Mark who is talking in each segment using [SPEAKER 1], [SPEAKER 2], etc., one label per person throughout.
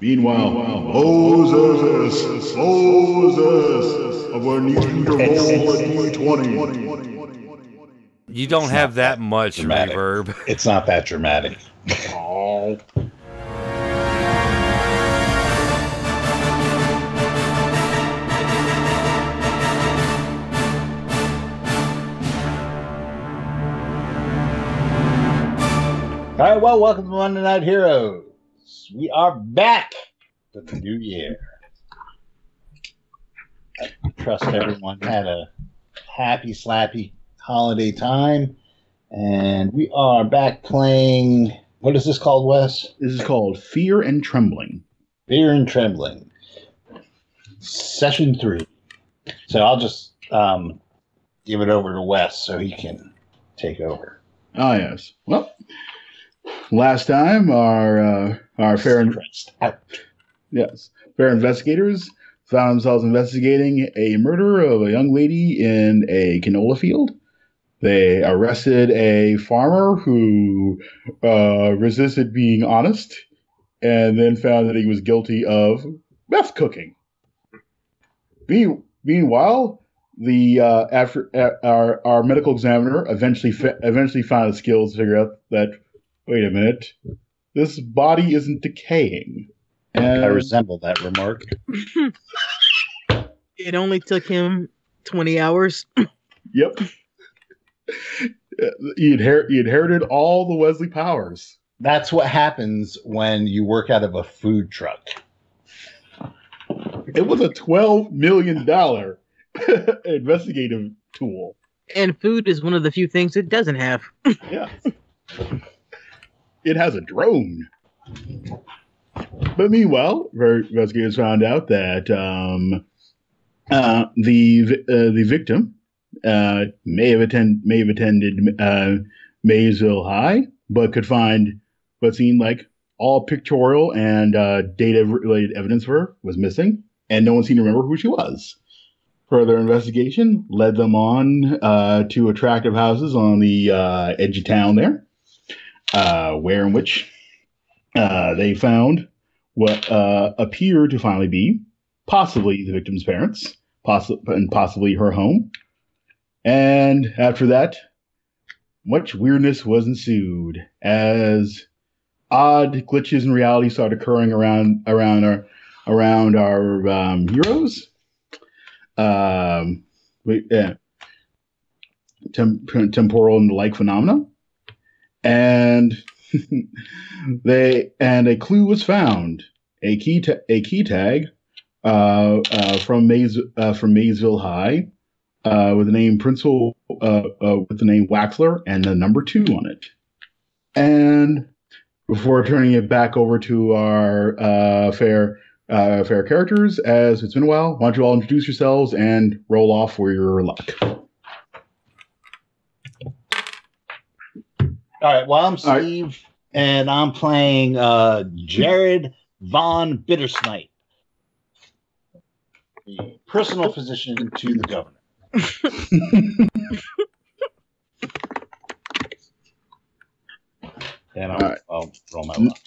[SPEAKER 1] Meanwhile, Moses, Moses, of our need to roll a d20.
[SPEAKER 2] You don't have that much
[SPEAKER 3] dramatic.
[SPEAKER 2] reverb.
[SPEAKER 3] It's not that dramatic.
[SPEAKER 1] Oh.
[SPEAKER 3] All right, well, welcome to Monday Night Heroes. We are back with the new year. I trust everyone had a happy, slappy holiday time. And we are back playing. What is this called, Wes?
[SPEAKER 1] This is called Fear and Trembling.
[SPEAKER 3] Fear and Trembling. Session three. So I'll just um, give it over to Wes so he can take over.
[SPEAKER 1] Ah, yes. Well, last time our uh, our fair and
[SPEAKER 3] Stressed out.
[SPEAKER 1] Yes. Fair investigators found themselves investigating a murder of a young lady in a canola field. They arrested a farmer who uh, resisted being honest and then found that he was guilty of meth cooking. Me- meanwhile, the uh, after uh, our our medical examiner eventually fa- eventually found the skills to figure out that wait a minute, this body isn't decaying.
[SPEAKER 3] I
[SPEAKER 1] And-
[SPEAKER 3] resemble that remark.
[SPEAKER 4] It only took him 20 hours.
[SPEAKER 1] Yep. he, inher- he inherited all the Wesley powers.
[SPEAKER 3] That's what happens when you work out of a food truck.
[SPEAKER 1] It was a twelve million dollar investigative tool.
[SPEAKER 4] And food is one of the few things it doesn't have.
[SPEAKER 1] Yeah. it has a drone. But meanwhile, ver- investigators found out that um, uh, the vi- uh, the victim uh, may have attend may have attended uh, Maysville High, but could find what seemed like all pictorial and uh, data related evidence of her was missing, and no one seemed to remember who she was. Further investigation led them on uh, to attractive houses on the uh, edge of town there, uh, where in which uh, they found what uh, appeared to finally be possibly the victim's parents, possi- and possibly her home. And after that, much weirdness was ensued as odd glitches in reality started occurring around around our around our um, heroes um, we, uh, tem- temporal and the like phenomena, and they and a clue was found, a key ta- a key tag uh, uh, from Mays uh, from Maysville High uh, with the name Principal uh, uh, with the name Waxler and the number two on it, and before turning it back over to our uh, fair uh, fair characters. As it's been a while, why don't you all introduce yourselves and roll off for your luck?
[SPEAKER 3] All right. Well, I'm
[SPEAKER 1] All right.
[SPEAKER 3] Steve, and I'm playing uh, Jared Von Bittersnipe, the personal physician to the governor. and I'll,
[SPEAKER 1] All right.
[SPEAKER 3] I'll roll my luck.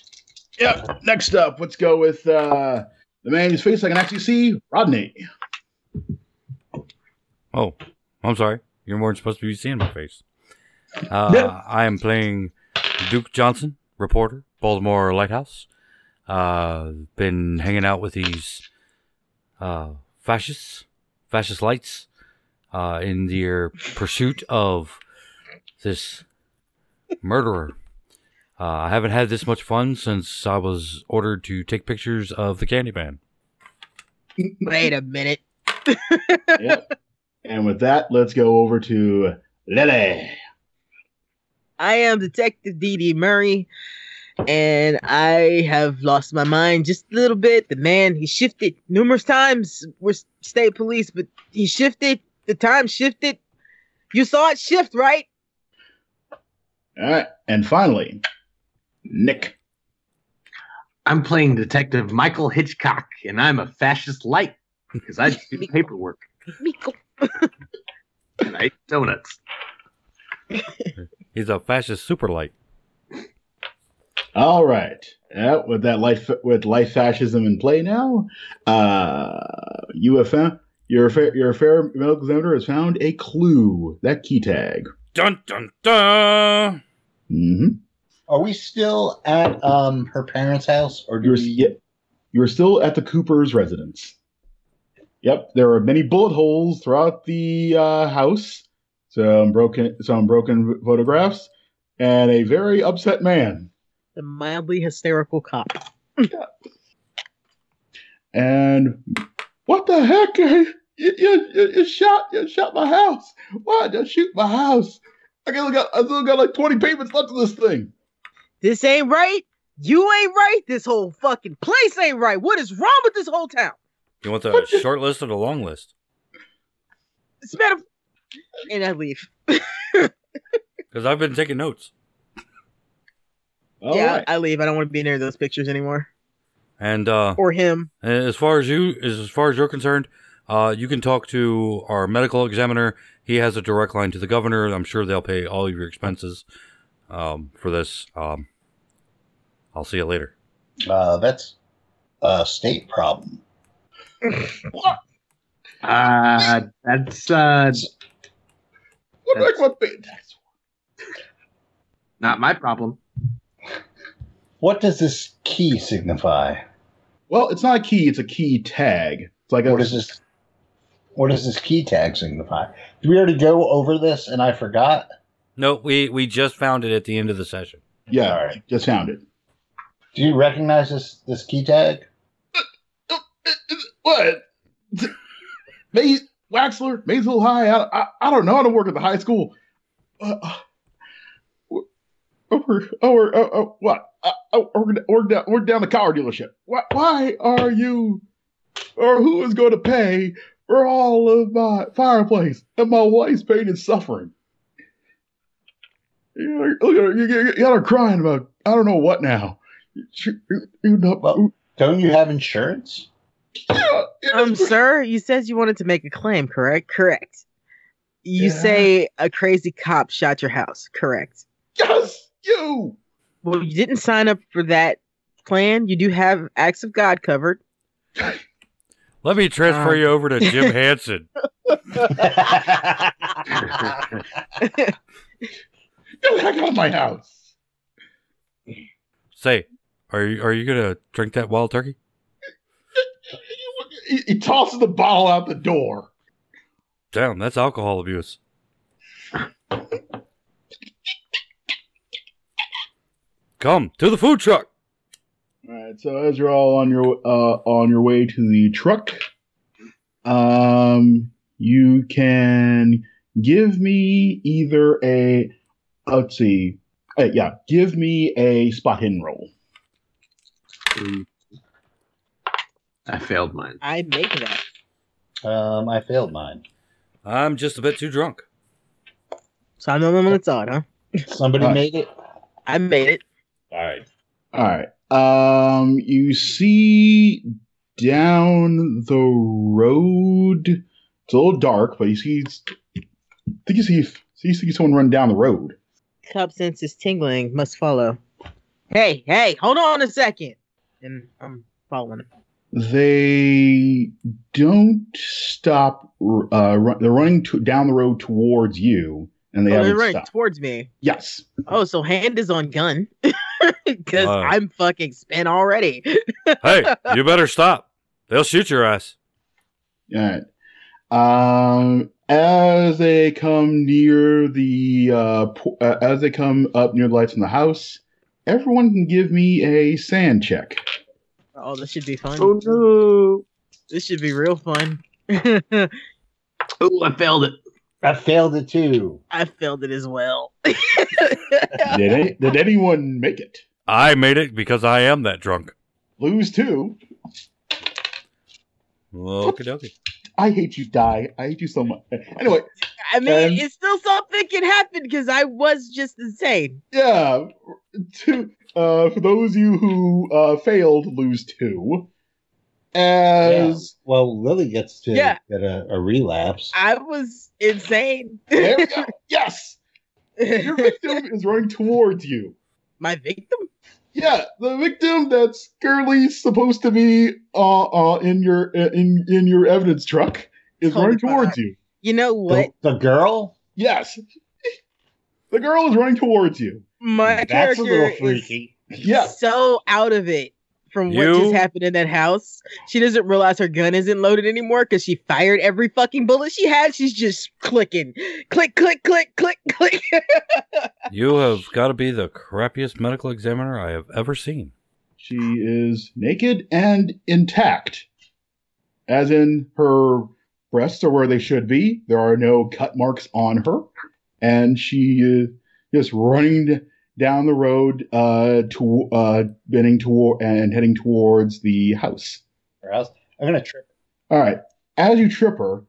[SPEAKER 1] Yep. Next up, let's go with uh, the man whose face I can actually see, Rodney.
[SPEAKER 2] Oh, I'm sorry. You weren't supposed to be seeing my face. Uh,
[SPEAKER 1] Yeah.
[SPEAKER 2] I am playing Duke Johnson, reporter, Baltimore Lighthouse. Uh, been hanging out with these uh, fascists, fascist lights, uh, in their pursuit of this murderer. Uh, I haven't had this much fun since I was ordered to take pictures of the Candyman.
[SPEAKER 4] Wait a minute.
[SPEAKER 1] Yep. and with that, let's go over to Lily.
[SPEAKER 4] I am Detective Dee Dee Murray, and I have lost my mind just a little bit. The man, he shifted numerous times. We're s- state police, but he shifted. The time shifted. You saw it shift, right?
[SPEAKER 1] All right. And finally, Nick.
[SPEAKER 5] I'm playing Detective Michael Hitchcock, and I'm a fascist light because I just do paperwork
[SPEAKER 4] Meekle.
[SPEAKER 5] and I eat donuts.
[SPEAKER 2] He's a fascist superlight.
[SPEAKER 1] All right. Yeah, with that life with life fascism in play now, uh, you have found your affair, your affair medical examiner has found a clue that key tag.
[SPEAKER 2] Dun dun dun.
[SPEAKER 1] hmm
[SPEAKER 3] Are we still at um her parents' house, or do
[SPEAKER 1] You're
[SPEAKER 3] we?
[SPEAKER 1] s- yeah, you're still at the Cooper's residence. Yep, there are many bullet holes throughout the uh, house, some broken some broken photographs, and a very upset man.
[SPEAKER 4] The mildly hysterical cop.
[SPEAKER 1] And what the heck? You, you, you, you shot you shot my house. Why'd you shoot my house? I still got I still got like twenty payments left of this thing.
[SPEAKER 4] This ain't right. You ain't right. This whole fucking place ain't right. What is wrong with this whole town?
[SPEAKER 2] You want the short list or the long list?
[SPEAKER 4] It's better. And I leave.
[SPEAKER 2] Because I've been taking notes.
[SPEAKER 1] All right.
[SPEAKER 4] yeah, I leave. I don't want to be near those pictures anymore.
[SPEAKER 2] And uh,
[SPEAKER 4] Or him.
[SPEAKER 2] as far as you, as far as you're concerned, uh, you can talk to our medical examiner. He has a direct line to the governor. I'm sure they'll pay all of your expenses um, for this. Um, I'll see you later.
[SPEAKER 3] Uh, that's a state problem.
[SPEAKER 5] Uh, that's uh,
[SPEAKER 1] What
[SPEAKER 5] That's-
[SPEAKER 1] what the-
[SPEAKER 5] not my problem.
[SPEAKER 3] What does this key signify?
[SPEAKER 1] Well, it's not a key. It's a key tag. It's like a,
[SPEAKER 3] What is this? What does this key tag signify? Did we already go over this and I forgot?
[SPEAKER 2] No, we we just found it at the end of the session.
[SPEAKER 1] yeah.
[SPEAKER 3] All right.
[SPEAKER 1] Just found it.
[SPEAKER 3] Do you recognize this this key tag?
[SPEAKER 1] What? Mays, Waxler, Maysville High. I, I, I don't know. I don't work at the high school. Uh, we're, we're, oh, we're, oh, oh, what? Uh, oh, we're, we're, down, we're down the car dealership. Why, why are you, or who is going to pay for all of my fireplace and my wife's pain and suffering? You're, look at her. You, you, you got her crying about I don't know what now. She, you, you know,
[SPEAKER 3] Well- Don't you have insurance?
[SPEAKER 1] yeah, it
[SPEAKER 4] Um,
[SPEAKER 1] is-
[SPEAKER 4] sir, you said you wanted to make a claim, correct? Correct. You
[SPEAKER 1] Yeah.
[SPEAKER 4] say a crazy cop shot your house, correct?
[SPEAKER 1] Yes, you.
[SPEAKER 4] Well, you didn't sign up for that plan. You do have acts of God covered.
[SPEAKER 2] Let me transfer
[SPEAKER 4] Um.
[SPEAKER 2] you over to Jim Hansen.
[SPEAKER 1] Get the heck out of my house.
[SPEAKER 2] Say, are you are you gonna drink that wild turkey?
[SPEAKER 1] He, he tosses the bottle out the door.
[SPEAKER 2] Damn, that's alcohol abuse. Come to the food truck.
[SPEAKER 1] All right, so as you're all on your uh, on your way to the truck, um, you can give me either a let's see, uh, yeah, give me a spot hidden roll.
[SPEAKER 5] I failed mine.
[SPEAKER 4] I make that.
[SPEAKER 3] um, I failed mine.
[SPEAKER 2] I'm just a bit too drunk.
[SPEAKER 4] So I'm the only one that's on, huh?
[SPEAKER 3] Somebody
[SPEAKER 1] All right.
[SPEAKER 3] made it.
[SPEAKER 4] I made it.
[SPEAKER 3] All right.
[SPEAKER 1] All right. Um, you see down the road. It's a little dark, but you see. I think you see. See, you see someone run down the road.
[SPEAKER 4] Cup senses tingling must follow. Hey, hey, hold on a second. And I'm following him.
[SPEAKER 1] They don't stop. Uh, run, they're running to, down the road towards you, and they
[SPEAKER 4] oh, they're
[SPEAKER 1] haven't
[SPEAKER 4] running
[SPEAKER 1] stopped.
[SPEAKER 4] towards me.
[SPEAKER 1] Yes.
[SPEAKER 4] Oh, so hand is on gun. Because
[SPEAKER 2] Wow.
[SPEAKER 4] I'm fucking spent already.
[SPEAKER 2] Hey, you better stop. They'll shoot your ass.
[SPEAKER 1] All right. Um, as they come near the uh, po- uh, as they come up near the lights in the house, everyone can give me a sand check.
[SPEAKER 4] Oh, this should be fun.
[SPEAKER 5] Oh no!
[SPEAKER 4] This should be real fun. I
[SPEAKER 5] Oh, I failed it.
[SPEAKER 3] I failed it too.
[SPEAKER 4] failed it as well.
[SPEAKER 1] did, any- did anyone make it?
[SPEAKER 2] I made it because I am that drunk.
[SPEAKER 1] Lose two.
[SPEAKER 2] Okie dokie.
[SPEAKER 1] I hate you, die. I hate you so much. Anyway,
[SPEAKER 4] I mean,
[SPEAKER 1] Um,
[SPEAKER 4] it's still something can happen because I was just insane.
[SPEAKER 1] yeah. Two. Uh, for those of you who uh, failed, lose two. As
[SPEAKER 3] Well, Lily gets to
[SPEAKER 4] Yeah.
[SPEAKER 3] get a, a relapse.
[SPEAKER 4] I was insane.
[SPEAKER 1] there we go. Yes, your victim is running towards you.
[SPEAKER 4] My victim?
[SPEAKER 1] Yeah, the victim that's currently supposed to be uh, uh, in your uh, in in your evidence truck is
[SPEAKER 4] Holy
[SPEAKER 1] running
[SPEAKER 4] crap.
[SPEAKER 1] towards you.
[SPEAKER 4] You know what?
[SPEAKER 3] The, the girl?
[SPEAKER 1] Yes, the girl is running towards you.
[SPEAKER 4] My
[SPEAKER 3] That's a
[SPEAKER 4] character
[SPEAKER 3] little
[SPEAKER 4] is
[SPEAKER 3] freaky.
[SPEAKER 1] Yeah,
[SPEAKER 4] so out of it from what
[SPEAKER 2] You?
[SPEAKER 4] just happened in that house. She doesn't realize her gun isn't loaded anymore because she fired every fucking bullet she had. She's just clicking, click, click, click, click, click.
[SPEAKER 2] You have got to be the crappiest medical examiner I have ever seen.
[SPEAKER 1] she is naked and intact, as in her breasts are where they should be. There are no cut marks on her, and she is just running down the road, uh, to uh, bending toward and heading towards the house.
[SPEAKER 3] Or else I'm gonna trip.
[SPEAKER 1] All right. As you trip her,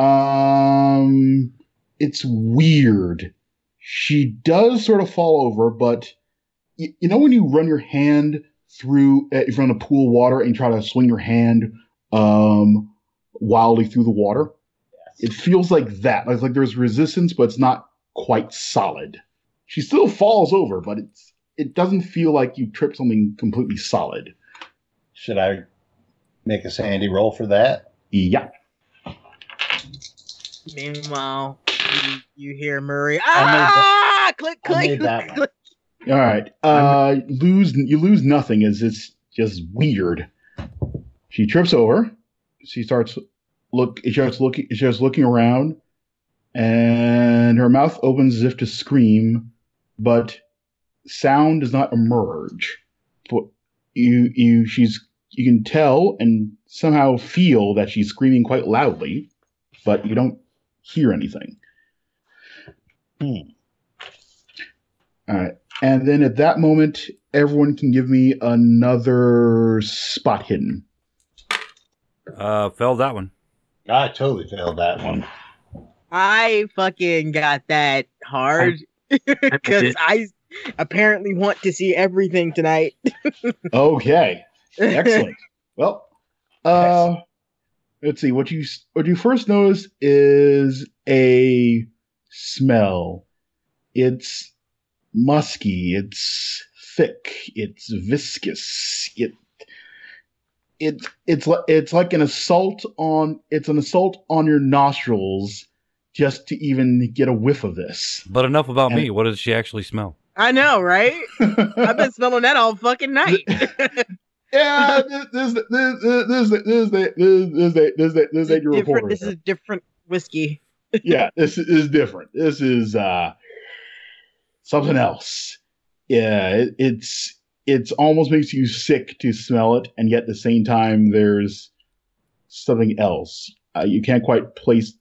[SPEAKER 1] um, it's weird. She does sort of fall over, but y- you know when you run your hand through uh, from the pool water and you try to swing your hand um wildly through the water, it feels like that. It's like there's resistance, but it's not quite solid. She still falls over, but it's it doesn't feel like you trip something completely solid.
[SPEAKER 3] Should I make a sandy roll for that?
[SPEAKER 1] Yeah.
[SPEAKER 4] Meanwhile, you, you hear Murray.
[SPEAKER 3] that-
[SPEAKER 4] Ah, click,
[SPEAKER 3] I
[SPEAKER 4] click,
[SPEAKER 3] made that
[SPEAKER 4] click,
[SPEAKER 3] one.
[SPEAKER 4] click.
[SPEAKER 1] All right. Uh, lose you lose nothing. Is it's just weird. She trips over. She starts look. She starts looking. She starts looking around, and her mouth opens as if to scream, but sound does not emerge. But you you she's you can tell and somehow feel that she's screaming quite loudly, but you don't hear anything.
[SPEAKER 3] Hmm.
[SPEAKER 1] All right. And then at that moment, everyone can give me another spot hidden.
[SPEAKER 2] Uh, failed that one.
[SPEAKER 3] I totally failed that one.
[SPEAKER 4] I fucking got that hard because
[SPEAKER 5] did.
[SPEAKER 4] I apparently want to see everything tonight.
[SPEAKER 1] Okay. Excellent. well, uh, let's see. What you what you first notice is a smell. It's musky. It's thick. It's viscous. It it's it's like it's like an assault on it's an assault on your nostrils just to even get a whiff of this.
[SPEAKER 2] But enough about
[SPEAKER 1] And-
[SPEAKER 2] me. What does she actually smell?
[SPEAKER 4] I know, right? I've been smelling that all fucking night.
[SPEAKER 1] Yeah, this this this this this this this this this this this this ain't your
[SPEAKER 4] different,
[SPEAKER 1] reporter.
[SPEAKER 4] this is different whiskey.
[SPEAKER 1] yeah, this is different. This is uh something else. Yeah, it, it's it's almost makes you sick to smell it, and yet at the same time, there's something else. Uh, you can't quite place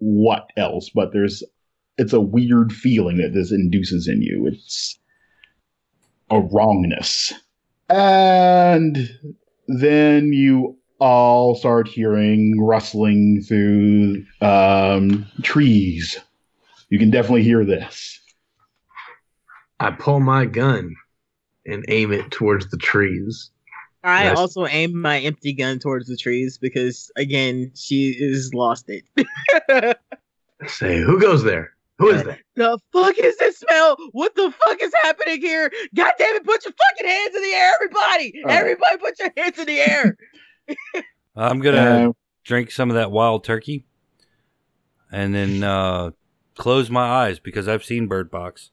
[SPEAKER 1] what else, but there's it's a weird feeling that this induces in you. It's a wrongness, and then you all start hearing rustling through um, trees. You can definitely hear this.
[SPEAKER 5] I pull my gun and aim it towards the trees.
[SPEAKER 4] I
[SPEAKER 5] Yes.
[SPEAKER 4] also aim my empty gun towards the trees because, again, she is lost it.
[SPEAKER 5] I say, who goes there? Who is that?
[SPEAKER 4] the fuck is this smell? What the fuck is happening here? God damn it, put your fucking hands in the air, everybody!
[SPEAKER 1] All right.
[SPEAKER 4] Everybody, put your hands in the air!
[SPEAKER 2] I'm gonna
[SPEAKER 1] Uh,
[SPEAKER 2] drink some of that wild turkey, and then uh, close my eyes because I've seen Bird Box.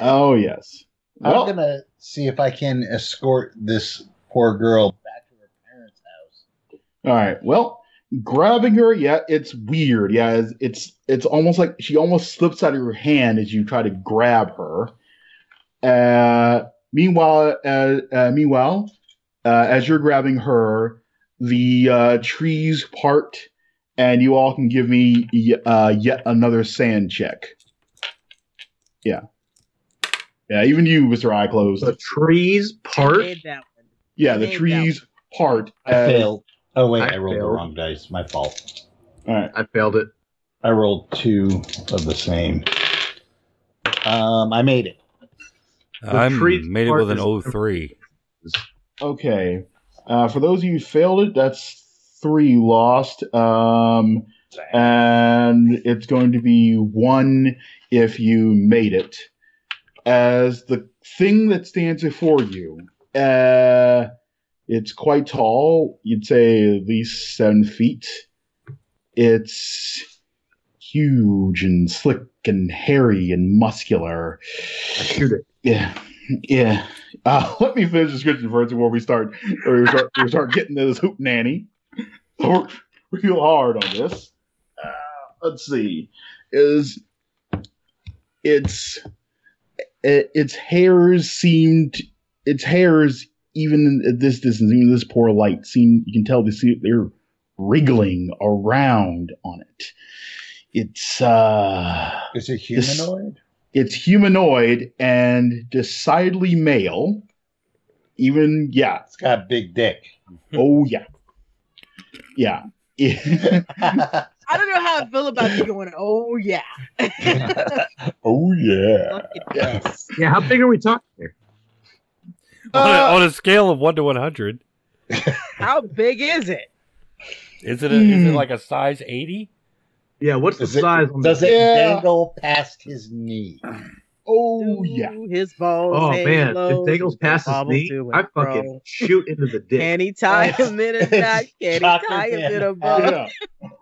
[SPEAKER 1] oh yes.
[SPEAKER 3] I'm
[SPEAKER 1] Well,
[SPEAKER 3] gonna see if I can escort this poor girl back to her parents' house.
[SPEAKER 1] all right. Well, grabbing her, yeah, it's weird. Yeah, it's, it's it's almost like she almost slips out of your hand as you try to grab her. Uh, meanwhile, uh, uh, meanwhile, uh, as you're grabbing her, the uh, trees part, and you all can give me y- uh, yet another sand check. Yeah, yeah. Even you, Mister Eye Closed.
[SPEAKER 5] The trees part.
[SPEAKER 4] Did that one.
[SPEAKER 1] Yeah, the
[SPEAKER 4] Nailed that
[SPEAKER 1] trees part.
[SPEAKER 3] I
[SPEAKER 1] as-
[SPEAKER 3] failed. Oh wait,
[SPEAKER 5] I
[SPEAKER 3] I, rolled
[SPEAKER 5] failed.
[SPEAKER 3] the wrong dice. My fault.
[SPEAKER 1] All right.
[SPEAKER 5] I failed it.
[SPEAKER 3] I rolled two of the same. Um, I made it.
[SPEAKER 2] I
[SPEAKER 5] trees
[SPEAKER 2] made it
[SPEAKER 5] part
[SPEAKER 2] with an
[SPEAKER 5] is-
[SPEAKER 2] O three.
[SPEAKER 1] Okay. Uh, for those of you who failed it, that's three you lost. Um, and it's going to be one if you made it. As the thing that stands before you, uh, it's quite tall. You'd say at least seven feet. It's huge and slick and hairy and muscular.
[SPEAKER 5] Shoot it.
[SPEAKER 1] Yeah. Yeah. Uh, let me finish the description first before we start or we start, we start getting to this hoop nanny. We're real hard on this. Uh, let's see. Is it's it, its hairs seemed its hairs even at this distance, even this poor light, seem you can tell they see they're wriggling around on it. It's uh
[SPEAKER 3] Is it humanoid?
[SPEAKER 1] it's humanoid and decidedly male. Even yeah,
[SPEAKER 3] It's got a big dick.
[SPEAKER 1] oh yeah, yeah.
[SPEAKER 4] I don't know how I feel about you going, oh yeah.
[SPEAKER 3] oh yeah.
[SPEAKER 4] Look at this.
[SPEAKER 5] Yeah, how big are we talking here?
[SPEAKER 2] on,
[SPEAKER 1] Uh,
[SPEAKER 2] a, on a scale of one to one hundred,
[SPEAKER 4] How big is it?
[SPEAKER 2] is it a, is it
[SPEAKER 1] Hmm.
[SPEAKER 2] like a size eighty?
[SPEAKER 5] Yeah, what's the
[SPEAKER 3] Is it-
[SPEAKER 5] size on
[SPEAKER 3] Does
[SPEAKER 5] this?
[SPEAKER 3] it
[SPEAKER 1] Yeah.
[SPEAKER 3] dangle past his knee?
[SPEAKER 1] oh yeah.
[SPEAKER 4] Ooh, His balls.
[SPEAKER 5] Oh
[SPEAKER 4] hang
[SPEAKER 5] man,
[SPEAKER 4] low,
[SPEAKER 5] if Dangle's past his
[SPEAKER 4] wobble
[SPEAKER 5] knee,
[SPEAKER 4] to and
[SPEAKER 5] I fucking
[SPEAKER 4] fro.
[SPEAKER 5] shoot into the dick.
[SPEAKER 4] Can he tie him in a
[SPEAKER 3] It's
[SPEAKER 4] knot? Can he
[SPEAKER 3] chocolate
[SPEAKER 4] tie him in a
[SPEAKER 3] man.
[SPEAKER 4] ball?
[SPEAKER 1] Yeah.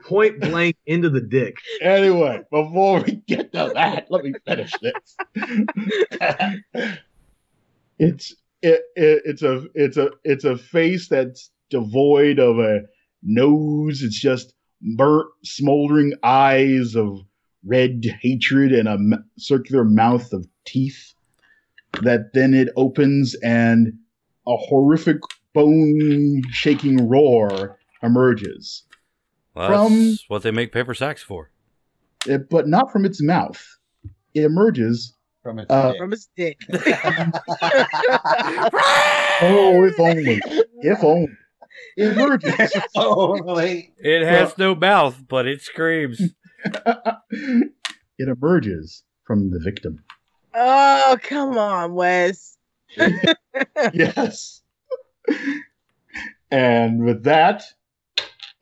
[SPEAKER 5] Point blank into the dick.
[SPEAKER 1] Anyway, before we get to that, let me finish this. it's it, it it's a it's a it's a face that's devoid of a nose. It's just burnt, smoldering eyes of red hatred and a m- circular mouth of teeth. That then it opens and a horrific bone shaking roar emerges.
[SPEAKER 2] Well,
[SPEAKER 1] From-
[SPEAKER 2] that's what they make paper sacks for.
[SPEAKER 1] it, Uh, but not from its mouth. It emerges.
[SPEAKER 3] From its
[SPEAKER 1] Uh,
[SPEAKER 3] dick.
[SPEAKER 4] From his dick.
[SPEAKER 1] Oh, if only, if only. It emerges.
[SPEAKER 3] Oh, Totally.
[SPEAKER 2] It has no mouth, but it screams.
[SPEAKER 1] it emerges from the victim.
[SPEAKER 4] Oh, come on, Wes.
[SPEAKER 1] Yes. And with that,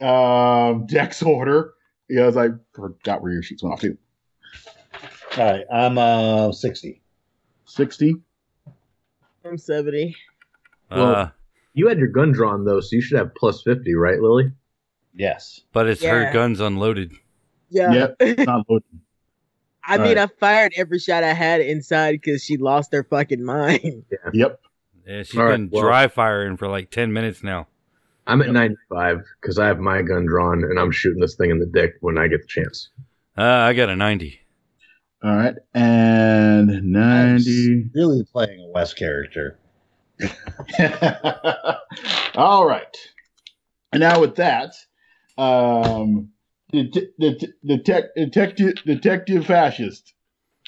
[SPEAKER 1] um, Dex order. Yeah, I forgot where your sheets went off to.
[SPEAKER 3] All right, I'm uh 60.
[SPEAKER 1] 60.
[SPEAKER 4] I'm 70.
[SPEAKER 1] Well-
[SPEAKER 2] uh,
[SPEAKER 5] You had your gun drawn though, so you should have plus fifty, right, Lily?
[SPEAKER 3] Yes.
[SPEAKER 2] but it's her
[SPEAKER 4] Yeah.
[SPEAKER 2] guns unloaded.
[SPEAKER 4] Yeah.
[SPEAKER 1] Yep, it's not loaded.
[SPEAKER 4] I mean, I fired every shot I had inside because she lost her fucking mind.
[SPEAKER 1] Yep.
[SPEAKER 2] Yeah, she's
[SPEAKER 5] All right,
[SPEAKER 2] been
[SPEAKER 5] well-
[SPEAKER 2] dry firing for like ten minutes now.
[SPEAKER 5] I'm at ninety five because I have my gun drawn and I'm shooting this thing in the dick when I get the chance.
[SPEAKER 2] Uh, I got a ninety.
[SPEAKER 1] All right. And 90.
[SPEAKER 3] I'm really playing a West character.
[SPEAKER 1] All right. And now with that, um, the det- the detec- detective detective fascist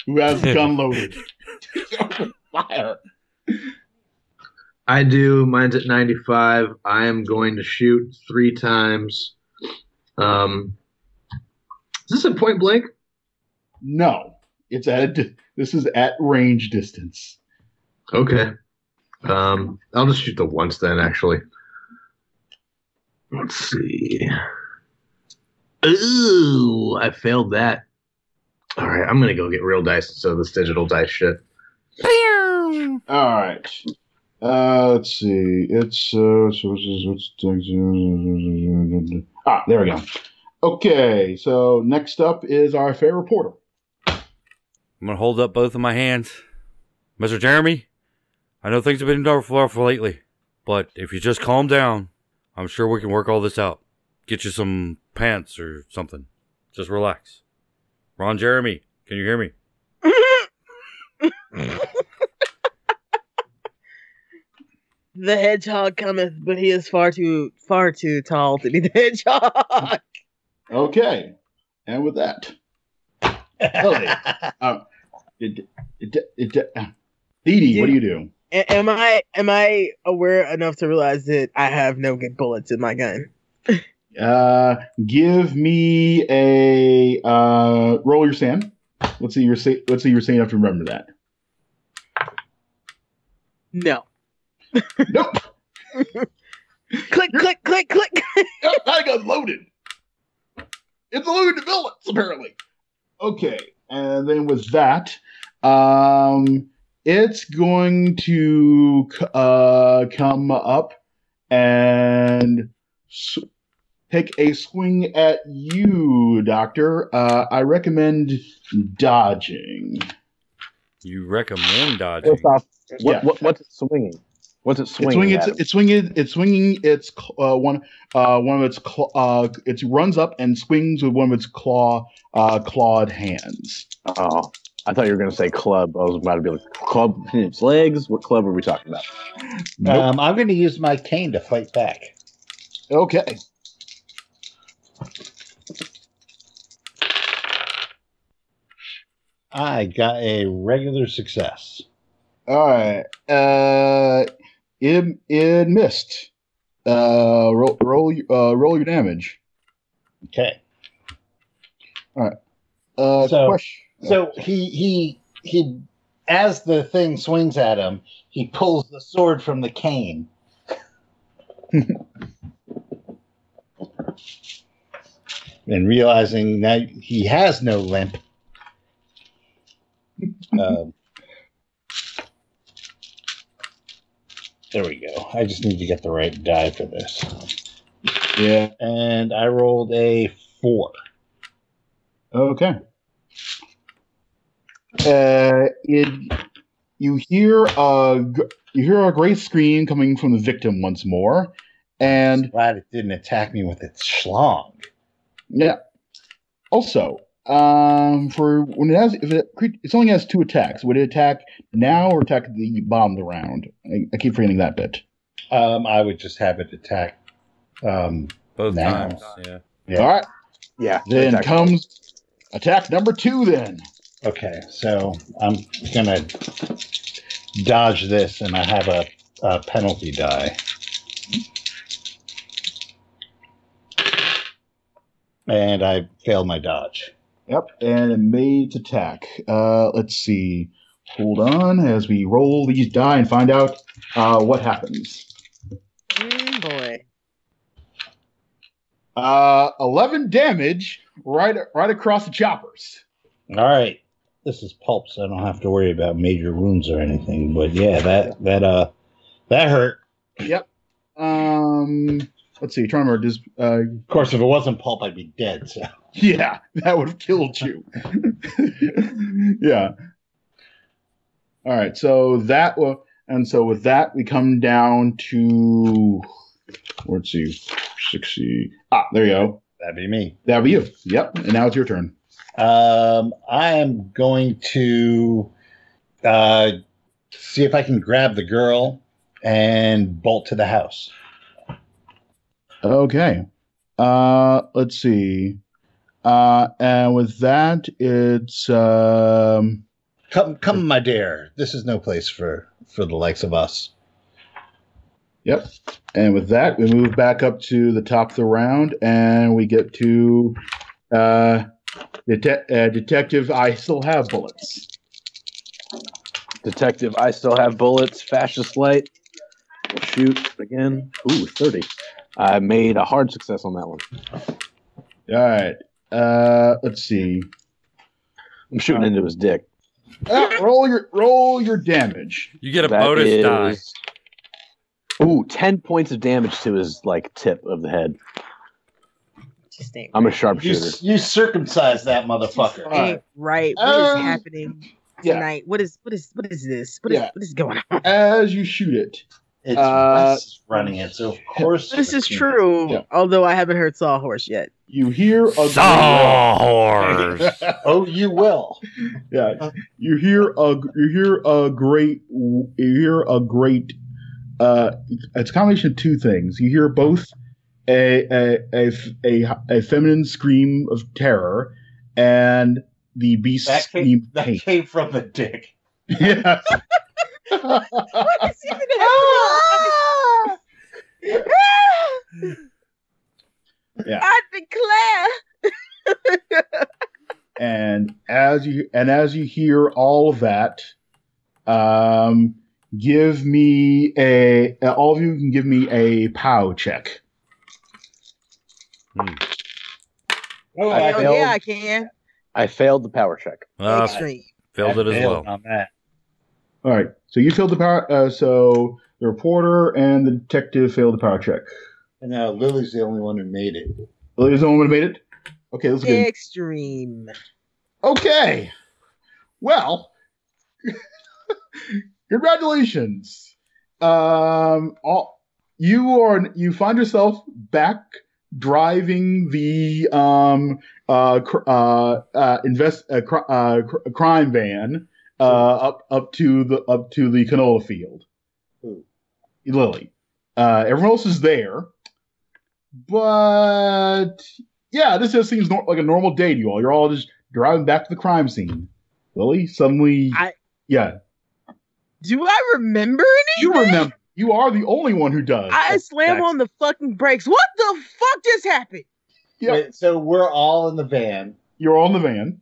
[SPEAKER 1] who has a gun loaded. Fire.
[SPEAKER 5] I do. Mine's at 95. I am going to shoot three times. Um, is this a point blank?
[SPEAKER 1] No, it's at a di- this is at range distance.
[SPEAKER 5] Okay. Um, I'll just shoot the once then, actually. Let's see. Ooh, I failed that. All right, I'm going to go get real dice instead of this digital dice shit.
[SPEAKER 1] All right. Uh, let's see. It's uh, so it's, it's, it's, ah, there we go. Okay, so next up is our fair reporter.
[SPEAKER 2] I'm gonna hold up both of my hands, Mister Jeremy. I know things have been rough, rough lately, but if you just calm down, I'm sure we can work all this out. Get you some pants or something. Just relax. Ron Jeremy, can you hear me?
[SPEAKER 4] the hedgehog cometh, but he is far too far too tall to be the hedgehog.
[SPEAKER 1] Okay, and with that. Really? It, it, it, it, Dee Dee, what do you do?
[SPEAKER 4] A- am I am I aware enough to realize that I have no good bullets in my gun?
[SPEAKER 1] Uh, give me a uh, roll your sand. Let's see your sa- let's see your sand. Have to remember that.
[SPEAKER 4] No.
[SPEAKER 1] Nope,
[SPEAKER 4] Click click click click.
[SPEAKER 1] I got loaded. It's Illumined Villains, apparently. Okay, and then with that, um, it's going to c- uh, come up and s- take a swing at you, Doctor. Uh, I recommend dodging.
[SPEAKER 2] You recommend dodging.
[SPEAKER 6] First off, what,
[SPEAKER 1] Yeah.
[SPEAKER 6] what, what's it swinging? What's it
[SPEAKER 1] It's
[SPEAKER 6] swinging?
[SPEAKER 1] swinging.
[SPEAKER 6] at
[SPEAKER 1] It's,
[SPEAKER 6] him?
[SPEAKER 1] it's swinging. It's swinging. It's cl- uh, one. Uh, one of its. Cl- uh, it runs up and swings with one of its claw. Uh, clawed hands.
[SPEAKER 6] Oh, I thought you were going to say club. I was about to be like, club in its legs? What club are we talking about?
[SPEAKER 1] Nope.
[SPEAKER 3] Um, I'm going to use my cane to fight back.
[SPEAKER 1] Okay.
[SPEAKER 3] I got a regular success.
[SPEAKER 1] All right. Uh, it it missed. Uh, roll roll uh, roll your damage.
[SPEAKER 3] Okay.
[SPEAKER 1] Uh,
[SPEAKER 3] So-
[SPEAKER 1] question.
[SPEAKER 3] So he he he as the thing swings at him, he pulls the sword from the cane. and realizing that he has no limp. Um, there we go. I just need to get the right die for this.
[SPEAKER 1] Yeah.
[SPEAKER 3] And I rolled a four.
[SPEAKER 1] Okay. Uh, it you hear a gr- you hear a great scream coming from the victim once more, and
[SPEAKER 3] Glad it didn't attack me with its schlong.
[SPEAKER 1] Yeah. Also, um, for when it has, if it, cre- it's only has two attacks. Would it attack now or attack at the bottom of the round? I, I keep forgetting that bit.
[SPEAKER 3] Um, I would just have it attack. Um,
[SPEAKER 2] Both
[SPEAKER 3] Nah.
[SPEAKER 2] times. Yeah.
[SPEAKER 3] Yeah.
[SPEAKER 1] All right.
[SPEAKER 6] Yeah.
[SPEAKER 1] Then
[SPEAKER 6] attack.
[SPEAKER 1] comes attack number two. Then
[SPEAKER 3] okay, so I'm gonna dodge this, and I have a, a penalty die. And I failed my dodge.
[SPEAKER 1] Yep, and it made its attack. Uh, let's see. Hold on as we roll these die and find out uh, what happens.
[SPEAKER 4] Mm, boy.
[SPEAKER 1] Uh, Eleven damage right right across the choppers.
[SPEAKER 3] All right, this is pulp, so I don't have to worry about major wounds or anything. But yeah, that that uh that hurt.
[SPEAKER 1] Um, let's see. Trying to remember. Does uh,
[SPEAKER 3] Of course, if it wasn't pulp, I'd be dead. So
[SPEAKER 1] Yeah, that would have killed you. yeah. All right, so that will, and so with that, we come down to let's see, sixty. Ah, there you go.
[SPEAKER 3] that'd be me.
[SPEAKER 1] That'll be you. Yep, and now it's your turn.
[SPEAKER 3] Um, I am going to uh, see if I can grab the girl and bolt to the house.
[SPEAKER 1] Okay. Uh, let's see. Uh, and with that, it's um.
[SPEAKER 3] Come, come, my dear. This is no place for for the likes of us.
[SPEAKER 1] Yep. And with that, we move back up to the top of the round, and we get to uh, dete- uh, Detective. I still have bullets.
[SPEAKER 6] Detective, I still have bullets. Fascist light. We'll shoot again. Ooh, 30. I made a hard success on that one.
[SPEAKER 1] All right. Uh, let's see.
[SPEAKER 6] I'm shooting into his dick.
[SPEAKER 1] Ah, roll your roll your damage.
[SPEAKER 2] You get a
[SPEAKER 6] That
[SPEAKER 2] bonus die.
[SPEAKER 6] is- Ooh, 10 points of damage to his like tip of the head.
[SPEAKER 4] Just ain't
[SPEAKER 6] I'm a
[SPEAKER 4] right.
[SPEAKER 3] You,
[SPEAKER 6] sharpshooter.
[SPEAKER 3] you circumcised that motherfucker.
[SPEAKER 4] Ain't right. What is
[SPEAKER 1] Um,
[SPEAKER 4] happening
[SPEAKER 1] yeah.
[SPEAKER 4] tonight? What is what is what is this? What is
[SPEAKER 1] Yeah.
[SPEAKER 4] what is going on?
[SPEAKER 1] As you shoot it,
[SPEAKER 3] It's
[SPEAKER 1] Uh,
[SPEAKER 3] Wes running it, so of course
[SPEAKER 4] This is true.
[SPEAKER 1] Yeah.
[SPEAKER 4] Although I haven't heard Sawhorse yet.
[SPEAKER 1] you hear a great-
[SPEAKER 2] Sawhorse.
[SPEAKER 3] Oh, you will. Uh,
[SPEAKER 1] yeah. You hear a you hear a great you hear a great uh it's a combination of two things. You hear both a a a, a, a feminine scream of terror and the beast
[SPEAKER 3] That
[SPEAKER 1] scream
[SPEAKER 3] came,
[SPEAKER 1] of
[SPEAKER 3] that
[SPEAKER 1] pain.
[SPEAKER 3] came from the dick.
[SPEAKER 1] Yes.
[SPEAKER 4] What is even happening?
[SPEAKER 1] Yeah.
[SPEAKER 4] I declare.
[SPEAKER 1] and as you and as you hear all of that, um give me a all of you can give me a POW check.
[SPEAKER 3] Oh,
[SPEAKER 6] I
[SPEAKER 4] Hell
[SPEAKER 6] failed.
[SPEAKER 4] yeah, I can.
[SPEAKER 6] I failed the power check.
[SPEAKER 2] Uh,
[SPEAKER 4] Extreme.
[SPEAKER 2] failed it
[SPEAKER 3] I
[SPEAKER 2] as
[SPEAKER 3] failed
[SPEAKER 2] well.
[SPEAKER 3] On that.
[SPEAKER 1] All right. So you failed the power. Uh, so the reporter and the detective failed the power check.
[SPEAKER 3] And now Lily's the only one who made it.
[SPEAKER 1] Well, Is the only one who made it? Okay, let's good.
[SPEAKER 4] Extreme.
[SPEAKER 1] Okay. Well, congratulations. Um, all, you are you find yourself back driving the um uh cr- uh, uh invest uh, cr- uh, cr- crime van uh up up to the up to the canola field.
[SPEAKER 3] Who?
[SPEAKER 1] Lily. Uh, everyone else is there, but yeah, this just seems nor- like a normal day to you all. You're all just driving back to the crime scene. Lily, suddenly,
[SPEAKER 4] I-
[SPEAKER 1] yeah,
[SPEAKER 4] Do I remember
[SPEAKER 1] you
[SPEAKER 4] anything?
[SPEAKER 1] remember. You are the only one who does.
[SPEAKER 4] I slam on the fucking brakes. What the fuck just happened?
[SPEAKER 1] Yeah.
[SPEAKER 3] Wait, so we're all in the van.
[SPEAKER 1] You're all in the van.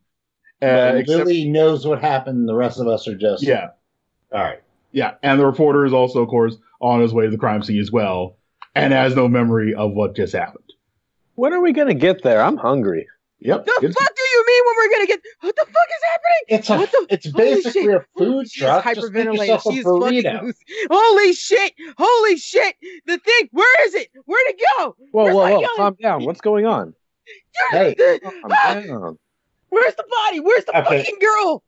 [SPEAKER 1] Uh,
[SPEAKER 3] But
[SPEAKER 1] except,
[SPEAKER 3] Lily knows what happened. The rest of us are just
[SPEAKER 1] yeah,
[SPEAKER 3] All right.
[SPEAKER 1] yeah, and the reporter is also, of course, on his way to the crime scene as well, and has no memory of what just happened.
[SPEAKER 6] When are we gonna get there? I'm hungry.
[SPEAKER 1] Yep.
[SPEAKER 4] The
[SPEAKER 1] it's-
[SPEAKER 4] fuck do you mean when we're gonna get? What the fuck is happening?
[SPEAKER 3] It's a
[SPEAKER 4] What the-
[SPEAKER 3] it's
[SPEAKER 4] holy
[SPEAKER 3] basically
[SPEAKER 4] shit.
[SPEAKER 3] a food
[SPEAKER 4] She's
[SPEAKER 3] truck. Just make
[SPEAKER 4] hyperventilating.
[SPEAKER 3] yourself a
[SPEAKER 4] She's
[SPEAKER 3] burrito.
[SPEAKER 4] fucking. loose. Holy shit! Holy shit! The thing. Where is it? Where to go?
[SPEAKER 6] Whoa,
[SPEAKER 4] Where's my
[SPEAKER 6] whoa, whoa!
[SPEAKER 4] gun?
[SPEAKER 6] Calm down. What's going on?
[SPEAKER 3] Hey.
[SPEAKER 4] The- ah,
[SPEAKER 6] Calm down.
[SPEAKER 4] where's the body? Where's the
[SPEAKER 3] Okay.
[SPEAKER 4] fucking girl?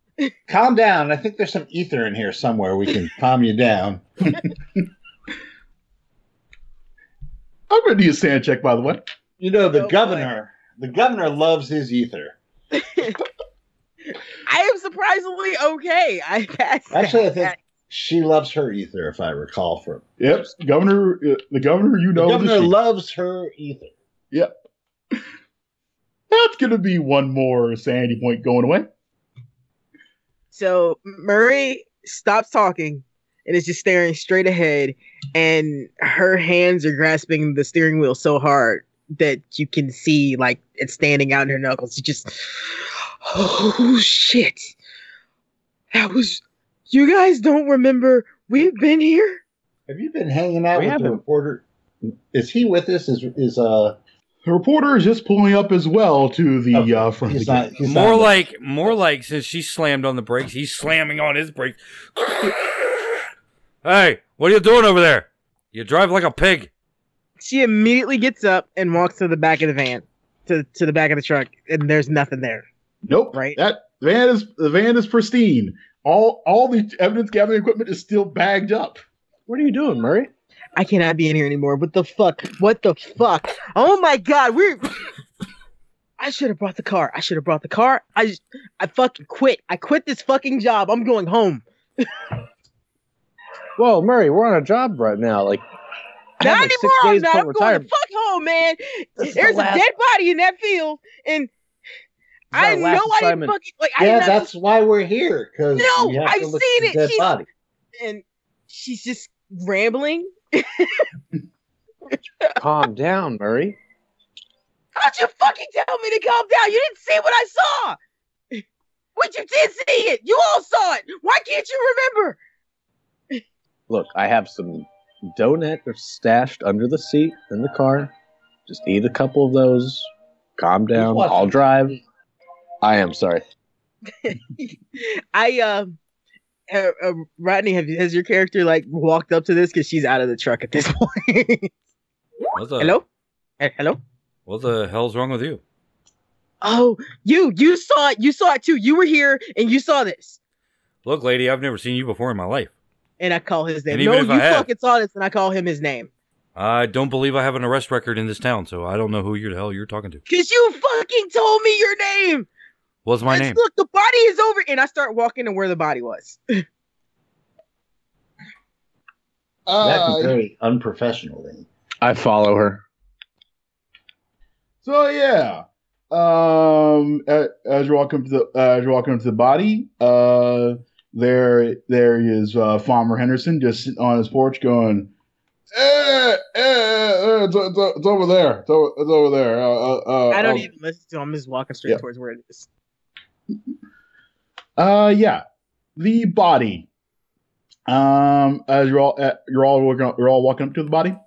[SPEAKER 3] Calm down. I think there's some ether in here somewhere. We can calm you down.
[SPEAKER 1] I'm going to do a sand check, by the way.
[SPEAKER 3] You know the
[SPEAKER 4] Oh, boy.
[SPEAKER 3] governor. The governor loves his ether.
[SPEAKER 4] I am surprisingly okay. I passed. that.
[SPEAKER 3] Actually, I think she loves her ether, if I recall from.
[SPEAKER 1] Yep. Governor, uh, the governor, you
[SPEAKER 3] The
[SPEAKER 1] know, this
[SPEAKER 3] governor
[SPEAKER 1] year.
[SPEAKER 3] loves her ether.
[SPEAKER 1] that's going to be one more sanity point going away.
[SPEAKER 4] So Murray stops talking and is just staring straight ahead, and her hands are grasping the steering wheel so hard that you can see like it's standing out in her knuckles. She just, oh shit, that was. You guys don't remember we've been here.
[SPEAKER 3] Have you been hanging out
[SPEAKER 6] We
[SPEAKER 3] with the
[SPEAKER 6] haven't.
[SPEAKER 3] reporter? Is he with us? Is is uh?
[SPEAKER 1] The reporter is just pulling up as well to the
[SPEAKER 3] Okay,
[SPEAKER 1] uh, front. of
[SPEAKER 3] Oh, He's
[SPEAKER 1] the
[SPEAKER 3] not.
[SPEAKER 1] gate.
[SPEAKER 3] He's
[SPEAKER 2] more
[SPEAKER 3] not-
[SPEAKER 2] like, more like, since she slammed on the brakes, he's slamming on his brakes. hey, what are you doing over there? You drive like a pig.
[SPEAKER 4] She immediately gets up and walks to the back of the van, to to the back of the truck, and there's nothing there.
[SPEAKER 1] Nope.
[SPEAKER 4] Right.
[SPEAKER 1] That van is the van is pristine. All all the evidence gathering equipment is still bagged up.
[SPEAKER 6] What are you doing, Murray?
[SPEAKER 4] I cannot be in here anymore. What the fuck? What the fuck? Oh my god, we're. I should have brought the car. I should have brought the car. I just, I fucking quit. I quit this fucking job. I'm going home.
[SPEAKER 6] Whoa, Murray, we're on a job right now. Like, I have,
[SPEAKER 4] Not
[SPEAKER 6] like, six
[SPEAKER 4] anymore. I'm
[SPEAKER 6] days
[SPEAKER 4] not.
[SPEAKER 6] till
[SPEAKER 4] I'm going the
[SPEAKER 6] retirement.
[SPEAKER 4] fuck home, man.
[SPEAKER 6] This is the
[SPEAKER 4] There's a
[SPEAKER 6] last-
[SPEAKER 4] dead body in that field, and
[SPEAKER 6] This is
[SPEAKER 4] I
[SPEAKER 6] our
[SPEAKER 4] know
[SPEAKER 6] last
[SPEAKER 4] I didn't
[SPEAKER 6] assignment.
[SPEAKER 4] fucking like. I
[SPEAKER 3] Yeah,
[SPEAKER 4] didn't have-
[SPEAKER 3] that's why we're here. Because
[SPEAKER 4] No,
[SPEAKER 3] we have
[SPEAKER 4] I've
[SPEAKER 3] to look
[SPEAKER 4] seen
[SPEAKER 3] at the
[SPEAKER 4] it.
[SPEAKER 3] Dead
[SPEAKER 4] She's-
[SPEAKER 3] body.
[SPEAKER 4] and she's just rambling.
[SPEAKER 6] calm down, Murray.
[SPEAKER 4] How'd you fucking tell me to calm down? You didn't see what I saw. What you did see it. You all saw it. Why can't you remember?
[SPEAKER 6] Look, I have some donut stashed under the seat in the car. Just eat a couple of those. Calm down.
[SPEAKER 3] watching?
[SPEAKER 6] I'll drive. I am sorry.
[SPEAKER 4] I um uh, uh, Rodney, have you, has your character like walked up to this because she's out of the truck at this point?
[SPEAKER 2] What the,
[SPEAKER 4] Hello, Eh, hello.
[SPEAKER 2] What the hell's wrong with you?
[SPEAKER 4] Oh, you you saw it. You saw it too. You were here and you saw this.
[SPEAKER 2] Look, lady, I've never seen you before in my life.
[SPEAKER 4] And I call his name.
[SPEAKER 2] And
[SPEAKER 4] No,
[SPEAKER 2] even
[SPEAKER 4] you
[SPEAKER 2] if I had-
[SPEAKER 4] fucking saw this, and I call him his name.
[SPEAKER 2] I don't believe I have an arrest record in this town, so I don't know who you the hell you're talking to.
[SPEAKER 4] Cause you fucking told me your name.
[SPEAKER 2] What's my
[SPEAKER 4] Let's
[SPEAKER 2] name?
[SPEAKER 4] Look, the body is over, and I start walking to where the body was.
[SPEAKER 3] That's
[SPEAKER 1] Uh,
[SPEAKER 3] very unprofessional. Then.
[SPEAKER 6] I follow her.
[SPEAKER 1] so yeah. Um, a- as you're walking to the uh, as you're walking up to the body, uh, there there is uh, Farmer Henderson just sitting on his porch going. Eh, eh, eh, it's, it's, it's over there. It's over, it's over there. Uh, uh, uh,
[SPEAKER 4] I don't
[SPEAKER 1] uh,
[SPEAKER 4] even listen to him. I'm just walking straight
[SPEAKER 1] Yeah.
[SPEAKER 4] towards where it is.
[SPEAKER 1] Uh, yeah, the body. Um, as you're all uh, you're all walking up, you're all walking up to the body.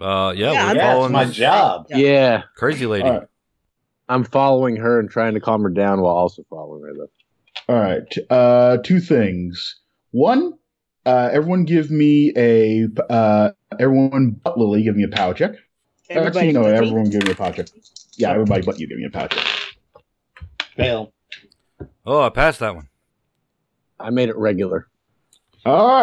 [SPEAKER 2] Uh, yeah,
[SPEAKER 4] Yeah,
[SPEAKER 2] we're
[SPEAKER 4] I'm-
[SPEAKER 3] Yeah,
[SPEAKER 2] following
[SPEAKER 3] it's my
[SPEAKER 2] this
[SPEAKER 3] job.
[SPEAKER 6] Yeah.
[SPEAKER 4] Yeah.
[SPEAKER 2] crazy lady.
[SPEAKER 1] All right.
[SPEAKER 6] I'm following her and trying to calm her down while also following her though.
[SPEAKER 1] All right. Uh, two things. One, uh, everyone give me a uh, everyone but Lily give me a power check. Actually, no,
[SPEAKER 4] but me.
[SPEAKER 1] everyone give me a power check. Yeah, everybody but you give me a power check.
[SPEAKER 3] Fail.
[SPEAKER 2] Oh, I passed that one.
[SPEAKER 6] I made it regular.
[SPEAKER 1] All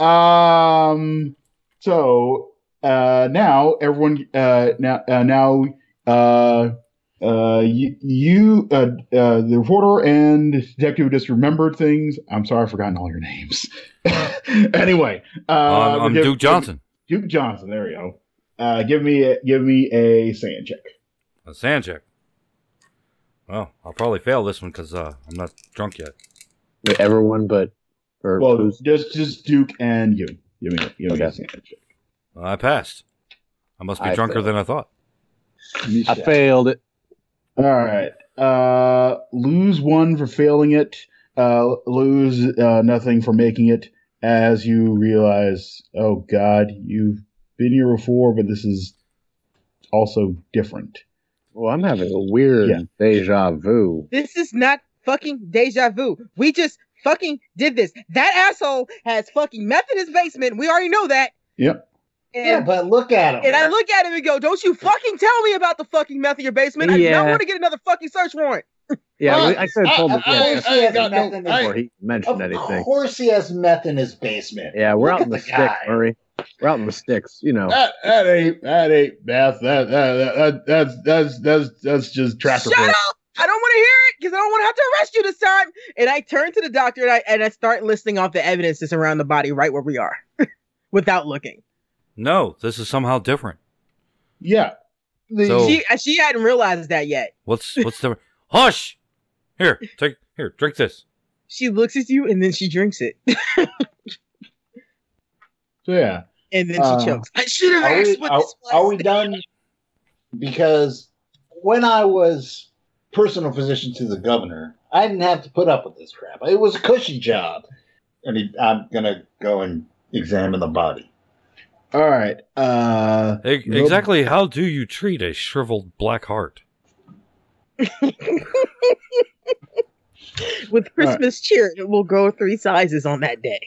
[SPEAKER 1] right. Um. So uh, now everyone. Uh, now uh, now. Uh, uh, you, you uh, uh, the reporter and detective just remembered things. I'm sorry, I've forgotten all your names. anyway, uh,
[SPEAKER 2] I'm, I'm
[SPEAKER 1] give-
[SPEAKER 2] Duke Johnson.
[SPEAKER 1] Duke Johnson. There we go. Uh, give me a, give me a sand check.
[SPEAKER 2] A sand check. Well, I'll probably fail this one because uh, I'm not drunk yet.
[SPEAKER 6] Wait, everyone but or
[SPEAKER 1] Well,
[SPEAKER 6] who's-
[SPEAKER 1] just just Duke and you. Give me a, give me a
[SPEAKER 6] Okay.
[SPEAKER 1] sand check.
[SPEAKER 2] I passed. I must be
[SPEAKER 6] I
[SPEAKER 2] drunker
[SPEAKER 6] failed.
[SPEAKER 2] than I thought.
[SPEAKER 6] I failed it.
[SPEAKER 1] All right. Uh, lose one for failing it. Uh, lose uh, nothing for making it. As you realize, oh God, you've been here before, but this is also different.
[SPEAKER 6] Well, I'm having a weird
[SPEAKER 1] Yeah.
[SPEAKER 6] deja vu.
[SPEAKER 4] This is not fucking deja vu. We just fucking did this. That asshole has fucking meth in his basement. We already know that.
[SPEAKER 1] Yep.
[SPEAKER 4] And,
[SPEAKER 3] Yeah, but look at him.
[SPEAKER 4] and I look at him and go, "Don't you fucking tell me about the fucking meth in your basement. I do not
[SPEAKER 6] Yeah.
[SPEAKER 4] want to get another fucking search warrant."
[SPEAKER 6] Yeah,
[SPEAKER 3] Ah,
[SPEAKER 6] we- I could have told
[SPEAKER 3] I-
[SPEAKER 6] him
[SPEAKER 3] I- I
[SPEAKER 6] yeah,
[SPEAKER 3] ain't- I ain't got
[SPEAKER 6] nothing
[SPEAKER 3] nothing to-
[SPEAKER 6] before he mentioned
[SPEAKER 3] of
[SPEAKER 6] anything.
[SPEAKER 3] course, he has meth in his basement.
[SPEAKER 6] Yeah,
[SPEAKER 3] Look
[SPEAKER 6] we're out
[SPEAKER 3] at
[SPEAKER 6] in the,
[SPEAKER 3] the
[SPEAKER 6] sticks,
[SPEAKER 3] guy.
[SPEAKER 6] Murray. We're out in the sticks, you know.
[SPEAKER 1] That that ain't that ain't math. That that, that that's that's that's that's just tractor.
[SPEAKER 4] Shut up! I don't want to hear it because I don't want to have to arrest you this time. And I turn to the doctor and I and I start listing off the evidence that's around the body right where we are, without looking.
[SPEAKER 2] No, this is somehow different.
[SPEAKER 1] Yeah. The-
[SPEAKER 2] So-
[SPEAKER 4] She she hadn't realized that yet.
[SPEAKER 2] What's what's the hush? Here, take here, drink this.
[SPEAKER 4] She looks at you and then she drinks it
[SPEAKER 1] so yeah.
[SPEAKER 4] and then she
[SPEAKER 1] Uh,
[SPEAKER 4] chokes. I should have
[SPEAKER 3] Are
[SPEAKER 4] asked
[SPEAKER 3] we,
[SPEAKER 4] what
[SPEAKER 3] are,
[SPEAKER 4] this was.
[SPEAKER 3] are we done? Because when I was personal physician to the governor, I didn't have to put up with this crap. It was a cushy job. And he, I'm going to go and examine the body.
[SPEAKER 1] All right. Uh,
[SPEAKER 2] E-
[SPEAKER 1] Nope.
[SPEAKER 2] exactly how do you treat a shriveled black heart?
[SPEAKER 4] With Christmas cheer, it will grow three sizes on that day.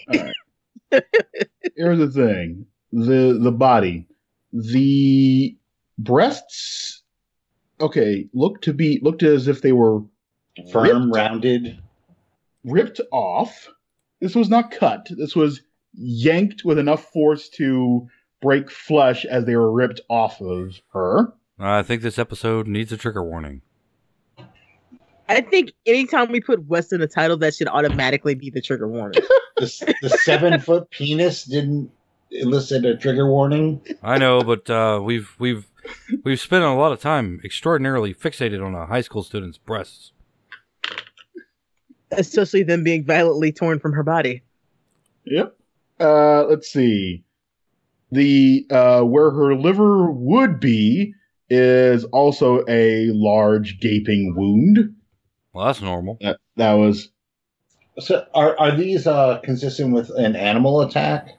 [SPEAKER 1] here's the thing the the body the breasts okay looked to be looked as if they were
[SPEAKER 3] Firm, rounded.
[SPEAKER 1] ripped off this was not cut this was yanked with enough force to break flesh as they were ripped off of her
[SPEAKER 2] Uh, I think this episode needs a trigger warning.
[SPEAKER 4] I think anytime we put West in a title, that should automatically be the trigger warning.
[SPEAKER 3] The, the seven foot penis didn't elicit a trigger warning.
[SPEAKER 2] I know, but uh, we've we've we've spent a lot of time extraordinarily fixated on a high school student's breasts.
[SPEAKER 4] Especially them being violently torn from her body.
[SPEAKER 1] Yep. Uh, let's see. The uh, where her liver would be is also a large gaping wound.
[SPEAKER 2] Well, that's normal.
[SPEAKER 1] That, that was
[SPEAKER 3] So are, are these uh, consistent with an animal attack?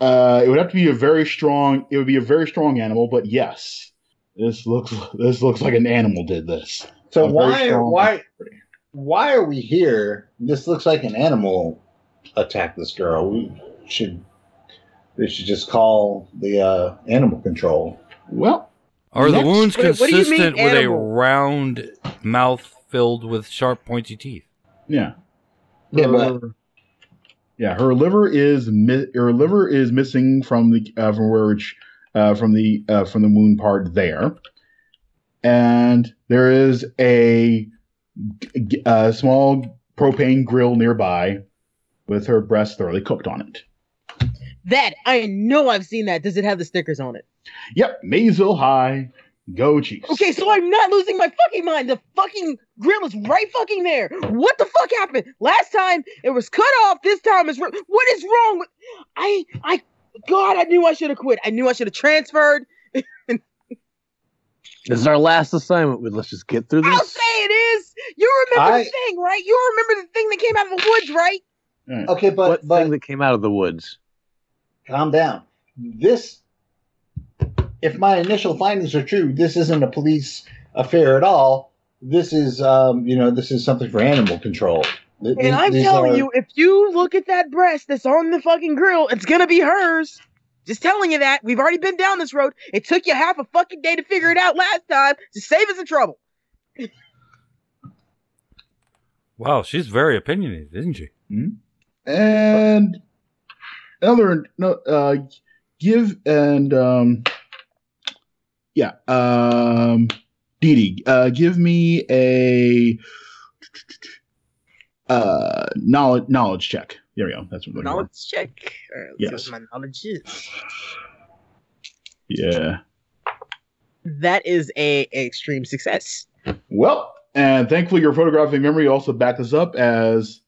[SPEAKER 1] uh, it would have to be a very strong. It would be a very strong animal, but yes, this looks this looks like an animal did this. A
[SPEAKER 3] So
[SPEAKER 1] very
[SPEAKER 3] why
[SPEAKER 1] strong-
[SPEAKER 3] why why are we here? This looks like an animal attacked this girl. We should we should just call the uh, animal control.
[SPEAKER 1] Well,
[SPEAKER 2] Are the
[SPEAKER 1] Next-
[SPEAKER 2] wounds
[SPEAKER 4] Wait, what do you mean,
[SPEAKER 2] consistent with a
[SPEAKER 4] animal?
[SPEAKER 2] round mouth filled with sharp, pointy teeth?
[SPEAKER 1] yeah,
[SPEAKER 3] Yeah, but-
[SPEAKER 1] Her- yeah. Her liver is mi- her liver is missing from the uh, from where it's uh, from the uh, from the wound part there, and there is a, g- g- a small propane grill nearby with her breast thoroughly cooked on it.
[SPEAKER 4] That I know I've seen that. Does it have the stickers on it?
[SPEAKER 1] Yep, Maysville High, go Chiefs.
[SPEAKER 4] Okay, so I'm not losing my fucking mind. The fucking grill is right fucking there. What the fuck happened? Last time it was cut off. This time it's. ri- What is wrong with? I I. God, I knew I should have quit. I knew I should have transferred.
[SPEAKER 6] This is our last assignment. We- Let's just get through
[SPEAKER 4] I'll
[SPEAKER 6] this.
[SPEAKER 4] say it is. You remember
[SPEAKER 3] I-
[SPEAKER 4] the thing, right? You remember the thing that came out of the woods, right?
[SPEAKER 3] Okay, but
[SPEAKER 6] what
[SPEAKER 3] but
[SPEAKER 6] thing that came out of the woods?
[SPEAKER 3] calm down. This if my initial findings are true, this isn't a police affair at all. This is, um, you know, this is something for animal control. Th- th-
[SPEAKER 4] And I'm
[SPEAKER 3] these
[SPEAKER 4] telling
[SPEAKER 3] are-
[SPEAKER 4] you, if you look at that breast that's on the fucking grill, it's gonna be hers. Just telling you that. We've already been down this road. It took you half a fucking day to figure it out last time. Just save us the trouble.
[SPEAKER 2] Wow, she's very opinionated, isn't she?
[SPEAKER 1] and other no uh give and um yeah um Didi uh give me a uh knowledge knowledge check there we go that's what I'm looking for.
[SPEAKER 4] Knowledge check. All right, let's see
[SPEAKER 1] Yes.
[SPEAKER 4] what my knowledge is.
[SPEAKER 1] yeah
[SPEAKER 4] That is a extreme success.
[SPEAKER 1] well and thankfully your photographic memory also backed us up as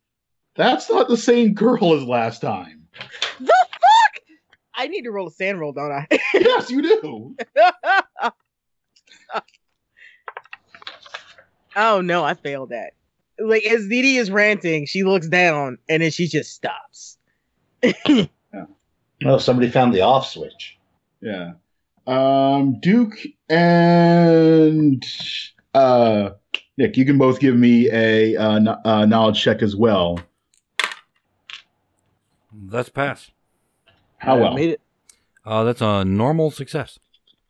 [SPEAKER 1] that's not the same girl as last time
[SPEAKER 4] The fuck! I need to roll a sand roll, don't I?
[SPEAKER 1] yes you do
[SPEAKER 4] oh no, I failed that. Like as Didi is ranting, she looks down and then she just stops.
[SPEAKER 3] Oh, somebody found the off switch.
[SPEAKER 1] Yeah. Um, Duke and uh, Nick, you can both give me a uh, kn- uh, knowledge check as well.
[SPEAKER 2] That's a pass.
[SPEAKER 1] How
[SPEAKER 6] I
[SPEAKER 3] Oh.
[SPEAKER 1] well?
[SPEAKER 6] Made it.
[SPEAKER 2] Uh, that's a normal success.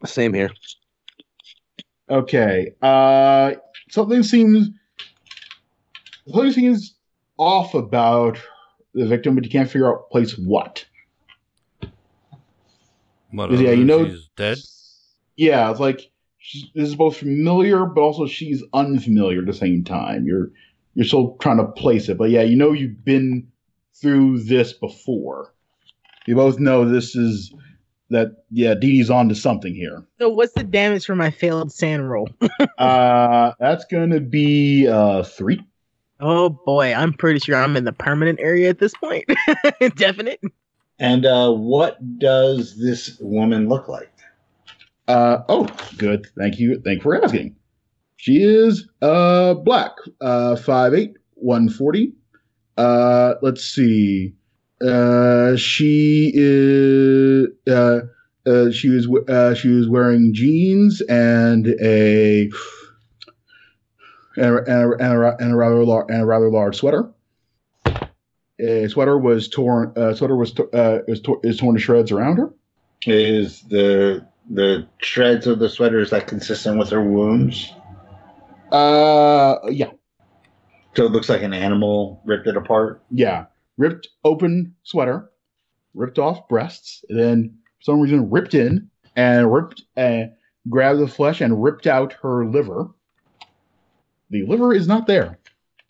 [SPEAKER 6] Same here.
[SPEAKER 1] Okay. Uh, something seems something seems off about the victim, but you can't figure out place what.
[SPEAKER 2] But, uh,
[SPEAKER 1] Yeah, you know-
[SPEAKER 2] she's dead.
[SPEAKER 1] Yeah, it's like she- this is both familiar, but also she's unfamiliar at the same time. You're you're still trying to place it, but yeah, you know you've been through this before. You both know this is that. Yeah, Dee Dee's on to something here.
[SPEAKER 4] So what's the damage for my failed sand roll?
[SPEAKER 1] Uh, that's gonna be uh three.
[SPEAKER 4] Oh boy, I'm pretty sure I'm in the permanent area at this point. Definite.
[SPEAKER 3] And uh, what does this woman look like?
[SPEAKER 1] Uh oh, good. Thank you. Thank you for asking. She is uh black, uh five eight, one forty. Uh let's see. Uh she is uh, uh she was we- uh she was wearing jeans and a and a, and a, and a, and a rather large and a rather large sweater. A sweater was torn. Uh, sweater was to, uh, is, to, is torn to shreds around her.
[SPEAKER 3] Is the the shreds of the sweater is that consistent with her wounds?
[SPEAKER 1] Uh, yeah,
[SPEAKER 3] So it looks like an animal ripped it apart.
[SPEAKER 1] Yeah. Ripped open sweater, ripped off breasts, and then for some reason ripped in and ripped uh, grabbed the flesh and ripped out her liver. The liver is not there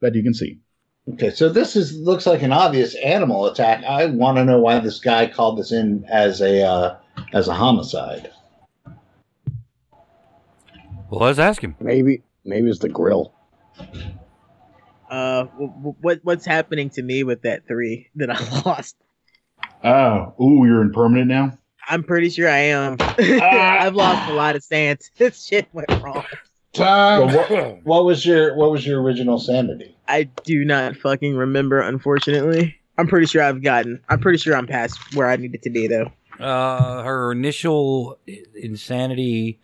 [SPEAKER 1] that you can see.
[SPEAKER 3] Okay, so this is looks like an obvious animal attack. I want to know why this guy called this in as a uh, as a homicide.
[SPEAKER 2] Well, let's ask him.
[SPEAKER 6] Maybe maybe it's the grill.
[SPEAKER 4] Uh, w- w- what what's happening to me with that three that I lost?
[SPEAKER 1] Oh, ooh, you're in permanent now?
[SPEAKER 4] I'm pretty sure I am. I've lost a lot of sands. This shit went wrong.
[SPEAKER 1] Time.
[SPEAKER 2] Well,
[SPEAKER 3] What was your what was your original sanity?
[SPEAKER 4] I do not fucking remember, unfortunately. I'm pretty sure I've gotten. I'm pretty sure I'm past where I needed to be, though.
[SPEAKER 2] uh, her initial i- insanity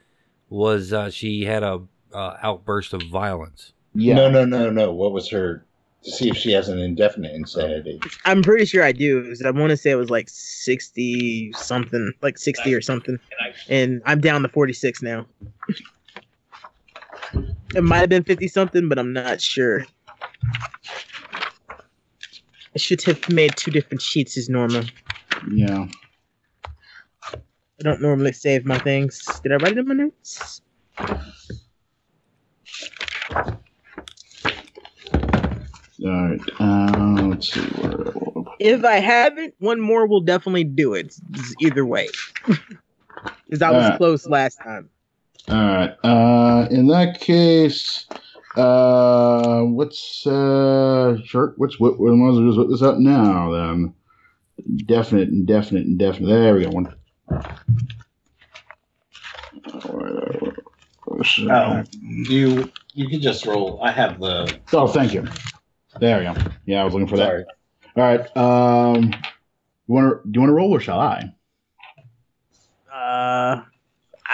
[SPEAKER 2] was uh, she had a uh, outburst of violence.
[SPEAKER 1] Yeah.
[SPEAKER 3] No, no, no, no. What was her? To see if she has an indefinite insanity.
[SPEAKER 4] I'm pretty sure I do. 'cause I want to say it was like 60 something, like 60 or something, and I'm down to 46 now. it might have been 50 something, but I'm not sure. I should have made two different sheets as normal.
[SPEAKER 1] Yeah.
[SPEAKER 4] I don't normally save my things. Did I write it in my notes?
[SPEAKER 1] All right. Uh, let's see. Where,
[SPEAKER 4] If I haven't, one more will definitely do it. It's either way. Because I was
[SPEAKER 1] Alright.
[SPEAKER 4] close last time.
[SPEAKER 1] all right. Uh, in that case, uh, what's uh, sure, what's what? We might as well just whip this up now. Then, definite, indefinite, indefinite. There we go. One.
[SPEAKER 3] Oh. You you can just roll. I have the.
[SPEAKER 1] Oh, thank you. There we go. Yeah, I was looking for that.
[SPEAKER 3] Sorry.
[SPEAKER 1] All right. Um, you want to do you want to roll or shall I?
[SPEAKER 4] Uh,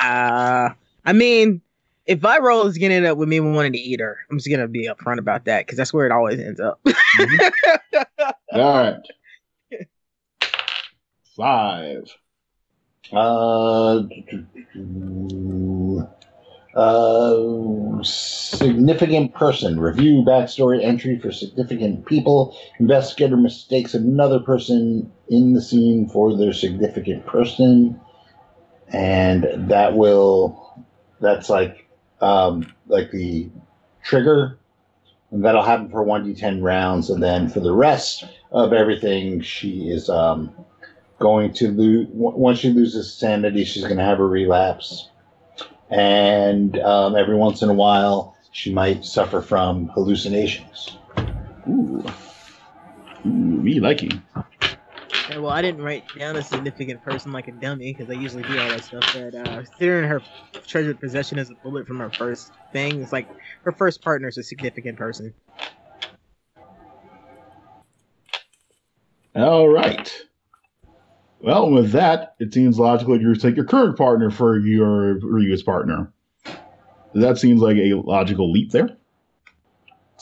[SPEAKER 4] uh, I mean, if I roll, it's gonna end up with me wanting to eat her. I'm just gonna be upfront about that because that's where it always ends up.
[SPEAKER 3] All right. Five. Uh, uh, significant person. Review backstory entry for significant people. Investigator mistakes another person in the scene for their significant person. And that will, that's like, um, like the trigger. And that'll happen for 1d10 rounds. And then for the rest of everything, she is, um, going to lose once she loses sanity she's going to have a relapse and um, every once in a while she might suffer from hallucinations
[SPEAKER 1] Ooh. Ooh, me liking.
[SPEAKER 4] Okay, well, I didn't write down a significant person like a dummy because I usually do all that stuff. But uh, considering her treasured possession is a bullet from her first thing, it's like her first partner is a significant person.
[SPEAKER 1] All right. Well, with that, it seems logical you would take your current partner for your previous partner. That seems like a logical leap there.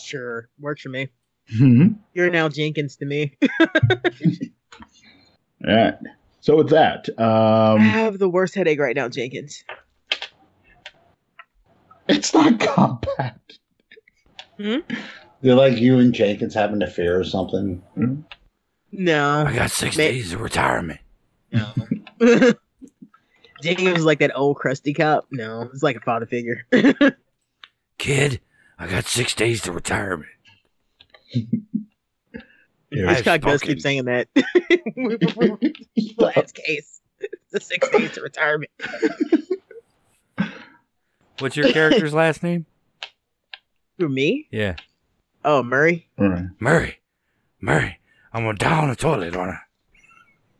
[SPEAKER 4] Sure, works for me.
[SPEAKER 1] Mm-hmm.
[SPEAKER 4] You're now Jenkins to me.
[SPEAKER 1] All right. So with that,
[SPEAKER 4] I
[SPEAKER 1] um,
[SPEAKER 4] have the worst headache right now, Jenkins.
[SPEAKER 1] it's not combat.
[SPEAKER 3] they're like you and jenkins have an affair or something
[SPEAKER 4] No,
[SPEAKER 2] I got six
[SPEAKER 4] Ma-
[SPEAKER 2] days of retirement.
[SPEAKER 4] no. Jenkins is like that old crusty cop. No, it's like a father figure.
[SPEAKER 2] Kid, I got six days to retirement.
[SPEAKER 1] Yeah.
[SPEAKER 4] Hitchcock does
[SPEAKER 2] spoken.
[SPEAKER 4] keep saying that. We- we- we- Last case, the six days to retirement.
[SPEAKER 2] What's your character's last name?
[SPEAKER 4] For me?
[SPEAKER 2] Yeah.
[SPEAKER 4] Oh, Murray.
[SPEAKER 1] All right.
[SPEAKER 2] Murray. Murray. I'm gonna die on the toilet, aren't I?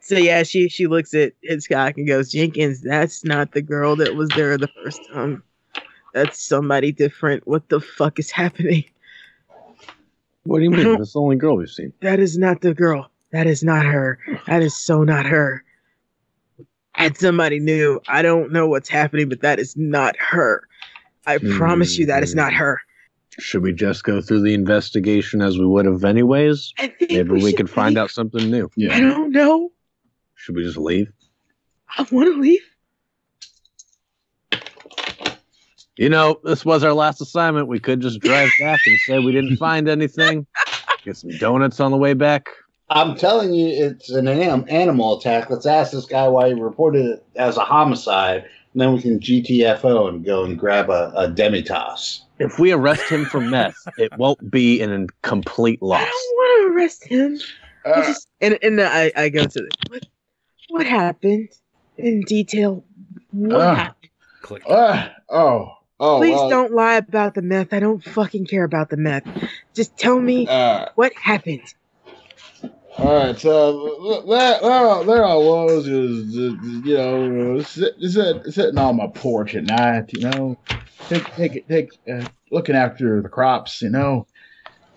[SPEAKER 4] So yeah, she she looks at Hitchcock and goes, Jenkins, that's not the girl that was there the first time. That's somebody different. What the fuck is happening?
[SPEAKER 6] What do you mean? That's the only girl we've seen.
[SPEAKER 4] That is not the girl. That is not her. That is so not her. That's somebody new. I don't know what's happening, but that is not her. I promise you that is
[SPEAKER 6] Hmm.
[SPEAKER 4] not her.
[SPEAKER 6] Should we just go through the investigation as we would have anyways?
[SPEAKER 4] I think
[SPEAKER 6] Maybe we
[SPEAKER 4] should
[SPEAKER 6] could find
[SPEAKER 4] leave.
[SPEAKER 6] out something new.
[SPEAKER 4] I
[SPEAKER 1] Yeah.
[SPEAKER 4] don't know.
[SPEAKER 6] Should we just leave?
[SPEAKER 4] I want to leave.
[SPEAKER 6] You know, this was our last assignment. We could just drive back and say we didn't find anything. Get some donuts on the way back.
[SPEAKER 3] i'm telling you it's an anim- animal attack let's ask this guy why he reported it as a homicide and then we can gtfo and go and grab a, a demitas
[SPEAKER 6] If we arrest him for meth, it won't be an in- complete
[SPEAKER 4] I
[SPEAKER 6] loss.
[SPEAKER 4] don't want to arrest him. I
[SPEAKER 1] Uh,
[SPEAKER 4] just and and I I go to the, what what happened in detail. What
[SPEAKER 1] Ah.
[SPEAKER 4] happened?
[SPEAKER 2] Click.
[SPEAKER 1] Ah, oh. Oh.
[SPEAKER 4] Please
[SPEAKER 1] well,
[SPEAKER 4] don't lie about the meth. I don't fucking care about the meth. Just tell me
[SPEAKER 1] Uh,
[SPEAKER 4] what happened.
[SPEAKER 1] all right. So there, there, there I was, is, you know, sit, sit, sitting on my porch at night, you know, take, take, take, uh, looking after the crops, you know,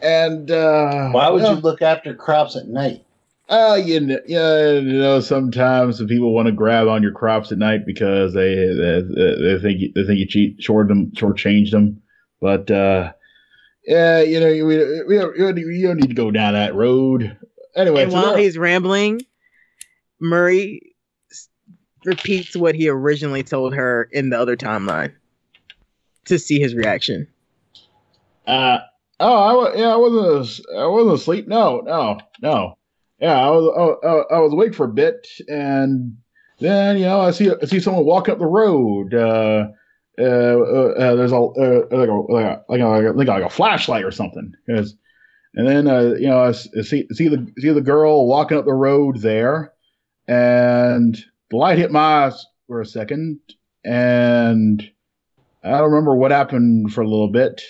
[SPEAKER 1] and uh,
[SPEAKER 3] why would
[SPEAKER 1] well,
[SPEAKER 3] you look after crops at night
[SPEAKER 1] Uh, you know, you know, sometimes the people want to grab on your crops at night because they they, they think you, they think you cheat, short them, shortchange them. But uh, yeah, you know, we we don't, you don't need to go down that road. Anyway,
[SPEAKER 4] and
[SPEAKER 1] so
[SPEAKER 4] while
[SPEAKER 1] there-
[SPEAKER 4] he's rambling, Murray s- repeats what he originally told her in the other timeline to see his reaction.
[SPEAKER 1] Uh, oh, I wa- yeah, I wasn't as- I wasn't asleep. No, no, no. Yeah, I was I, I, I was awake for a bit, and then you know I see I see someone walking up the road. Uh, uh, uh, uh, there's a uh, like a like a like a, like a, like a, flashlight or something. 'Cause- and then uh, you know I s- I see see the see the girl walking up the road there, and the light hit my eyes for a second, and I don't remember what happened for a little bit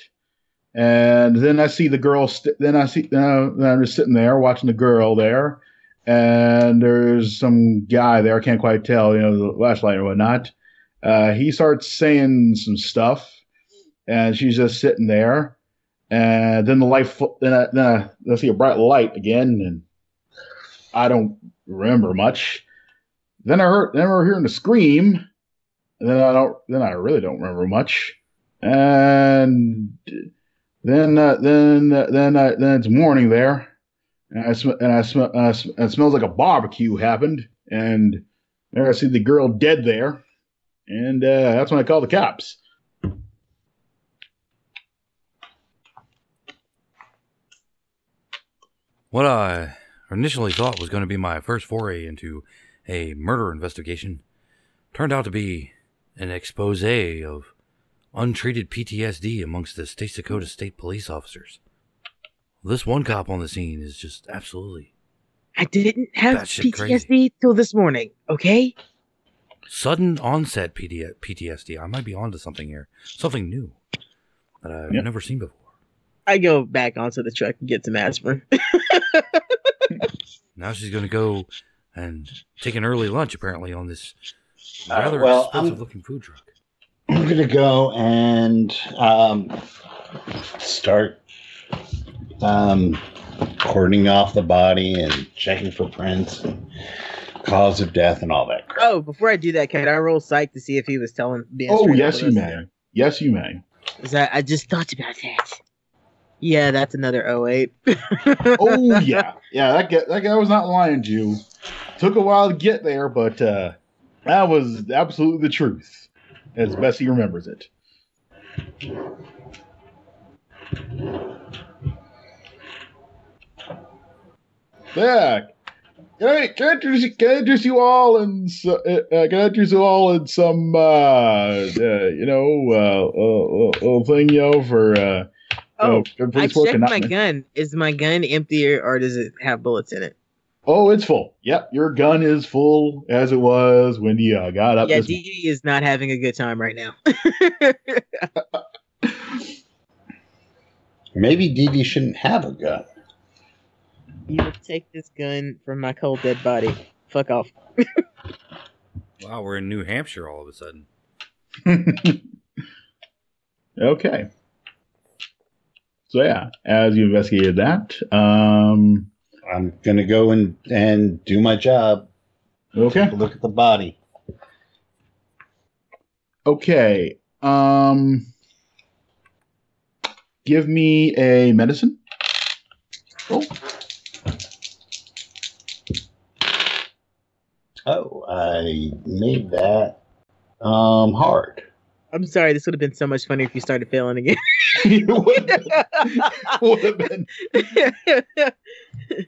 [SPEAKER 1] and then I see the girl. St- then I see. Then, I, then I'm just sitting there watching the girl there, and there's some guy there. I can't quite tell, you know, the flashlight or whatnot. Uh, he starts saying some stuff, and she's just sitting there. And then the light. Fl- then I, then I, I see a bright light again, and I don't remember much. Then I heard, then I remember hearing a scream. And then I don't, then I really don't remember much. And then, uh, then, uh, then, uh, then it's morning there, and I sm- and I sm- uh, sm- and it smells like a barbecue happened, and there I see the girl dead there, and uh, that's when I call the cops.
[SPEAKER 2] What I initially thought was going to be my first foray into a murder investigation turned out to be an expose of untreated PTSD amongst the State Dakota State police officers. This one cop on the scene is just absolutely
[SPEAKER 4] I didn't have
[SPEAKER 2] That shit
[SPEAKER 4] PTSD
[SPEAKER 2] crazy.
[SPEAKER 4] till this morning. Okay.
[SPEAKER 2] sudden onset PD- PTSD. I might be onto something here, something new that I've
[SPEAKER 1] Yep.
[SPEAKER 2] never seen before.
[SPEAKER 4] I go back onto the truck and get some aspirin.
[SPEAKER 2] Now she's going to go and take an early lunch, apparently, on this
[SPEAKER 3] Uh,
[SPEAKER 2] rather
[SPEAKER 3] well, I'm-
[SPEAKER 2] expensive looking food truck.
[SPEAKER 3] I'm gonna go and um, start um, cordoning off the body and checking for prints, and cause of death, and all that. Crap.
[SPEAKER 4] Oh, before I do that, can I roll psych to see if he was telling? Being
[SPEAKER 1] oh
[SPEAKER 4] straight up
[SPEAKER 1] yes,
[SPEAKER 4] with
[SPEAKER 1] you
[SPEAKER 4] us?
[SPEAKER 1] may. Yes, you may.
[SPEAKER 4] 'Cause I, I just thought about that. Yeah, that's another 08.
[SPEAKER 1] Oh yeah, yeah. That guy, that guy was not lying to you. Took a while to get there, but uh, that was absolutely the truth, as best he remembers it. Yeah. Can I, can, I introduce, can I introduce you all in so, uh, uh, can I introduce you all in some uh, uh, you know uh, uh, uh, little thing you know for uh,
[SPEAKER 4] Oh,
[SPEAKER 1] you know,
[SPEAKER 4] I
[SPEAKER 1] police work
[SPEAKER 4] checked
[SPEAKER 1] and not-
[SPEAKER 4] my gun. Is my gun empty or, or does it have bullets in it?
[SPEAKER 1] Oh, it's full. Yep, your gun is full as it was when you uh, got up.
[SPEAKER 4] yeah,
[SPEAKER 1] this
[SPEAKER 4] Dee Dee is not having a good time right now.
[SPEAKER 3] Maybe Dee Dee shouldn't have a gun.
[SPEAKER 4] you will take this gun from my cold dead body. Fuck off.
[SPEAKER 2] Wow, we're in New Hampshire all of a sudden.
[SPEAKER 1] okay. So yeah, as you investigated that, um,
[SPEAKER 3] I'm gonna go and and do my job.
[SPEAKER 1] okay,
[SPEAKER 3] Look at the body.
[SPEAKER 1] okay, um, give me a medicine. Oh,
[SPEAKER 3] Oh, I made that um hard.
[SPEAKER 4] I'm sorry, this would have been so much funnier if you started failing again.
[SPEAKER 1] it would have been, would have been.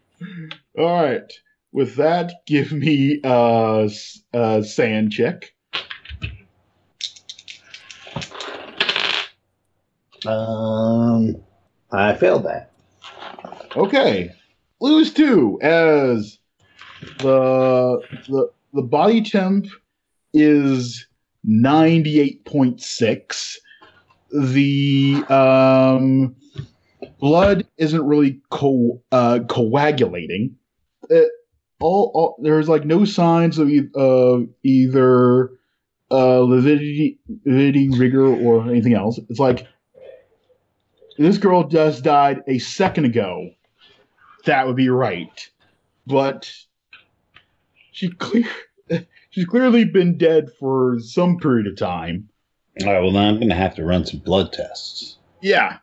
[SPEAKER 1] All right. With that, give me uh, s- a sand check.
[SPEAKER 3] Um, I failed that.
[SPEAKER 1] Okay. Lose two as the the the body temp is 98.6. The um blood isn't really co- uh, coagulating. It, all, all there's like no signs of, e- of either uh lividity, lividity rigor or anything else. It's like this girl just died a second ago that would be right. But she clear she's clearly been dead for some period of time.
[SPEAKER 3] All right. Well, now I'm gonna have to run some blood tests.
[SPEAKER 1] Yeah.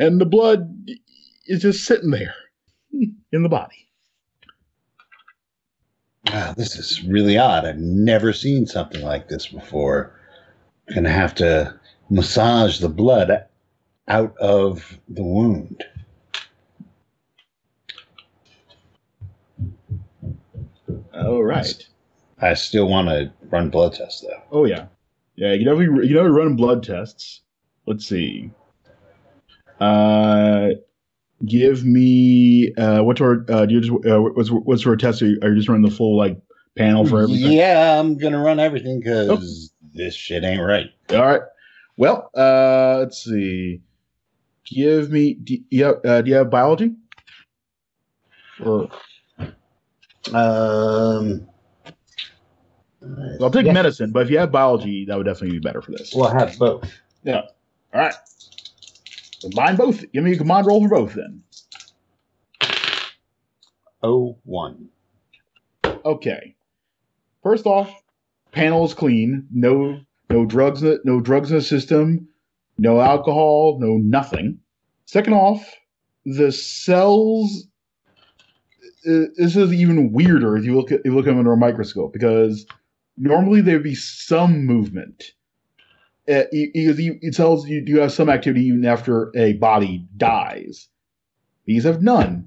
[SPEAKER 1] And the blood is just sitting there in the body.
[SPEAKER 3] Wow, this is really odd. I've never seen something like this before. Gonna have to massage the blood out of the wound.
[SPEAKER 1] All
[SPEAKER 3] right. I still want to run blood tests though.
[SPEAKER 1] Oh yeah, yeah. You can definitely you can definitely run blood tests. Let's see. Uh, give me uh, what sort? Uh, do you just uh, what's what sort of test are you, are you just running the full like panel for everything? Oh.
[SPEAKER 3] Yeah, I'm gonna run everything because this shit ain't right.
[SPEAKER 1] All right. Well, uh, let's see. Give me. Do you have, uh, do you have biology? Or
[SPEAKER 3] Um,
[SPEAKER 1] I'll take
[SPEAKER 3] yeah.
[SPEAKER 1] medicine, but if you have biology, that would definitely be better for this.
[SPEAKER 3] Well, I have both.
[SPEAKER 1] All right. Combine both. Give me a command roll for both then.
[SPEAKER 3] Oh, 01.
[SPEAKER 1] Okay. First off, panel is clean. No no drugs no drugs in the system. No alcohol. No nothing. Second off, the cells. uh, This is even weirder if you look at, if you look at them under a microscope because normally there'd be some movement. Uh, it, it- it tells you do have some activity even after a body dies. These have none.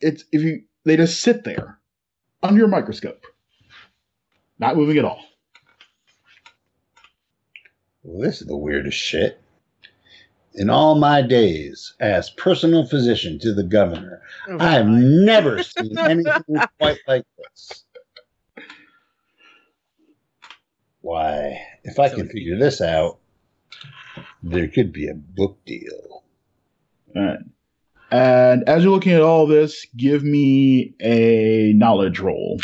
[SPEAKER 1] It's if you they just sit there under your microscope, not moving at all.
[SPEAKER 3] Well, this is the weirdest shit. In all my days as personal physician to the governor,
[SPEAKER 4] Oh,
[SPEAKER 3] I have
[SPEAKER 4] my.
[SPEAKER 3] never seen anything quite like this. Why, if I can figure this out, there could be a book deal.
[SPEAKER 1] And as you're looking at all this, give me a knowledge roll.